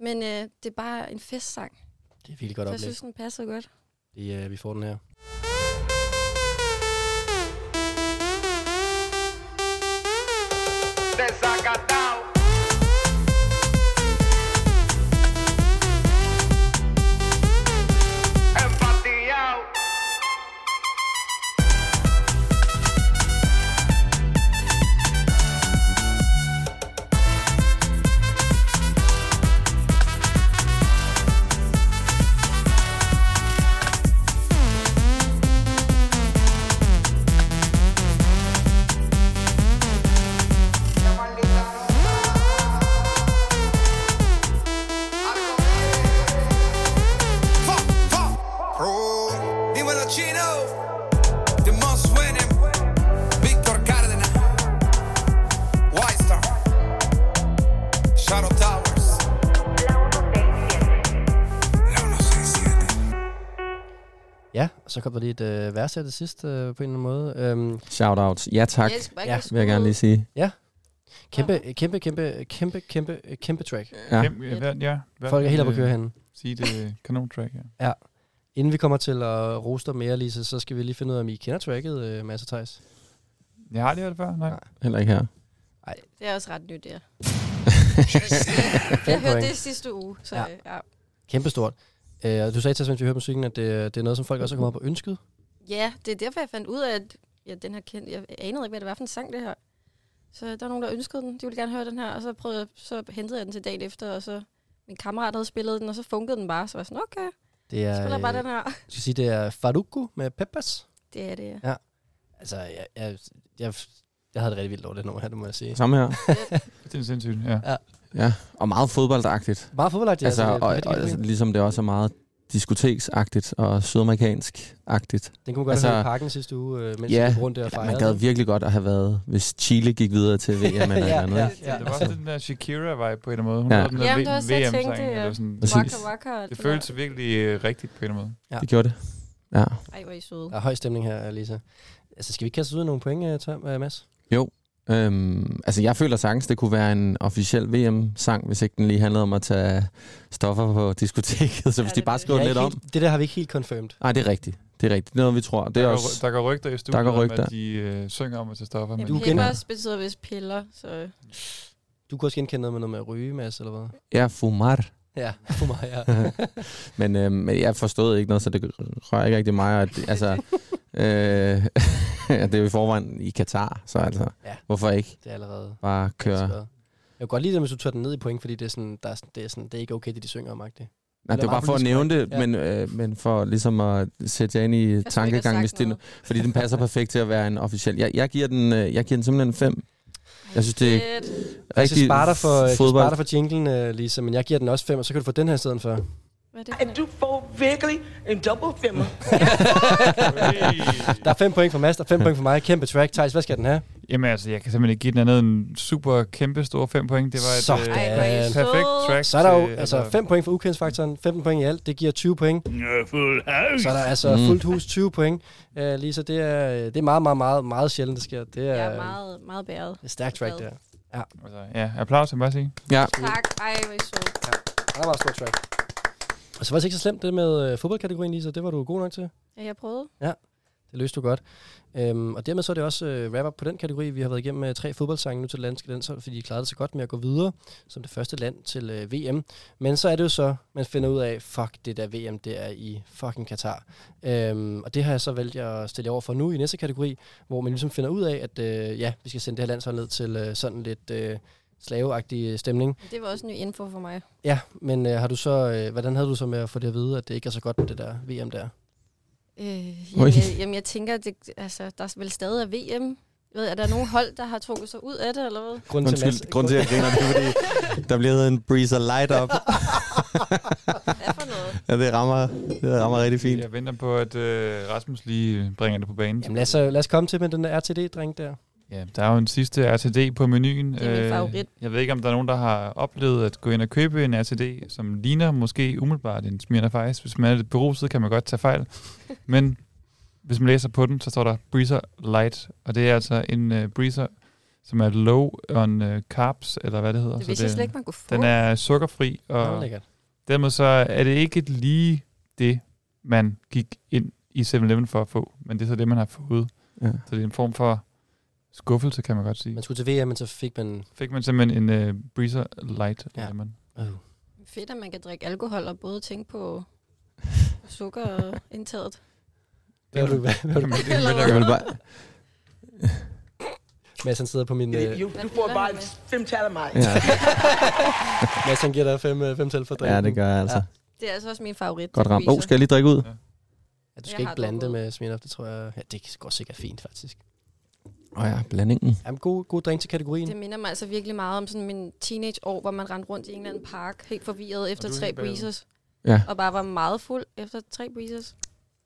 [SPEAKER 5] Men øh, det er bare en festsang.
[SPEAKER 2] Det er virkelig
[SPEAKER 5] så
[SPEAKER 2] godt
[SPEAKER 5] jeg
[SPEAKER 2] oplæg.
[SPEAKER 5] synes, den passer godt.
[SPEAKER 2] Det, øh, vi får den her.
[SPEAKER 8] Desacatado. Empatillao.
[SPEAKER 13] Fa, fa, pro. Dímelo chino, the most winning, Víctor Cárdenas, White Star, Shadow Towers.
[SPEAKER 2] Ja, og så kom der lige et øh, vers her til sidst, øh, på en eller anden måde. Øhm,
[SPEAKER 3] Shoutouts. Ja tak,
[SPEAKER 2] Yes, bare
[SPEAKER 3] ja.
[SPEAKER 2] ikke
[SPEAKER 3] vil jeg gerne lige sige.
[SPEAKER 2] ja. Kæmpe, øh, kæmpe, kæmpe, kæmpe, kæmpe, øh, kæmpe track.
[SPEAKER 3] Ja.
[SPEAKER 4] Hvem, ja, hvad, ja hvad,
[SPEAKER 2] Folk er helt oppe at køre henne.
[SPEAKER 4] Sige det øh, kanon-track, ja.
[SPEAKER 2] Ja. Inden vi kommer til at roste mere, Lise, så skal vi lige finde ud af, om I kender tracket, øh, Mads og Thijs.
[SPEAKER 4] Jeg har aldrig hørt det før, nej.
[SPEAKER 3] Heller ikke her.
[SPEAKER 5] Det er også ret nyt, det her.
[SPEAKER 2] Fem
[SPEAKER 5] jeg hørte
[SPEAKER 2] point.
[SPEAKER 5] det sidste uge, så
[SPEAKER 2] Ja.
[SPEAKER 5] ja. ja.
[SPEAKER 2] Kæmpestort. Øh, og du sagde til os, mens vi hørte musikken, at det, det er noget, som folk også har kommet op og ønsket.
[SPEAKER 5] Ja, det er derfor, jeg fandt ud af, at ja, den her kendt, jeg anede ikke, hvad det var for en sang, det her. Så der var nogen, der ønskede den. De ville gerne høre den her, og så, prøvede jeg, så hentede jeg den til dagen efter, og så min kammerat havde spillet den, og så funkede den bare. Så var jeg sådan, okay,
[SPEAKER 2] Det er,
[SPEAKER 5] spiller bare
[SPEAKER 2] øh,
[SPEAKER 5] den her.
[SPEAKER 2] Jeg skal sige, det er Faruku med Peppas.
[SPEAKER 5] Det er det, ja.
[SPEAKER 2] Ja. Altså, jeg, jeg, jeg, Jeg havde det rigtig vildt over det nummer her, det må jeg sige.
[SPEAKER 3] Samme her.
[SPEAKER 4] det er sindssygt, ja.
[SPEAKER 2] ja.
[SPEAKER 3] Ja, og meget fodboldagtigt.
[SPEAKER 2] Meget fodboldagtigt,
[SPEAKER 3] Altså,
[SPEAKER 2] altså, det er
[SPEAKER 3] og,
[SPEAKER 2] rigtig
[SPEAKER 3] og,
[SPEAKER 2] god
[SPEAKER 3] altså,
[SPEAKER 2] idé.
[SPEAKER 3] ligesom det også er meget diskoteksagtigt og sydamerikansk-agtigt.
[SPEAKER 2] Den kunne man godt have hørt i parken sidste uge, øh, mens
[SPEAKER 3] altså,
[SPEAKER 2] vi
[SPEAKER 3] ja,
[SPEAKER 2] gik rundt der og
[SPEAKER 3] eller man
[SPEAKER 2] fejrede,
[SPEAKER 3] gad
[SPEAKER 2] ikke?
[SPEAKER 3] virkelig godt at have været, hvis Chile gik videre til VM eller
[SPEAKER 4] Ja,
[SPEAKER 3] eller andet.
[SPEAKER 4] ja,
[SPEAKER 3] ikke?
[SPEAKER 4] ja. Det var også den der Shakira-vibe på en eller anden måde. Hun
[SPEAKER 3] Ja.
[SPEAKER 4] ja. den der
[SPEAKER 5] Jamen, det var også det, jeg
[SPEAKER 4] VM-sang.
[SPEAKER 5] tænkte, ja.
[SPEAKER 4] eller sådan.
[SPEAKER 5] Præcis. Waka Waka og alt
[SPEAKER 4] Det
[SPEAKER 5] det der.
[SPEAKER 4] føltes virkelig øh, rigtigt på en eller anden måde.
[SPEAKER 2] Ja.
[SPEAKER 3] Det gjorde det. Ja.
[SPEAKER 5] Ej, hvor er I søde.
[SPEAKER 2] Der er høj stemning her, Lisa. Altså, skal vi kaste os ud af nogle point, øh, Tom, øh, Mads?
[SPEAKER 3] Jo. Øhm, altså, jeg føler sagtens, det kunne være en officiel VM-sang, hvis ikke den lige handlede om at tage stoffer på diskoteket. Så hvis de bare skriver
[SPEAKER 2] Jeg
[SPEAKER 3] den
[SPEAKER 2] er
[SPEAKER 3] lidt
[SPEAKER 2] ikke
[SPEAKER 3] om...
[SPEAKER 2] helt- Det der har vi ikke helt confirmed.
[SPEAKER 3] Nej, det er rigtigt. Det er rigtigt. Det er noget, vi tror. Det er
[SPEAKER 4] der,
[SPEAKER 3] også,
[SPEAKER 4] går, der går rygter i studiet,
[SPEAKER 3] der går
[SPEAKER 4] om,
[SPEAKER 3] rygter.
[SPEAKER 4] at de øh, synger om at tage stoffer. men-
[SPEAKER 5] Du Peppers betyder vist piller, så...
[SPEAKER 2] Du kunne også genkende noget med noget med at ryge, Mads, eller hvad?
[SPEAKER 3] Ja, fumar.
[SPEAKER 2] Ja, fumar, ja.
[SPEAKER 3] men, øh, men jeg forstod ikke noget, så det rører ikke rigtig mig. Og det, altså, øh, det er jo i forvejen i Katar, så altså,
[SPEAKER 2] Ja.
[SPEAKER 3] ja. Altså, hvorfor ikke?
[SPEAKER 2] Det er allerede
[SPEAKER 3] Bare køre.
[SPEAKER 2] skrevet. Jeg kan godt lide det, hvis du tør den ned i point, fordi det er, sådan, der er, sådan- det er, sådan, det er ikke okay, det de synger om, agtigt.
[SPEAKER 3] Nej, det var bare for at nævne det, men, øh, men for ligesom at sætte jer ind i
[SPEAKER 2] har
[SPEAKER 3] tankegang,
[SPEAKER 2] sagt
[SPEAKER 3] hvis det, fordi den passer perfekt til at være en officiel. Jeg, jeg, giver, den, øh, jeg giver den simpelthen 5. Jeg synes, det er
[SPEAKER 2] Rigtig Altså, jeg
[SPEAKER 3] rigtig
[SPEAKER 2] sparer dig for, jeg
[SPEAKER 3] fodbold.
[SPEAKER 2] sparer dig for jinglen, øh, Lisa, men jeg giver den også 5, og så kan du få den her i stedet for.
[SPEAKER 6] Ej, du får virkelig en dobbelt femmer.
[SPEAKER 2] Der er 5 point for Mads, der er 5 point for mig. Kæmpe track. Thijs, hvad skal den have?
[SPEAKER 4] Jamen altså, jeg kan simpelthen ikke give den andet en super kæmpe store 5 point. Det var et
[SPEAKER 2] Sådan.
[SPEAKER 4] øh, perfekt track.
[SPEAKER 2] Så er der jo
[SPEAKER 4] til-
[SPEAKER 2] altså
[SPEAKER 4] eller-
[SPEAKER 2] 5 point for ukendtsfaktoren, 15 point i alt, det giver 20 point. Så er der altså
[SPEAKER 4] Mm.
[SPEAKER 2] fuldt hus 20 point. Uh, Lisa, det er, øh, det er meget, meget, meget, meget sjældent, det sker. Det er,
[SPEAKER 5] Jeg er
[SPEAKER 2] øh,
[SPEAKER 5] meget, meget bæret.
[SPEAKER 2] Det er stærkt track, der. Ja.
[SPEAKER 4] altså, Ja, applaus, jeg bare sige.
[SPEAKER 3] Ja.
[SPEAKER 5] Tak. Ej, hvor er I søde.
[SPEAKER 2] Meget, meget stor track. Og så var det ikke så slemt det med øh, fodboldkategorien, Lisa. Det var du god nok til.
[SPEAKER 5] Ja, jeg prøvede.
[SPEAKER 2] Ja, det løste du godt. Øhm, og dermed så er det også øh, wrap-up på den kategori. Vi har været igennem øh, tre fodboldsange nu til landske landshold, fordi de klarede det så godt med at gå videre som det første land til øh, VM. Men så er det jo så, man finder ud af, fuck det der VM, det er i fucking Katar. Øhm, og det har jeg så valgt at stille jer over for nu i næste kategori, hvor man ligesom finder ud af, at øh, ja, vi skal sende det her landshold ned til øh, sådan lidt øh, slaveagtig øh, stemning.
[SPEAKER 5] Det var også ny info for mig.
[SPEAKER 2] Ja, men øh, har du så, øh, hvordan havde du så med at få det at vide, at det ikke er så godt med det der VM der?
[SPEAKER 5] Øh,
[SPEAKER 2] Oj.
[SPEAKER 5] jamen, jeg, jamen, jeg tænker, at det, altså, der er vel stadig af VM. Jeg ved, er der nogen hold, der har trukket sig ud af det, eller hvad?
[SPEAKER 2] Grunden til, Mads-
[SPEAKER 3] Undskyld, grund til, at jeg griner, det er, fordi der bliver lavet en breezer light up. ja, det rammer, det rammer rigtig fint.
[SPEAKER 4] Jeg venter på, at øh, Rasmus lige bringer det på banen.
[SPEAKER 2] Jamen lad os, øh, lad os komme til med den der RTD-dreng der.
[SPEAKER 4] Ja, der er jo en sidste RTD på menuen.
[SPEAKER 2] Det er min
[SPEAKER 4] Øh,
[SPEAKER 2] favorit.
[SPEAKER 4] Jeg ved ikke, om der er nogen, der har oplevet at gå ind og købe en RTD, som ligner måske umiddelbart en Smirnoff Ice. Hvis man er lidt beruset, kan man godt tage fejl. Men hvis man læser på den, så står der Breezer Light, og det er altså en uh, Breezer, som er low on uh, carbs, eller hvad det hedder.
[SPEAKER 5] Det vidste jeg slet ikke, man kunne få.
[SPEAKER 4] Den er sukkerfri,
[SPEAKER 2] Nå,
[SPEAKER 4] og
[SPEAKER 2] lækkert.
[SPEAKER 4] dermed så er det ikke lige det, man gik ind i 7-Eleven for at få, men det er så det, man har fået.
[SPEAKER 3] Ja.
[SPEAKER 4] Så det er en form for skuffelse, kan man godt sige.
[SPEAKER 2] Man skulle til VM, men så fik man...
[SPEAKER 4] Fik man simpelthen en uh, Breezer Light. Ja. Man.
[SPEAKER 5] Fedt, at man kan drikke alkohol og både tænke på sukker og indtaget.
[SPEAKER 2] Hvad vil du? Hvad, hvad vil du?
[SPEAKER 4] Jamen, det
[SPEAKER 5] Eller
[SPEAKER 3] Jeg vil bare...
[SPEAKER 2] Mads, han sidder på min... Øh,
[SPEAKER 6] You, du får bare fem tal af mig.
[SPEAKER 3] Ja.
[SPEAKER 2] Mads, han giver dig fem, øh, fem tal for drinken.
[SPEAKER 3] Ja, det gør jeg altså.
[SPEAKER 5] Det er altså også min favorit.
[SPEAKER 3] Godt ramt.
[SPEAKER 5] Breezer.
[SPEAKER 3] Åh, oh, skal jeg lige drikke ud?
[SPEAKER 2] Ja, du
[SPEAKER 5] Jeg
[SPEAKER 2] skal ikke
[SPEAKER 5] har
[SPEAKER 2] blande det med Smirnoff, det tror jeg... Ja, det går sikkert fint, faktisk.
[SPEAKER 3] Åh ja, blandingen.
[SPEAKER 2] Jamen, god, god drink til kategorien.
[SPEAKER 5] Det minder mig altså virkelig meget om sådan min teenageår, hvor man rendte rundt i en eller anden park, helt forvirret efter
[SPEAKER 2] du er
[SPEAKER 5] tre
[SPEAKER 2] helt bagud.
[SPEAKER 5] breezers.
[SPEAKER 3] Ja.
[SPEAKER 5] Og bare var meget fuld efter tre breezers.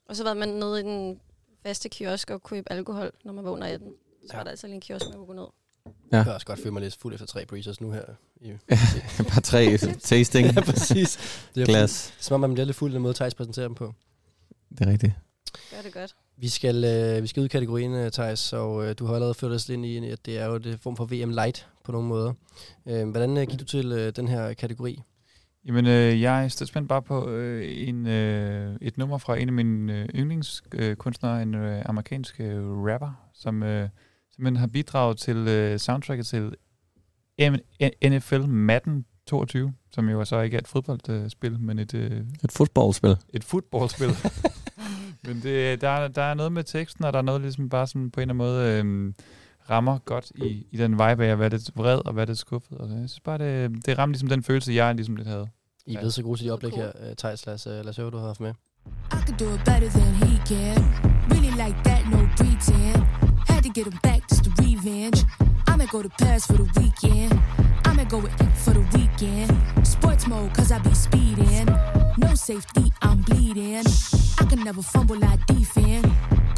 [SPEAKER 5] Og så var man nede i den faste kiosk og købe alkohol, når man vågner af den. Så var der altså lige en kiosk, man kunne gå ned.
[SPEAKER 3] Ja.
[SPEAKER 2] Jeg kan også godt føle mig lidt fuld efter tre breezers nu her. I,
[SPEAKER 3] bare tre tasting.
[SPEAKER 2] ja, præcis. Det er
[SPEAKER 3] Glas.
[SPEAKER 2] fuld- Det er som om, man bliver lidt fuld, den måde Thijs præsenterer dem på.
[SPEAKER 3] Det er rigtigt.
[SPEAKER 5] Gør det godt.
[SPEAKER 2] Vi skal, øh, vi skal ud i kategorien, øh, Thijs, og øh, du har allerede ført os ind i, at det er jo det form for VM Light på nogle måder. Øh, hvordan øh, gik du til øh, den her kategori?
[SPEAKER 4] Jamen, øh, jeg er stedt spændt bare på øh, en, øh, et nummer fra en af mine øh, yndlingskunstnere, øh, en øh, amerikansk øh, rapper, som øh, simpelthen har bidraget til øh, soundtracket til M- N- NFL Madden 22, som jo så ikke er et fodboldspil, men et, øh,
[SPEAKER 3] Et fodboldspil.
[SPEAKER 4] et footballspil. Men det, der, er- der er noget med teksten, og der er noget ligesom bare sådan på en eller anden måde øhm, rammer godt i, i den vibe af at være lidt vred og være lidt skuffet. Og jeg synes bare, det, det rammer ligesom den følelse, jeg ligesom lidt havde.
[SPEAKER 2] I er blevet så gode til de oplæg her, øh, Thijs. Lad os, øh, lad os høre, hvad du har haft med.
[SPEAKER 14] I could do it better than he can. Really like that, no pretend. Had to get him back just to revamp. revenge. I'ma go to Paris for the weekend. I'ma go with it for the weekend. Sports mode, cause I be speeding. No safety, I'm bleeding. I can never fumble like defend.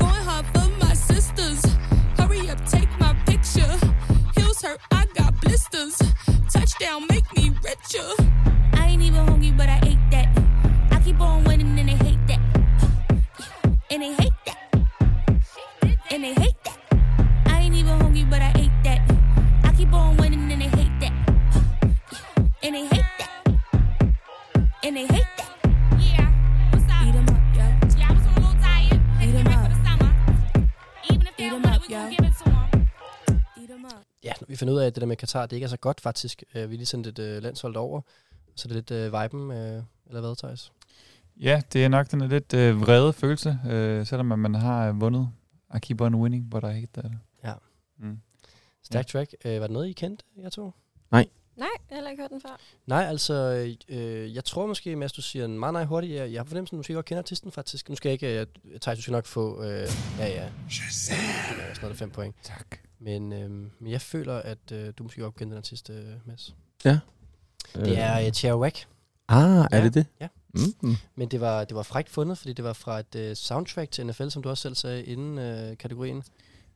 [SPEAKER 14] Going hard for my sisters. Hurry up, take my picture. Heels hurt, I got blisters. Touchdown, make me richer. I ain't even hungry, but I ate that. I keep on winning and they hate that. And they hate that. And they hate that. I ain't even hungry, but I ate that. I keep on winning and they hate that. And they hate that. And they hate that. Yeah. What's up? Eat 'em up, yo. Yeah, I was a little tired. Eat 'em up. For the summer. Even if they don't want it, we gon' give it to 'em.
[SPEAKER 2] Ja, når vi finder ud af, at det der med Katar, det ikke er så godt faktisk. Øh, vi har lige sendt et øh, landshold over, så det er lidt øh, viben, øh, eller hvad, Thijs?
[SPEAKER 4] Ja, det er nok den er lidt øh, vrede følelse, øh, selvom at man har øh, vundet. I keep on winning, but I hate that.
[SPEAKER 2] Ja.
[SPEAKER 4] Mm.
[SPEAKER 2] Stærk track. Øh, var det noget, I kendte, jeg tror?
[SPEAKER 5] Nej, jeg har heller ikke hørt den før.
[SPEAKER 2] Nej, altså, øh, jeg tror måske, Mads, du siger en meget, nej hurtigt. Jeg, jeg har fornemmelsen, at du måske godt kender artisten faktisk. Nu skal jeg ikke, øh, Thijs, du skal nok få, øh, ja, ja. Shazam! Sådan noget, fem point.
[SPEAKER 4] Tak.
[SPEAKER 2] Men, øh, men jeg føler, at øh, du måske godt kender den artist, øh, Mads.
[SPEAKER 3] Ja.
[SPEAKER 2] Det er øh, Chirwag.
[SPEAKER 3] Ah, er
[SPEAKER 2] ja.
[SPEAKER 3] det det?
[SPEAKER 2] Ja.
[SPEAKER 3] Mm.
[SPEAKER 2] Men det var, det var frækt fundet, fordi det var fra et øh, soundtrack til NFL, som du også selv sagde inden øh, kategorien. Er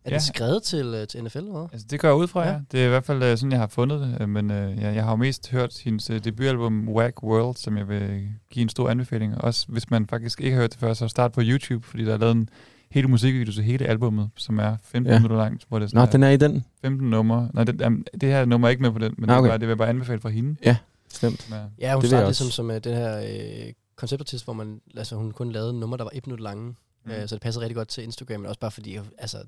[SPEAKER 2] ja.
[SPEAKER 4] Ja.
[SPEAKER 2] det skrevet til, øh, til NFL, eller hvad?
[SPEAKER 4] Altså, det går jeg ud fra, ja. ja. Det er i hvert fald øh, sådan, jeg har fundet det. øh, Men øh, jeg, jeg har jo mest hørt hendes øh, debutalbum Whack World, som jeg vil give en stor anbefaling. Også hvis man faktisk ikke har hørt det før, så start på YouTube, fordi der er lavet en hele musikvideo til hele albummet, som er 15
[SPEAKER 3] Ja.
[SPEAKER 4] ja. minutter langt. Hvor det
[SPEAKER 3] Nå, den er i den?
[SPEAKER 4] 15 numre. Nej, det, jamen, det her nummer er ikke med på den, men
[SPEAKER 3] Ah,
[SPEAKER 4] okay. det,
[SPEAKER 3] okay.
[SPEAKER 4] er bare, det vil jeg bare anbefale fra hende.
[SPEAKER 3] Ja, bestemt.
[SPEAKER 4] Ja.
[SPEAKER 2] Ja, hun
[SPEAKER 3] Det vil
[SPEAKER 2] startede
[SPEAKER 3] jeg
[SPEAKER 2] ligesom
[SPEAKER 3] også.
[SPEAKER 2] som uh, den her øh, konceptartist, hvor man, altså, hun kun lavede numre, der var et minut lange. Mm.
[SPEAKER 4] Mm.
[SPEAKER 2] Øh, så det passede rigtig godt til Instagram, men også bare fordi, altså,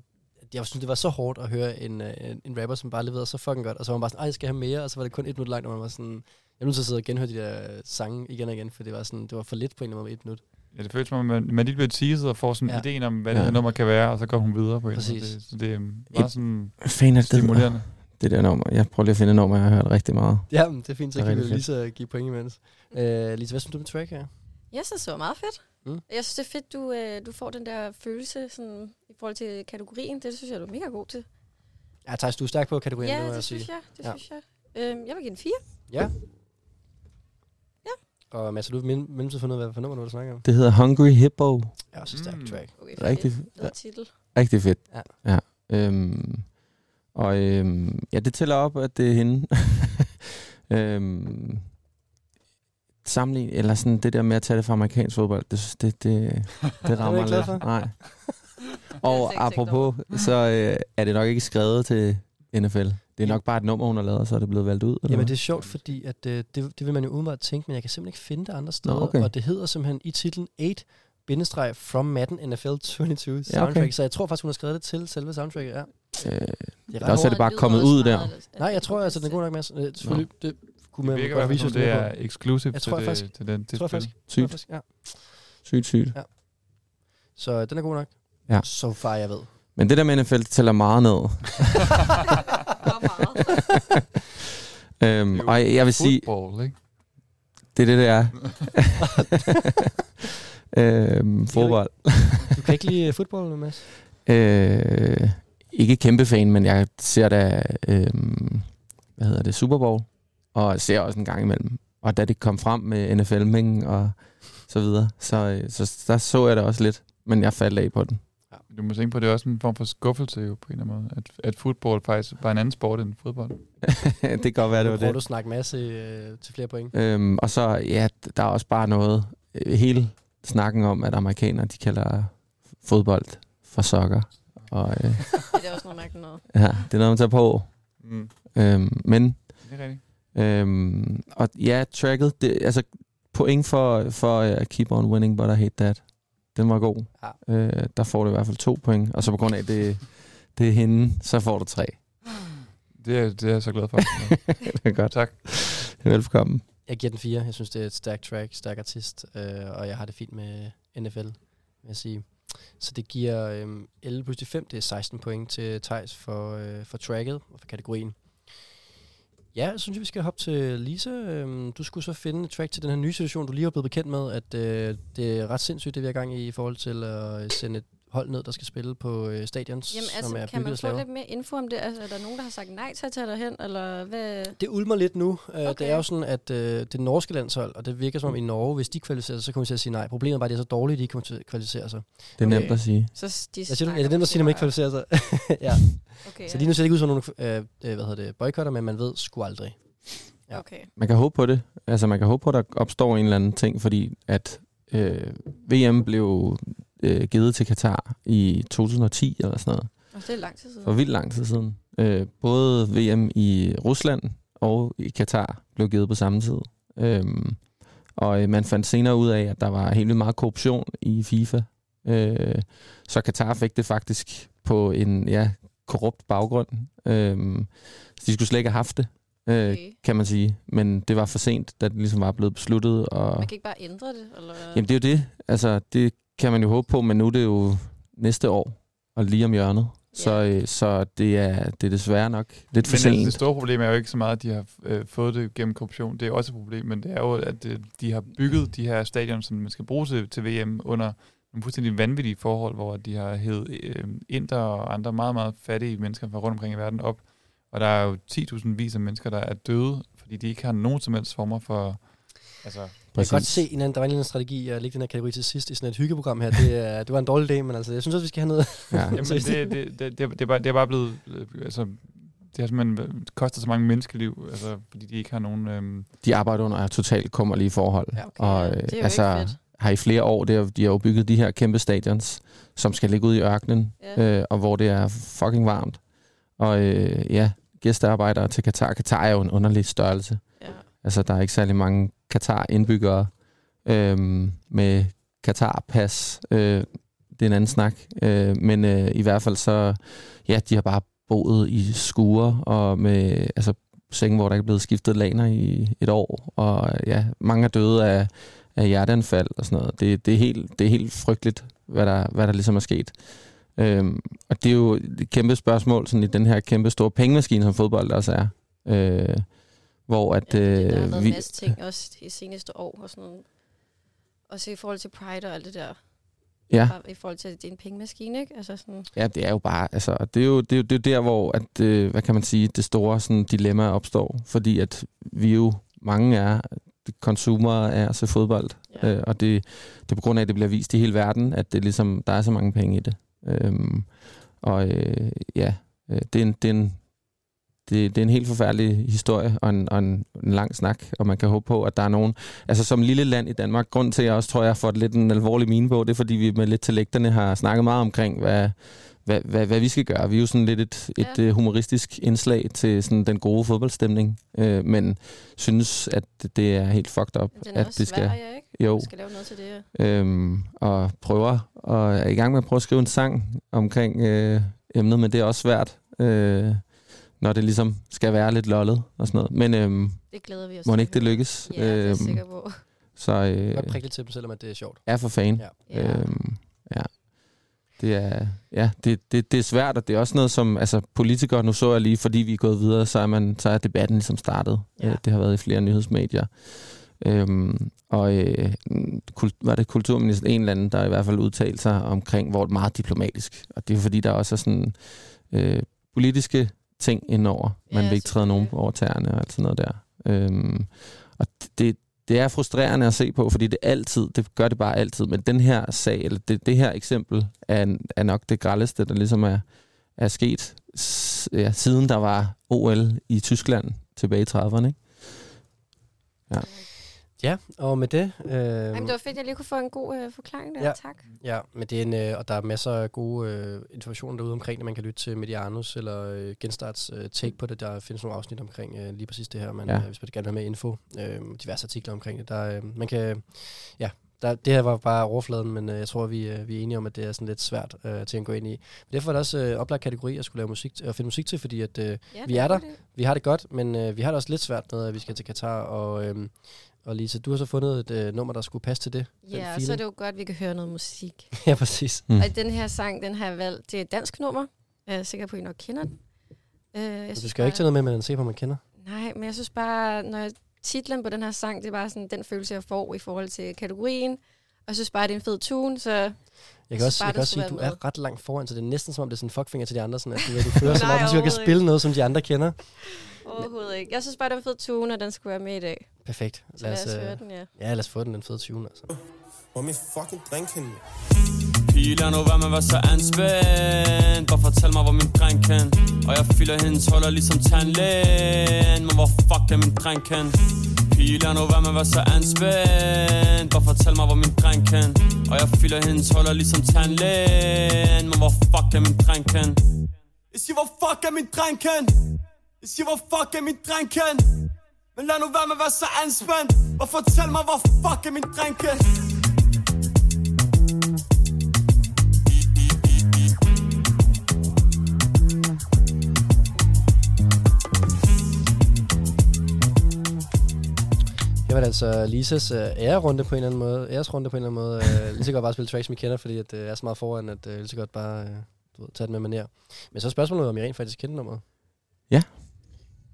[SPEAKER 2] jeg synes, det var så hårdt at høre en, øh, en, en rapper, som bare leverede så fucking godt, og så var man bare sådan, ej, jeg skal have mere, og så var det kun et minut langt, og man var sådan, jeg er nødt til at sidde og genhøre de der øh, sange igen og igen, for det var sådan, det var for lidt på en eller anden måde med et minut.
[SPEAKER 4] Ja, det føles som om, man, man lige bliver teaset og får sådan
[SPEAKER 2] Ja.
[SPEAKER 4] ja. ideen om, hvad ja.
[SPEAKER 3] Ja.
[SPEAKER 4] det her nummer kan være, og så går hun videre på en. eller anden måde.
[SPEAKER 2] Præcis.
[SPEAKER 4] Det, så det er øhm, meget sådan
[SPEAKER 3] Fan af det. Ah,
[SPEAKER 4] stimulerende.
[SPEAKER 3] Det der nummer. Jeg prøver lige at finde et nummer, jeg har hørt rigtig meget.
[SPEAKER 2] Ja, men det er fint, så
[SPEAKER 3] Det er
[SPEAKER 2] kan vi jo
[SPEAKER 3] rigtig
[SPEAKER 2] lige så give point imens. Øh, Lisa, hvad synes du med track her?
[SPEAKER 5] Jeg synes, det var meget fedt.
[SPEAKER 2] Mm.
[SPEAKER 5] Mm. Jeg synes, det er fedt, du, øh, du får den der følelse sådan, i forhold til kategorien. Det synes jeg, du er mega god til.
[SPEAKER 2] Ja, Thijs, du er stærk på kategorien,
[SPEAKER 5] ja,
[SPEAKER 2] det må
[SPEAKER 5] det
[SPEAKER 2] jeg sige.
[SPEAKER 5] synes jeg. Det
[SPEAKER 2] Ja.
[SPEAKER 5] ja. synes jeg. Øhm, jeg vil give den fire.
[SPEAKER 2] Ja. Ja. Og Mads, har du i mellem- mellemtiden fundet, ud af, hvad for nummer du vil snakke om? Mm.
[SPEAKER 3] Det hedder Hungry Hippo.
[SPEAKER 2] Ja, så stærk track.
[SPEAKER 5] Okay,
[SPEAKER 3] Rigtig,
[SPEAKER 5] Fed titel.
[SPEAKER 3] rigtig fedt.
[SPEAKER 2] Ja.
[SPEAKER 3] ja. Øhm, og øhm, ja, det tæller op, at det er hende. øhm, sammenlign, eller sådan det der med at tage det fra amerikansk fodbold, det, det, det, det
[SPEAKER 2] Er du
[SPEAKER 3] rammer
[SPEAKER 2] ikke
[SPEAKER 3] mig lidt.
[SPEAKER 2] glad for?
[SPEAKER 3] Nej. Og apropos, så øh, er det nok ikke skrevet til NFL. Det er nok bare et nummer, hun har lavet, og så er det blevet valgt ud. Eller?
[SPEAKER 2] Jamen,
[SPEAKER 3] hvad?
[SPEAKER 2] det er sjovt, fordi at, øh, det, det vil man jo umiddelbart tænke, men jeg kan simpelthen ikke finde det andre steder.
[SPEAKER 3] okay.
[SPEAKER 2] Og det hedder simpelthen i titlen 8 bindestreg From Madden NFL 22 soundtrack.
[SPEAKER 3] Ja, okay.
[SPEAKER 2] Så jeg tror faktisk, hun har skrevet det til selve soundtracket, ja.
[SPEAKER 3] Øh,
[SPEAKER 2] Det
[SPEAKER 3] det er også er det bare kommet ud der.
[SPEAKER 2] Nej, jeg tror altså, den er god nok, Mads. Øh, selvfølgelig, det kunne
[SPEAKER 4] Det
[SPEAKER 2] man
[SPEAKER 4] virker i
[SPEAKER 2] godt
[SPEAKER 4] hvert fald,
[SPEAKER 2] vise
[SPEAKER 4] som
[SPEAKER 2] os
[SPEAKER 4] det
[SPEAKER 2] mere
[SPEAKER 4] er
[SPEAKER 2] på.
[SPEAKER 4] eksklusivt øh.
[SPEAKER 2] Jeg
[SPEAKER 4] til,
[SPEAKER 2] tror jeg
[SPEAKER 4] det,
[SPEAKER 2] faktisk.
[SPEAKER 4] til den, det
[SPEAKER 2] Tror jeg
[SPEAKER 4] spil.
[SPEAKER 2] faktisk. Tror jeg
[SPEAKER 3] Sygt.
[SPEAKER 2] faktisk, ja.
[SPEAKER 3] Sygt, sygt.
[SPEAKER 2] Ja. Så øh, den er god nok.
[SPEAKER 3] Ja.
[SPEAKER 2] Så far, jeg ved.
[SPEAKER 3] Men det der med NFL, det tæller meget ned. øhm, og jeg vil sige,
[SPEAKER 4] Football, ikke?
[SPEAKER 3] det er det, det er. øhm, fodbold.
[SPEAKER 2] Du kan ikke lide fodbold, Mads?
[SPEAKER 3] øh, ikke kæmpe fan, men jeg ser da, øhm, hvad hedder det, Super Bowl, og ser også en gang imellem. Og da det kom frem med NFL-mingen og så videre, så, øh, så der så jeg det også lidt, men jeg faldt af på den.
[SPEAKER 4] Du må tænke på, at det er også en form for skuffelse jo, på en eller anden måde. At, at fodbold faktisk var en anden sport end fodbold.
[SPEAKER 3] det kan godt være, det var
[SPEAKER 2] Nu prøver du
[SPEAKER 3] det.
[SPEAKER 2] at snakke masse øh, til flere point.
[SPEAKER 3] Øhm, og så, ja, der er også bare noget. øh, Hele snakken om, at amerikanere, de kalder fodbold for sokker. Og, øh,
[SPEAKER 5] Det er også noget mærkeligt noget.
[SPEAKER 3] ja, det er noget, man tager på.
[SPEAKER 4] Mm.
[SPEAKER 3] Øhm, men,
[SPEAKER 4] Det er rigtigt.
[SPEAKER 3] øhm, og ja, tracket, det, altså point for, for uh, Keep On Winning, But I Hate That. Den var god. Ja. Øh, der får du i hvert fald to point. Og så på grund af, det, det er hende, så får du tre.
[SPEAKER 4] Det er, det er jeg så glad for.
[SPEAKER 3] det er godt.
[SPEAKER 4] Tak.
[SPEAKER 3] Velkommen.
[SPEAKER 2] Jeg giver den fire. Jeg synes, det er et stærkt track, stærk artist, øh, og jeg har det fint med NFL, vil jeg sige. Så det giver øh, 11 plus de 5, det er 16 point til Tejs for, øh, for tracket og for kategorien. Ja, jeg synes, vi skal hoppe til Lisa. Øhm, Du skulle så finde et track til den her nye situation, du lige er blevet bekendt med, at øh, det er ret sindssygt, det vi har gang i i forhold til at sende et hold ned, der skal spille på øh, stadions,
[SPEAKER 5] Jamen
[SPEAKER 2] som
[SPEAKER 5] altså,
[SPEAKER 2] er
[SPEAKER 5] kan
[SPEAKER 2] bygget og
[SPEAKER 5] man få
[SPEAKER 2] slaver.
[SPEAKER 5] lidt mere info om det? Altså, er der nogen, der har sagt nej til at tage dig hen, eller hvad?
[SPEAKER 2] Det ulmer lidt nu. Okay. Det er jo sådan, at øh, det norske landshold, og det virker som om i Norge, hvis de kvalificerer sig, så kommer de til at sige nej. Problemet er bare, at det er så dårligt, at de ikke kommer til at kvalificere sig.
[SPEAKER 3] Det er nemt Okay. at sige.
[SPEAKER 5] Så s- de
[SPEAKER 2] Hvad siger du? Ja, det er
[SPEAKER 5] snakker
[SPEAKER 2] nemt at sige, når man ikke kvalificerer sig. ja.
[SPEAKER 5] Okay,
[SPEAKER 2] Okay, så lige nu ser det ikke ud som nogle øh, øh, hvad hedder det, boykotter, men man ved sgu aldrig. Ja.
[SPEAKER 5] Okay.
[SPEAKER 3] Man kan håbe på det. Altså, man kan håbe på, at der opstår en eller anden ting, fordi at øh, VM blev øh, givet til Katar i 2010 eller sådan noget.
[SPEAKER 5] Og det er lang tid siden.
[SPEAKER 3] For vildt lang tid siden. Øh, både VM i Rusland og i Katar blev givet på samme tid. Øhm, og øh, man fandt senere ud af, at der var helt vildt meget korruption i FIFA. Øh, så Katar fik det faktisk på en ja, korrupt baggrund. Øh, så de skulle slet ikke have haft det, øh, okay. kan man sige. Men det var for sent, da det ligesom var blevet besluttet. Og,
[SPEAKER 5] Man kan ikke bare ændre det, eller?
[SPEAKER 3] Jamen det er jo det. Altså det kan man jo håbe på, men nu er det jo næste år og lige om hjørnet. Så, øh, så det, er, det er desværre nok lidt for
[SPEAKER 4] men
[SPEAKER 3] sent.
[SPEAKER 4] altså, det store problem er jo ikke så meget, at de har øh, fået det gennem korruption. Det er også et problem, men det er jo, at øh, de har bygget de her stadion, som man skal bruge til, til VM, under nogle fuldstændig vanvittige forhold, hvor de har hævet øh, inder og andre meget, meget fattige mennesker fra rundt omkring i verden op. Og der er jo 10.000 vis af mennesker, der er døde, fordi de ikke har nogen som helst former for... Altså,
[SPEAKER 2] Jeg kan godt se, en eller anden, der var en eller anden strategi at lægge den her kategori til sidst i sådan et hyggeprogram her. Det, er, det var en dårlig dag, men altså, jeg synes også, vi skal have noget.
[SPEAKER 4] Jamen, det, det, det, det, det, er bare, det er bare blevet... øh, Altså, det har simpelthen været- kostet så mange menneskeliv, altså, fordi de ikke har nogen... Øhm,
[SPEAKER 3] De arbejder under totalt kummerlige forhold. Ja, okay. Og øh,
[SPEAKER 4] jo ikke
[SPEAKER 3] altså,
[SPEAKER 4] fedt.
[SPEAKER 3] har i flere år, det er, de har jo bygget de her kæmpe stadions, som skal ligge ude i ørkenen,
[SPEAKER 5] Ja.
[SPEAKER 3] øh, og hvor det er fucking varmt. Og øh, ja, gæstearbejdere til Katar. Katar er jo en underlig størrelse.
[SPEAKER 5] Ja.
[SPEAKER 3] Altså, der er ikke særlig mange Katar-indbyggere øhm, med Katar-pas. Øh, det er en anden snak. Øh, men øh, i hvert fald så, ja, de har bare boet i skure og med, altså, senge, hvor der ikke er blevet skiftet laner i et år. Og ja, mange er døde af, af hjerteanfald og sådan noget. Det, det, er, helt, det er helt frygteligt, hvad der, hvad der ligesom er sket. Øhm, og det er jo et kæmpe spørgsmål sådan i den her kæmpe store pengemaskine, som fodbold også er. Øh, hvor at... øh, Ja,
[SPEAKER 5] Der har været en masse ting også i seneste år og sådan noget. Også i forhold til Pride og alt det der.
[SPEAKER 3] Ja.
[SPEAKER 5] Bare I forhold til, at det er en pengemaskine, ikke? Altså sådan,
[SPEAKER 3] Ja, det er jo bare, altså, og det er jo, det er jo, det er jo der, hvor, at, øh, hvad kan man sige, det store sådan, dilemma opstår, fordi at vi jo, mange er, konsumerer af at se fodbold, ja. øh, og det, det er på grund af, at det bliver vist i hele verden, at det ligesom, der er så mange penge i det. Øhm, og øh, ja, øh, det, er en, det, er en, det, det er en helt forfærdelig historie og en, og en, en lang snak, og man kan håbe på, at der er nogen... Altså som lille land i Danmark, grund til, at jeg også tror, jeg har fået lidt en alvorlig mine på, det er, fordi vi med lidt til lægterne har snakket meget omkring, hvad, hvad, hvad, hvad vi skal gøre. Vi er jo sådan lidt et, et
[SPEAKER 15] Ja.
[SPEAKER 3] ja. humoristisk indslag til sådan den gode fodboldstemning, øh, men synes, at det er helt fucked up.
[SPEAKER 5] den er
[SPEAKER 3] at
[SPEAKER 5] også
[SPEAKER 3] det skal,
[SPEAKER 5] Sverige, ikke?
[SPEAKER 3] Jo.
[SPEAKER 5] Vi skal lave noget til det.
[SPEAKER 3] Øhm, og prøver, og er i gang med at prøve at skrive en sang omkring øh, emnet, men det er også svært, øh, når det ligesom skal være lidt lollet og sådan noget. Men øhm,
[SPEAKER 5] Det glæder vi os
[SPEAKER 3] må
[SPEAKER 5] til.
[SPEAKER 3] ikke det Øhm, lykkes.
[SPEAKER 5] Ja, det er jeg sikker på.
[SPEAKER 3] Så øh,
[SPEAKER 2] Bare prikke lidt til dem, selvom at det er sjovt.
[SPEAKER 3] er for fan.
[SPEAKER 2] Ja.
[SPEAKER 3] Ja. Øhm, ja. Det er, ja, det, det, det er svært, og det er også noget, som altså, politikere, nu så jeg lige, fordi vi er gået videre, så er, man, så er debatten ligesom startet. Ja. Øh, det har været i flere nyhedsmedier. Øhm, og øh, kul- var det kulturminister en eller anden, der i hvert fald udtalte sig omkring, hvor det er meget diplomatisk. Og det er jo fordi, der også er sådan øh, politiske ting indover. Man ja, vil ikke træde nogen over tæerne og alt sådan noget der. Øhm, og det, det er frustrerende at se på, fordi det altid, det gør det bare altid, men den her sag, eller det, det her eksempel, er, er nok det grældeste, der ligesom er, er sket, s- ja, siden der var OL i Tyskland tilbage i 30'erne. Ikke? Ja.
[SPEAKER 2] Ja, og med det... Øh,
[SPEAKER 5] Jamen, det var fedt, at jeg lige kunne få en god øh, forklaring der.
[SPEAKER 2] Ja.
[SPEAKER 5] Tak.
[SPEAKER 2] Ja, men det er en, øh, og der er masser af gode øh, information derude omkring det. Man kan lytte til Medianus eller øh, Genstarts øh, take på det. Der findes nogle afsnit omkring øh, lige præcis det her, man,
[SPEAKER 3] Ja.
[SPEAKER 2] ja. øh, hvis man gerne vil have med info. Øh, diverse artikler omkring det. Der, øh, man kan, ja, der, det her var bare overfladen, men øh, jeg tror, vi, øh, vi er enige om, at det er sådan lidt svært øh, til at gå ind i. Men derfor er der også øh, oplagt kategori at skulle lave musik t- at finde musik til, fordi at, øh, vi
[SPEAKER 5] det
[SPEAKER 2] er
[SPEAKER 5] er
[SPEAKER 2] der,
[SPEAKER 5] det.
[SPEAKER 2] vi har det godt, men øh, vi har det også lidt svært med, at vi skal til Katar. Og, øh, og Lisa, du har så fundet et øh, nummer, der skulle passe til det. den
[SPEAKER 5] Ja, og så er
[SPEAKER 2] feeling.
[SPEAKER 5] det jo godt, at vi kan høre noget musik.
[SPEAKER 2] Ja, præcis.
[SPEAKER 5] Mm. Og den her sang, den har jeg valgt, det er et dansk nummer. Jeg er sikker på, at I nok kender den. Øh, jeg
[SPEAKER 2] Så du
[SPEAKER 5] synes
[SPEAKER 2] skal jo ikke
[SPEAKER 5] bare-
[SPEAKER 2] til noget med, men den ser på, man kender.
[SPEAKER 5] Nej, men jeg synes bare, når jeg, titlen på den her sang, det er bare sådan den følelse, jeg får i forhold til kategorien, Og jeg synes bare, det er en fed tune, så... Jeg
[SPEAKER 2] Jeg
[SPEAKER 5] synes
[SPEAKER 2] kan også,
[SPEAKER 5] bare,
[SPEAKER 2] jeg
[SPEAKER 5] der
[SPEAKER 2] kan også sige,
[SPEAKER 5] skulle
[SPEAKER 2] at du
[SPEAKER 5] være
[SPEAKER 2] er ret langt foran, så det er næsten som om, det er sådan en fuckfinger til de andre, sådan at du, ved, du fører så
[SPEAKER 5] Nej,
[SPEAKER 2] meget, hvis du kan
[SPEAKER 5] overhovedet
[SPEAKER 2] spille noget, som de andre kender.
[SPEAKER 5] med. Overhovedet ikke. Jeg synes bare, det er en fed tune, og den skulle være med i dag.
[SPEAKER 2] Perfekt.
[SPEAKER 5] Så lad os,
[SPEAKER 2] øh,
[SPEAKER 5] høre den, ja.
[SPEAKER 2] Ja, lad os få den, den fede tune, altså.
[SPEAKER 15] Hvor min fucking drink henne?
[SPEAKER 16] Pige, lad nu være med at være så anspændt Bare fortæl mig, hvor min dreng kan Og jeg fylder hendes huller ligesom tandlægen Men hvor fuck er min dreng kan Pige, lad nu være med at være så anspændt Bare fortæl mig, hvor min dreng kan Og jeg fylder hendes huller ligesom tandlægen Men hvor fuck er min dreng kan Jeg siger, hvor fuck er min dreng kan Jeg siger, hvor fuck er min dreng kan Men lad nu være med at være så anspændt Og fortæl mig, hvor fuck er min dreng kan
[SPEAKER 2] Her var det altså Lisas øh, ærerunde på en eller anden måde. Æresrunde på en eller anden måde. Øh, lige så godt bare spille tracks, som I kender, fordi at, øh, jeg er så meget foran, at øh, lige så godt bare øh, du ved, tage den med manér. Men så er spørgsmålet, om I rent faktisk kendte nummeret.
[SPEAKER 4] I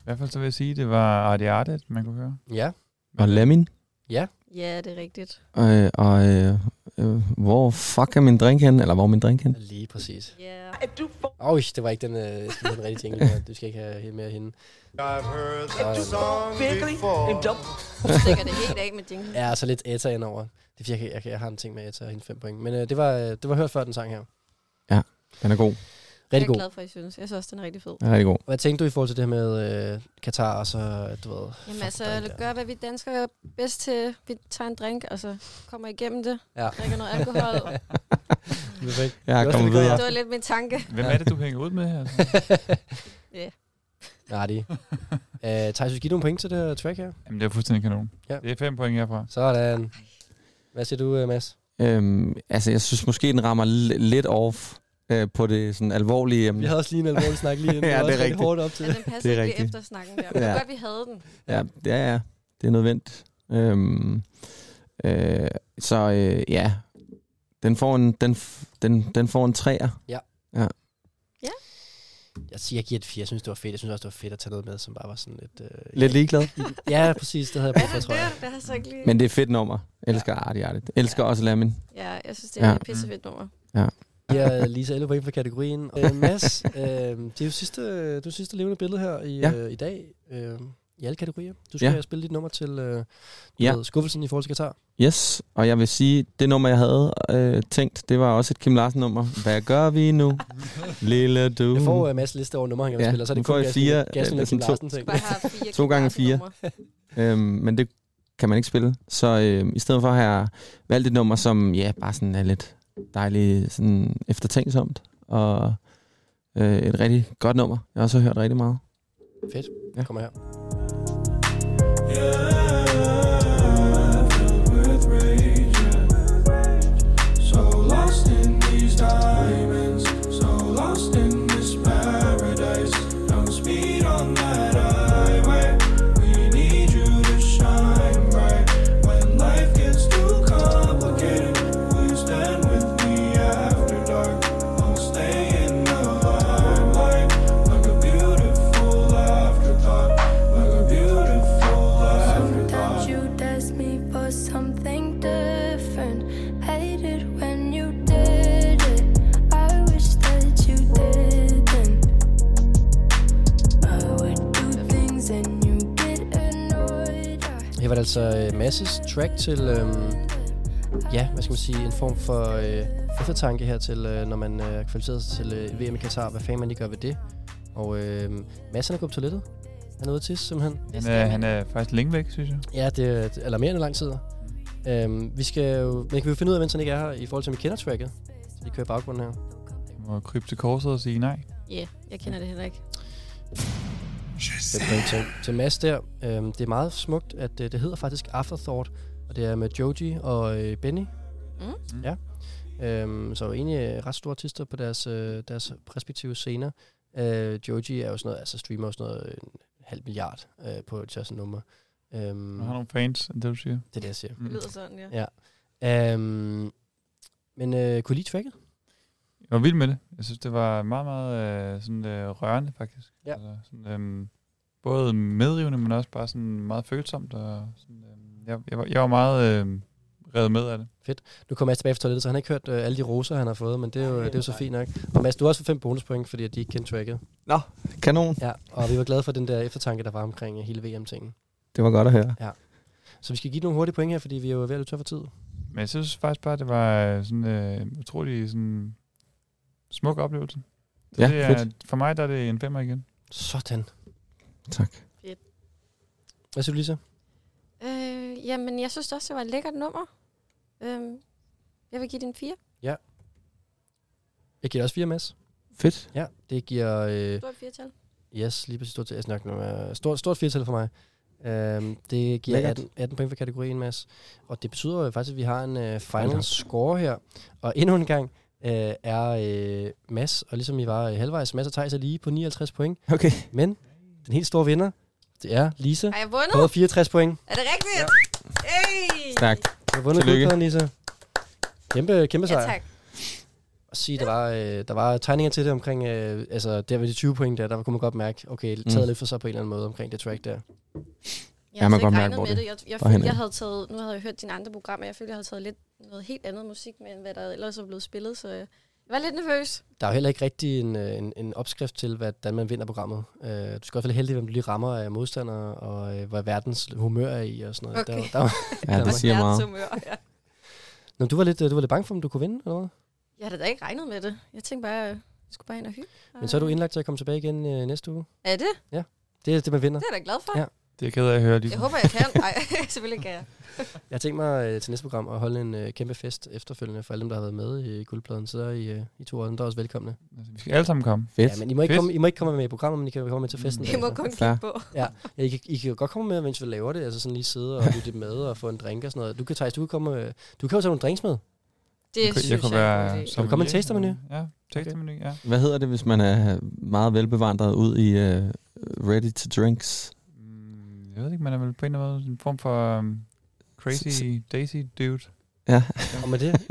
[SPEAKER 4] hvert fald så vil jeg sige, det var Ardiarte, man kunne høre.
[SPEAKER 2] Ja.
[SPEAKER 3] Og Lamin.
[SPEAKER 2] Ja.
[SPEAKER 5] Ja, det er rigtigt.
[SPEAKER 3] Og, og øh, øh, hvor fuck er min drink hen? Eller hvor er min drink hen?
[SPEAKER 2] Lige præcis. Yeah. Øj, det var ikke den, øh, jeg skal have den rigtige jingle. her. Du skal ikke have helt mere hende.
[SPEAKER 7] I've heard
[SPEAKER 2] that
[SPEAKER 7] song
[SPEAKER 6] Virkelig? En dum...
[SPEAKER 5] Du stikker det helt af med jinglen.
[SPEAKER 2] Ja, og så lidt Etta indover. Det er fordi, jeg, kan- jeg, kan- jeg har en ting med Etta og hende fem point. Men øh, det, var, øh, det var hørt før den sang her.
[SPEAKER 3] Ja, den er god.
[SPEAKER 5] Jeg
[SPEAKER 2] Rigtig
[SPEAKER 5] er
[SPEAKER 2] god.
[SPEAKER 5] glad for, at I synes. Jeg synes også, den er rigtig fed.
[SPEAKER 3] Den er rigtig god.
[SPEAKER 2] Hvad tænkte du i forhold til det her med øh, Katar og så, øh, du ved...
[SPEAKER 5] Jamen altså, gør hvad vi danskere er bedst til. Vi tager en drink, og så kommer igennem det.
[SPEAKER 2] Ja.
[SPEAKER 5] Drikker noget alkohol.
[SPEAKER 2] Perfekt.
[SPEAKER 3] Jeg er
[SPEAKER 2] Det var
[SPEAKER 3] kommet
[SPEAKER 2] sådan,
[SPEAKER 3] videre.
[SPEAKER 5] det var lidt min tanke.
[SPEAKER 4] Hvem er det, du hænger ud med her?
[SPEAKER 5] Ja.
[SPEAKER 2] Nej, det er. Øh, Thijs, vil du give nogle point til det her track her?
[SPEAKER 4] Jamen, det er fuldstændig kanon.
[SPEAKER 2] Ja.
[SPEAKER 4] Det er fem point herfra.
[SPEAKER 2] Sådan. Hvad siger du, øh, Mads?
[SPEAKER 3] Øhm, altså, jeg synes måske, den rammer li- lidt off øh, på det sådan alvorlige... Øhm.
[SPEAKER 2] Vi havde også lige en alvorlig snak lige inden.
[SPEAKER 3] ja,
[SPEAKER 2] var
[SPEAKER 3] det
[SPEAKER 2] også
[SPEAKER 3] er
[SPEAKER 2] lidt
[SPEAKER 3] rigtigt.
[SPEAKER 2] hårdt op til.
[SPEAKER 5] Ja, den passer ikke lige efter snakken der. Men det var godt, vi havde den.
[SPEAKER 3] Ja, det er, ja. det er nødvendigt. Øhm, øh, så øh, ja, den får en, den, f- den, den får en træer.
[SPEAKER 2] Ja.
[SPEAKER 3] ja.
[SPEAKER 2] Jeg siger, jeg giver et 4. Jeg synes, det var fedt. Jeg synes også, det var fedt at tage noget med, som bare var sådan lidt... Øh,
[SPEAKER 3] Lidt ligeglad.
[SPEAKER 2] ja, præcis. Det havde jeg brug for, tror jeg.
[SPEAKER 5] Det har jeg så ikke lige...
[SPEAKER 3] Men det er fedt nummer. Elsker ja. Artie Artie. Elsker ja. også Lamin.
[SPEAKER 5] Ja, jeg synes, det er
[SPEAKER 3] Ja.
[SPEAKER 5] et pissefedt nummer.
[SPEAKER 3] Ja.
[SPEAKER 2] Ja, Lisa 11 point for kategorien. Øh, Mads, øh, det er jo sidste, du er sidste levende billede her i,
[SPEAKER 3] Ja.
[SPEAKER 2] ja. øh, i dag. Øh, I alle kategorier. Du skal
[SPEAKER 3] Ja.
[SPEAKER 2] ja. spille dit nummer til øh,
[SPEAKER 3] Ja.
[SPEAKER 2] ja. skuffelsen i forhold til Katar.
[SPEAKER 3] Yes, og jeg vil sige, det nummer, jeg havde øh, tænkt, det var også et Kim Larsen-nummer. Hvad gør vi nu? Lille du.
[SPEAKER 2] Jeg får øh, Mads liste over numre, han kan
[SPEAKER 3] Uh. Ja,
[SPEAKER 2] spille, og så er
[SPEAKER 3] nu
[SPEAKER 2] det
[SPEAKER 3] får
[SPEAKER 2] kun
[SPEAKER 3] jeg
[SPEAKER 2] Gas-
[SPEAKER 3] fire,
[SPEAKER 2] Gassen
[SPEAKER 3] øh,
[SPEAKER 2] og Kim
[SPEAKER 3] sådan to-
[SPEAKER 2] Larsen ting.
[SPEAKER 5] Bare have fire
[SPEAKER 3] to gange fire. øhm, men det kan man ikke spille. Så øhm, i stedet for har jeg valgt et nummer, som ja, bare sådan er lidt dejligt sådan eftertænksomt. Og øh, et rigtig godt nummer. Jeg har også hørt rigtig meget.
[SPEAKER 2] Fedt.
[SPEAKER 3] Ja.
[SPEAKER 2] Kommer her.
[SPEAKER 8] So lost in these diamonds, so lost in this paradise. Don't speed on that highway. We need you to shine bright. When life gets too complicated, will you stand with me after dark? Won't stay in the limelight. Like a beautiful afterthought, like a beautiful afterthought.
[SPEAKER 17] Sometimes you test me for something different. Hate it when you did it. I wish that you didn't. I would do things and you get annoyed.
[SPEAKER 2] Her var det altså øh, Masses track til, øh, ja, hvad skal man sige, en form for øh, eftertanke her til, øh, når man øh, er kvalificeret sig til øh, VM i Katar. Hvad fanden man lige gør ved det. Og øh, Mads, han er gået på toilettet. Han er ude at tisse, simpelthen.
[SPEAKER 4] Han er, øh, han er faktisk længe væk, synes jeg.
[SPEAKER 2] Ja, det er det er alarmerende lang tid. Øhm, vi skal jo, men kan vi jo finde ud af, mens han ikke er her, i forhold til, om vi kender tracket. Så vi kører i baggrunden her.
[SPEAKER 4] Jeg må krybe til korset og sige nej.
[SPEAKER 5] Ja, yeah, jeg kender det heller ikke.
[SPEAKER 2] Det er til, til Mads der. Øhm, det er meget smukt, at øh, det hedder faktisk Afterthought, og det er med Joji og øh, Benny.
[SPEAKER 5] Mm.
[SPEAKER 2] Ja. Øhm, så egentlig øh, ret store artister på deres, øh, deres respektive scener. Øh, Joji er jo sådan noget, altså streamer jo sådan noget, øh, en halv milliard øh, på et sådan nummer. Øhm,
[SPEAKER 4] Du har nogle fans, er det du siger. Mm.
[SPEAKER 2] Det er det, jeg siger.
[SPEAKER 5] Det lyder sådan, ja.
[SPEAKER 2] Ja. Øhm, men øh, kunne I lide tracket?
[SPEAKER 4] Jeg var vild med det. Jeg synes, det var meget, meget øh, sådan, øh, rørende, faktisk.
[SPEAKER 2] Ja.
[SPEAKER 4] Altså, sådan, øhm, både medrivende, men også bare sådan meget følsomt. Og sådan, øhm, jeg, jeg, var, jeg var meget øh, revet med af det.
[SPEAKER 2] Fedt. Nu kommer Mads tilbage fra toilettet, så han har ikke hørt øh, alle de roser, han har fået, men det er jo, det er jo så fint nok. Og Mads, du har også fået fem bonuspoint, fordi at de ikke kendte tracket.
[SPEAKER 3] Nå, kanon.
[SPEAKER 2] Ja, og vi var glade for den der eftertanke, der var omkring øh, hele VM-tingen.
[SPEAKER 3] Det var godt at høre.
[SPEAKER 2] Ja. Så vi skal give nogle hurtige point her, fordi vi er jo ved at løbe tør for tid.
[SPEAKER 4] Men jeg synes faktisk bare, det var øh, sådan øh, utrolig sådan, smuk oplevelse. Så
[SPEAKER 3] Ja,
[SPEAKER 4] det er,
[SPEAKER 3] fedt.
[SPEAKER 4] For mig der er det en femmer igen.
[SPEAKER 2] Sådan.
[SPEAKER 3] Tak.
[SPEAKER 5] Fedt.
[SPEAKER 2] Hvad siger du, Lisa?
[SPEAKER 5] Øh, jamen, jeg synes også, det var et lækkert nummer. Øhm, jeg vil give den fire.
[SPEAKER 2] Ja. Jeg giver også fire, Mads.
[SPEAKER 3] Fedt.
[SPEAKER 2] Ja, det giver... Øh,
[SPEAKER 5] Stort firtal.
[SPEAKER 2] Yes, lige præcis stort, jeg snakker om, øh, stort, stort firtal for mig. Øhm, det giver
[SPEAKER 3] Lækkert.
[SPEAKER 2] 18, 18 point for kategorien, Mads. Og det betyder jo faktisk, at vi har en øh, final score her. Og endnu en gang øh, er øh, Mads, og ligesom I var øh, halvvejs, Mads og Thijs er lige på 59 point.
[SPEAKER 3] Okay.
[SPEAKER 2] Men den helt store vinder, det er Lisa.
[SPEAKER 5] Har jeg vundet?
[SPEAKER 2] På 64 point.
[SPEAKER 5] Er det rigtigt? Ja. Hey!
[SPEAKER 3] Tak.
[SPEAKER 2] Du har vundet
[SPEAKER 3] Tillykke.
[SPEAKER 2] guldpladen, Lisa. Kæmpe, kæmpe sejr.
[SPEAKER 5] Ja, tak.
[SPEAKER 2] at sige, der var, øh, der var tegninger til det omkring, øh, altså der ved de 20 point der, der kunne man godt mærke, okay, taget
[SPEAKER 3] Mm.
[SPEAKER 2] lidt for sig på en eller anden måde omkring det track der.
[SPEAKER 3] Ja,
[SPEAKER 5] Jeg havde
[SPEAKER 3] man
[SPEAKER 5] altså
[SPEAKER 3] kan
[SPEAKER 5] ikke
[SPEAKER 3] godt
[SPEAKER 5] regnet
[SPEAKER 3] mærke, hvor
[SPEAKER 5] med
[SPEAKER 3] det
[SPEAKER 5] det. Jeg, jeg,
[SPEAKER 3] var
[SPEAKER 5] følte,
[SPEAKER 3] henad.
[SPEAKER 5] jeg havde taget, nu havde jeg hørt dine andre programmer, jeg følte, jeg havde taget lidt noget helt andet musik med, end hvad der ellers var blevet spillet, så øh, jeg var lidt nervøs.
[SPEAKER 2] Der er jo heller ikke rigtig en, øh, en, en opskrift til, hvordan man vinder programmet. Øh, du skal i hvert fald være heldig, hvem du lige rammer af modstandere, og øh, hvad verdens humør er i og sådan noget.
[SPEAKER 5] Okay.
[SPEAKER 2] Der, der,
[SPEAKER 3] Ja, det siger meget.
[SPEAKER 5] Humør, ja.
[SPEAKER 2] Nå, du, var lidt, øh, du var lidt bange for, om du kunne vinde, eller hvad?
[SPEAKER 5] Jeg havde da ikke regnet med det. Jeg tænkte bare, øh, jeg skulle bare ind og hygge.
[SPEAKER 2] Men så er du indlagt til at komme tilbage igen øh, næste uge.
[SPEAKER 5] Er det?
[SPEAKER 2] Ja, det er det, man vinder.
[SPEAKER 5] Det er jeg da glad for.
[SPEAKER 2] Ja.
[SPEAKER 4] Det er jeg ked af at høre lige.
[SPEAKER 5] Jeg håber, jeg kan. Nej, selvfølgelig kan jeg.
[SPEAKER 2] Jeg har tænkt mig øh, til næste program at holde en øh, kæmpe fest efterfølgende for alle dem, der har været med i guldpladen. Så er I, øh, I to andre også velkomne.
[SPEAKER 4] Altså, Vi skal alle sammen komme.
[SPEAKER 3] Fedt.
[SPEAKER 2] Ja, men I må, ikke
[SPEAKER 4] Fedt.
[SPEAKER 2] komme, I må ikke komme med i programmet, men I kan komme med til festen.
[SPEAKER 5] I må
[SPEAKER 2] bagefter.
[SPEAKER 5] kun kigge på.
[SPEAKER 2] Ja, ja I, kan, I kan jo godt komme med, mens vi laver det. Altså sådan lige sidde og lytte med og få en drink og sådan noget. Du kan, Thijs, du kan, komme, øh, du kan jo tage nogle drinks med.
[SPEAKER 5] Det
[SPEAKER 4] Jeg kunne- jeg synes kunne jeg er en være god idé.
[SPEAKER 2] Kan du komme med en tastermenu?
[SPEAKER 4] Ja, tastermenu, ja.
[SPEAKER 3] Hvad hedder det, hvis man er meget velbevandret ud i uh, ready to drinks?
[SPEAKER 4] Mm, Jeg ved ikke, man er vel på en eller anden måde en form for um, crazy daisy dude.
[SPEAKER 3] Ja.
[SPEAKER 2] Og med det,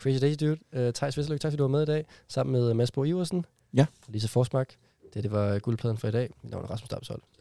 [SPEAKER 2] Crazy Daisy Dude, uh, Thijs Vesterløk, tak fordi du var med i dag, sammen med øh, Mads Bo Iversen
[SPEAKER 3] Ja.
[SPEAKER 2] og Lisa Forsmark. Det, det var øh, guldpladen for i dag. Mit navn er Rasmus Damsholdt.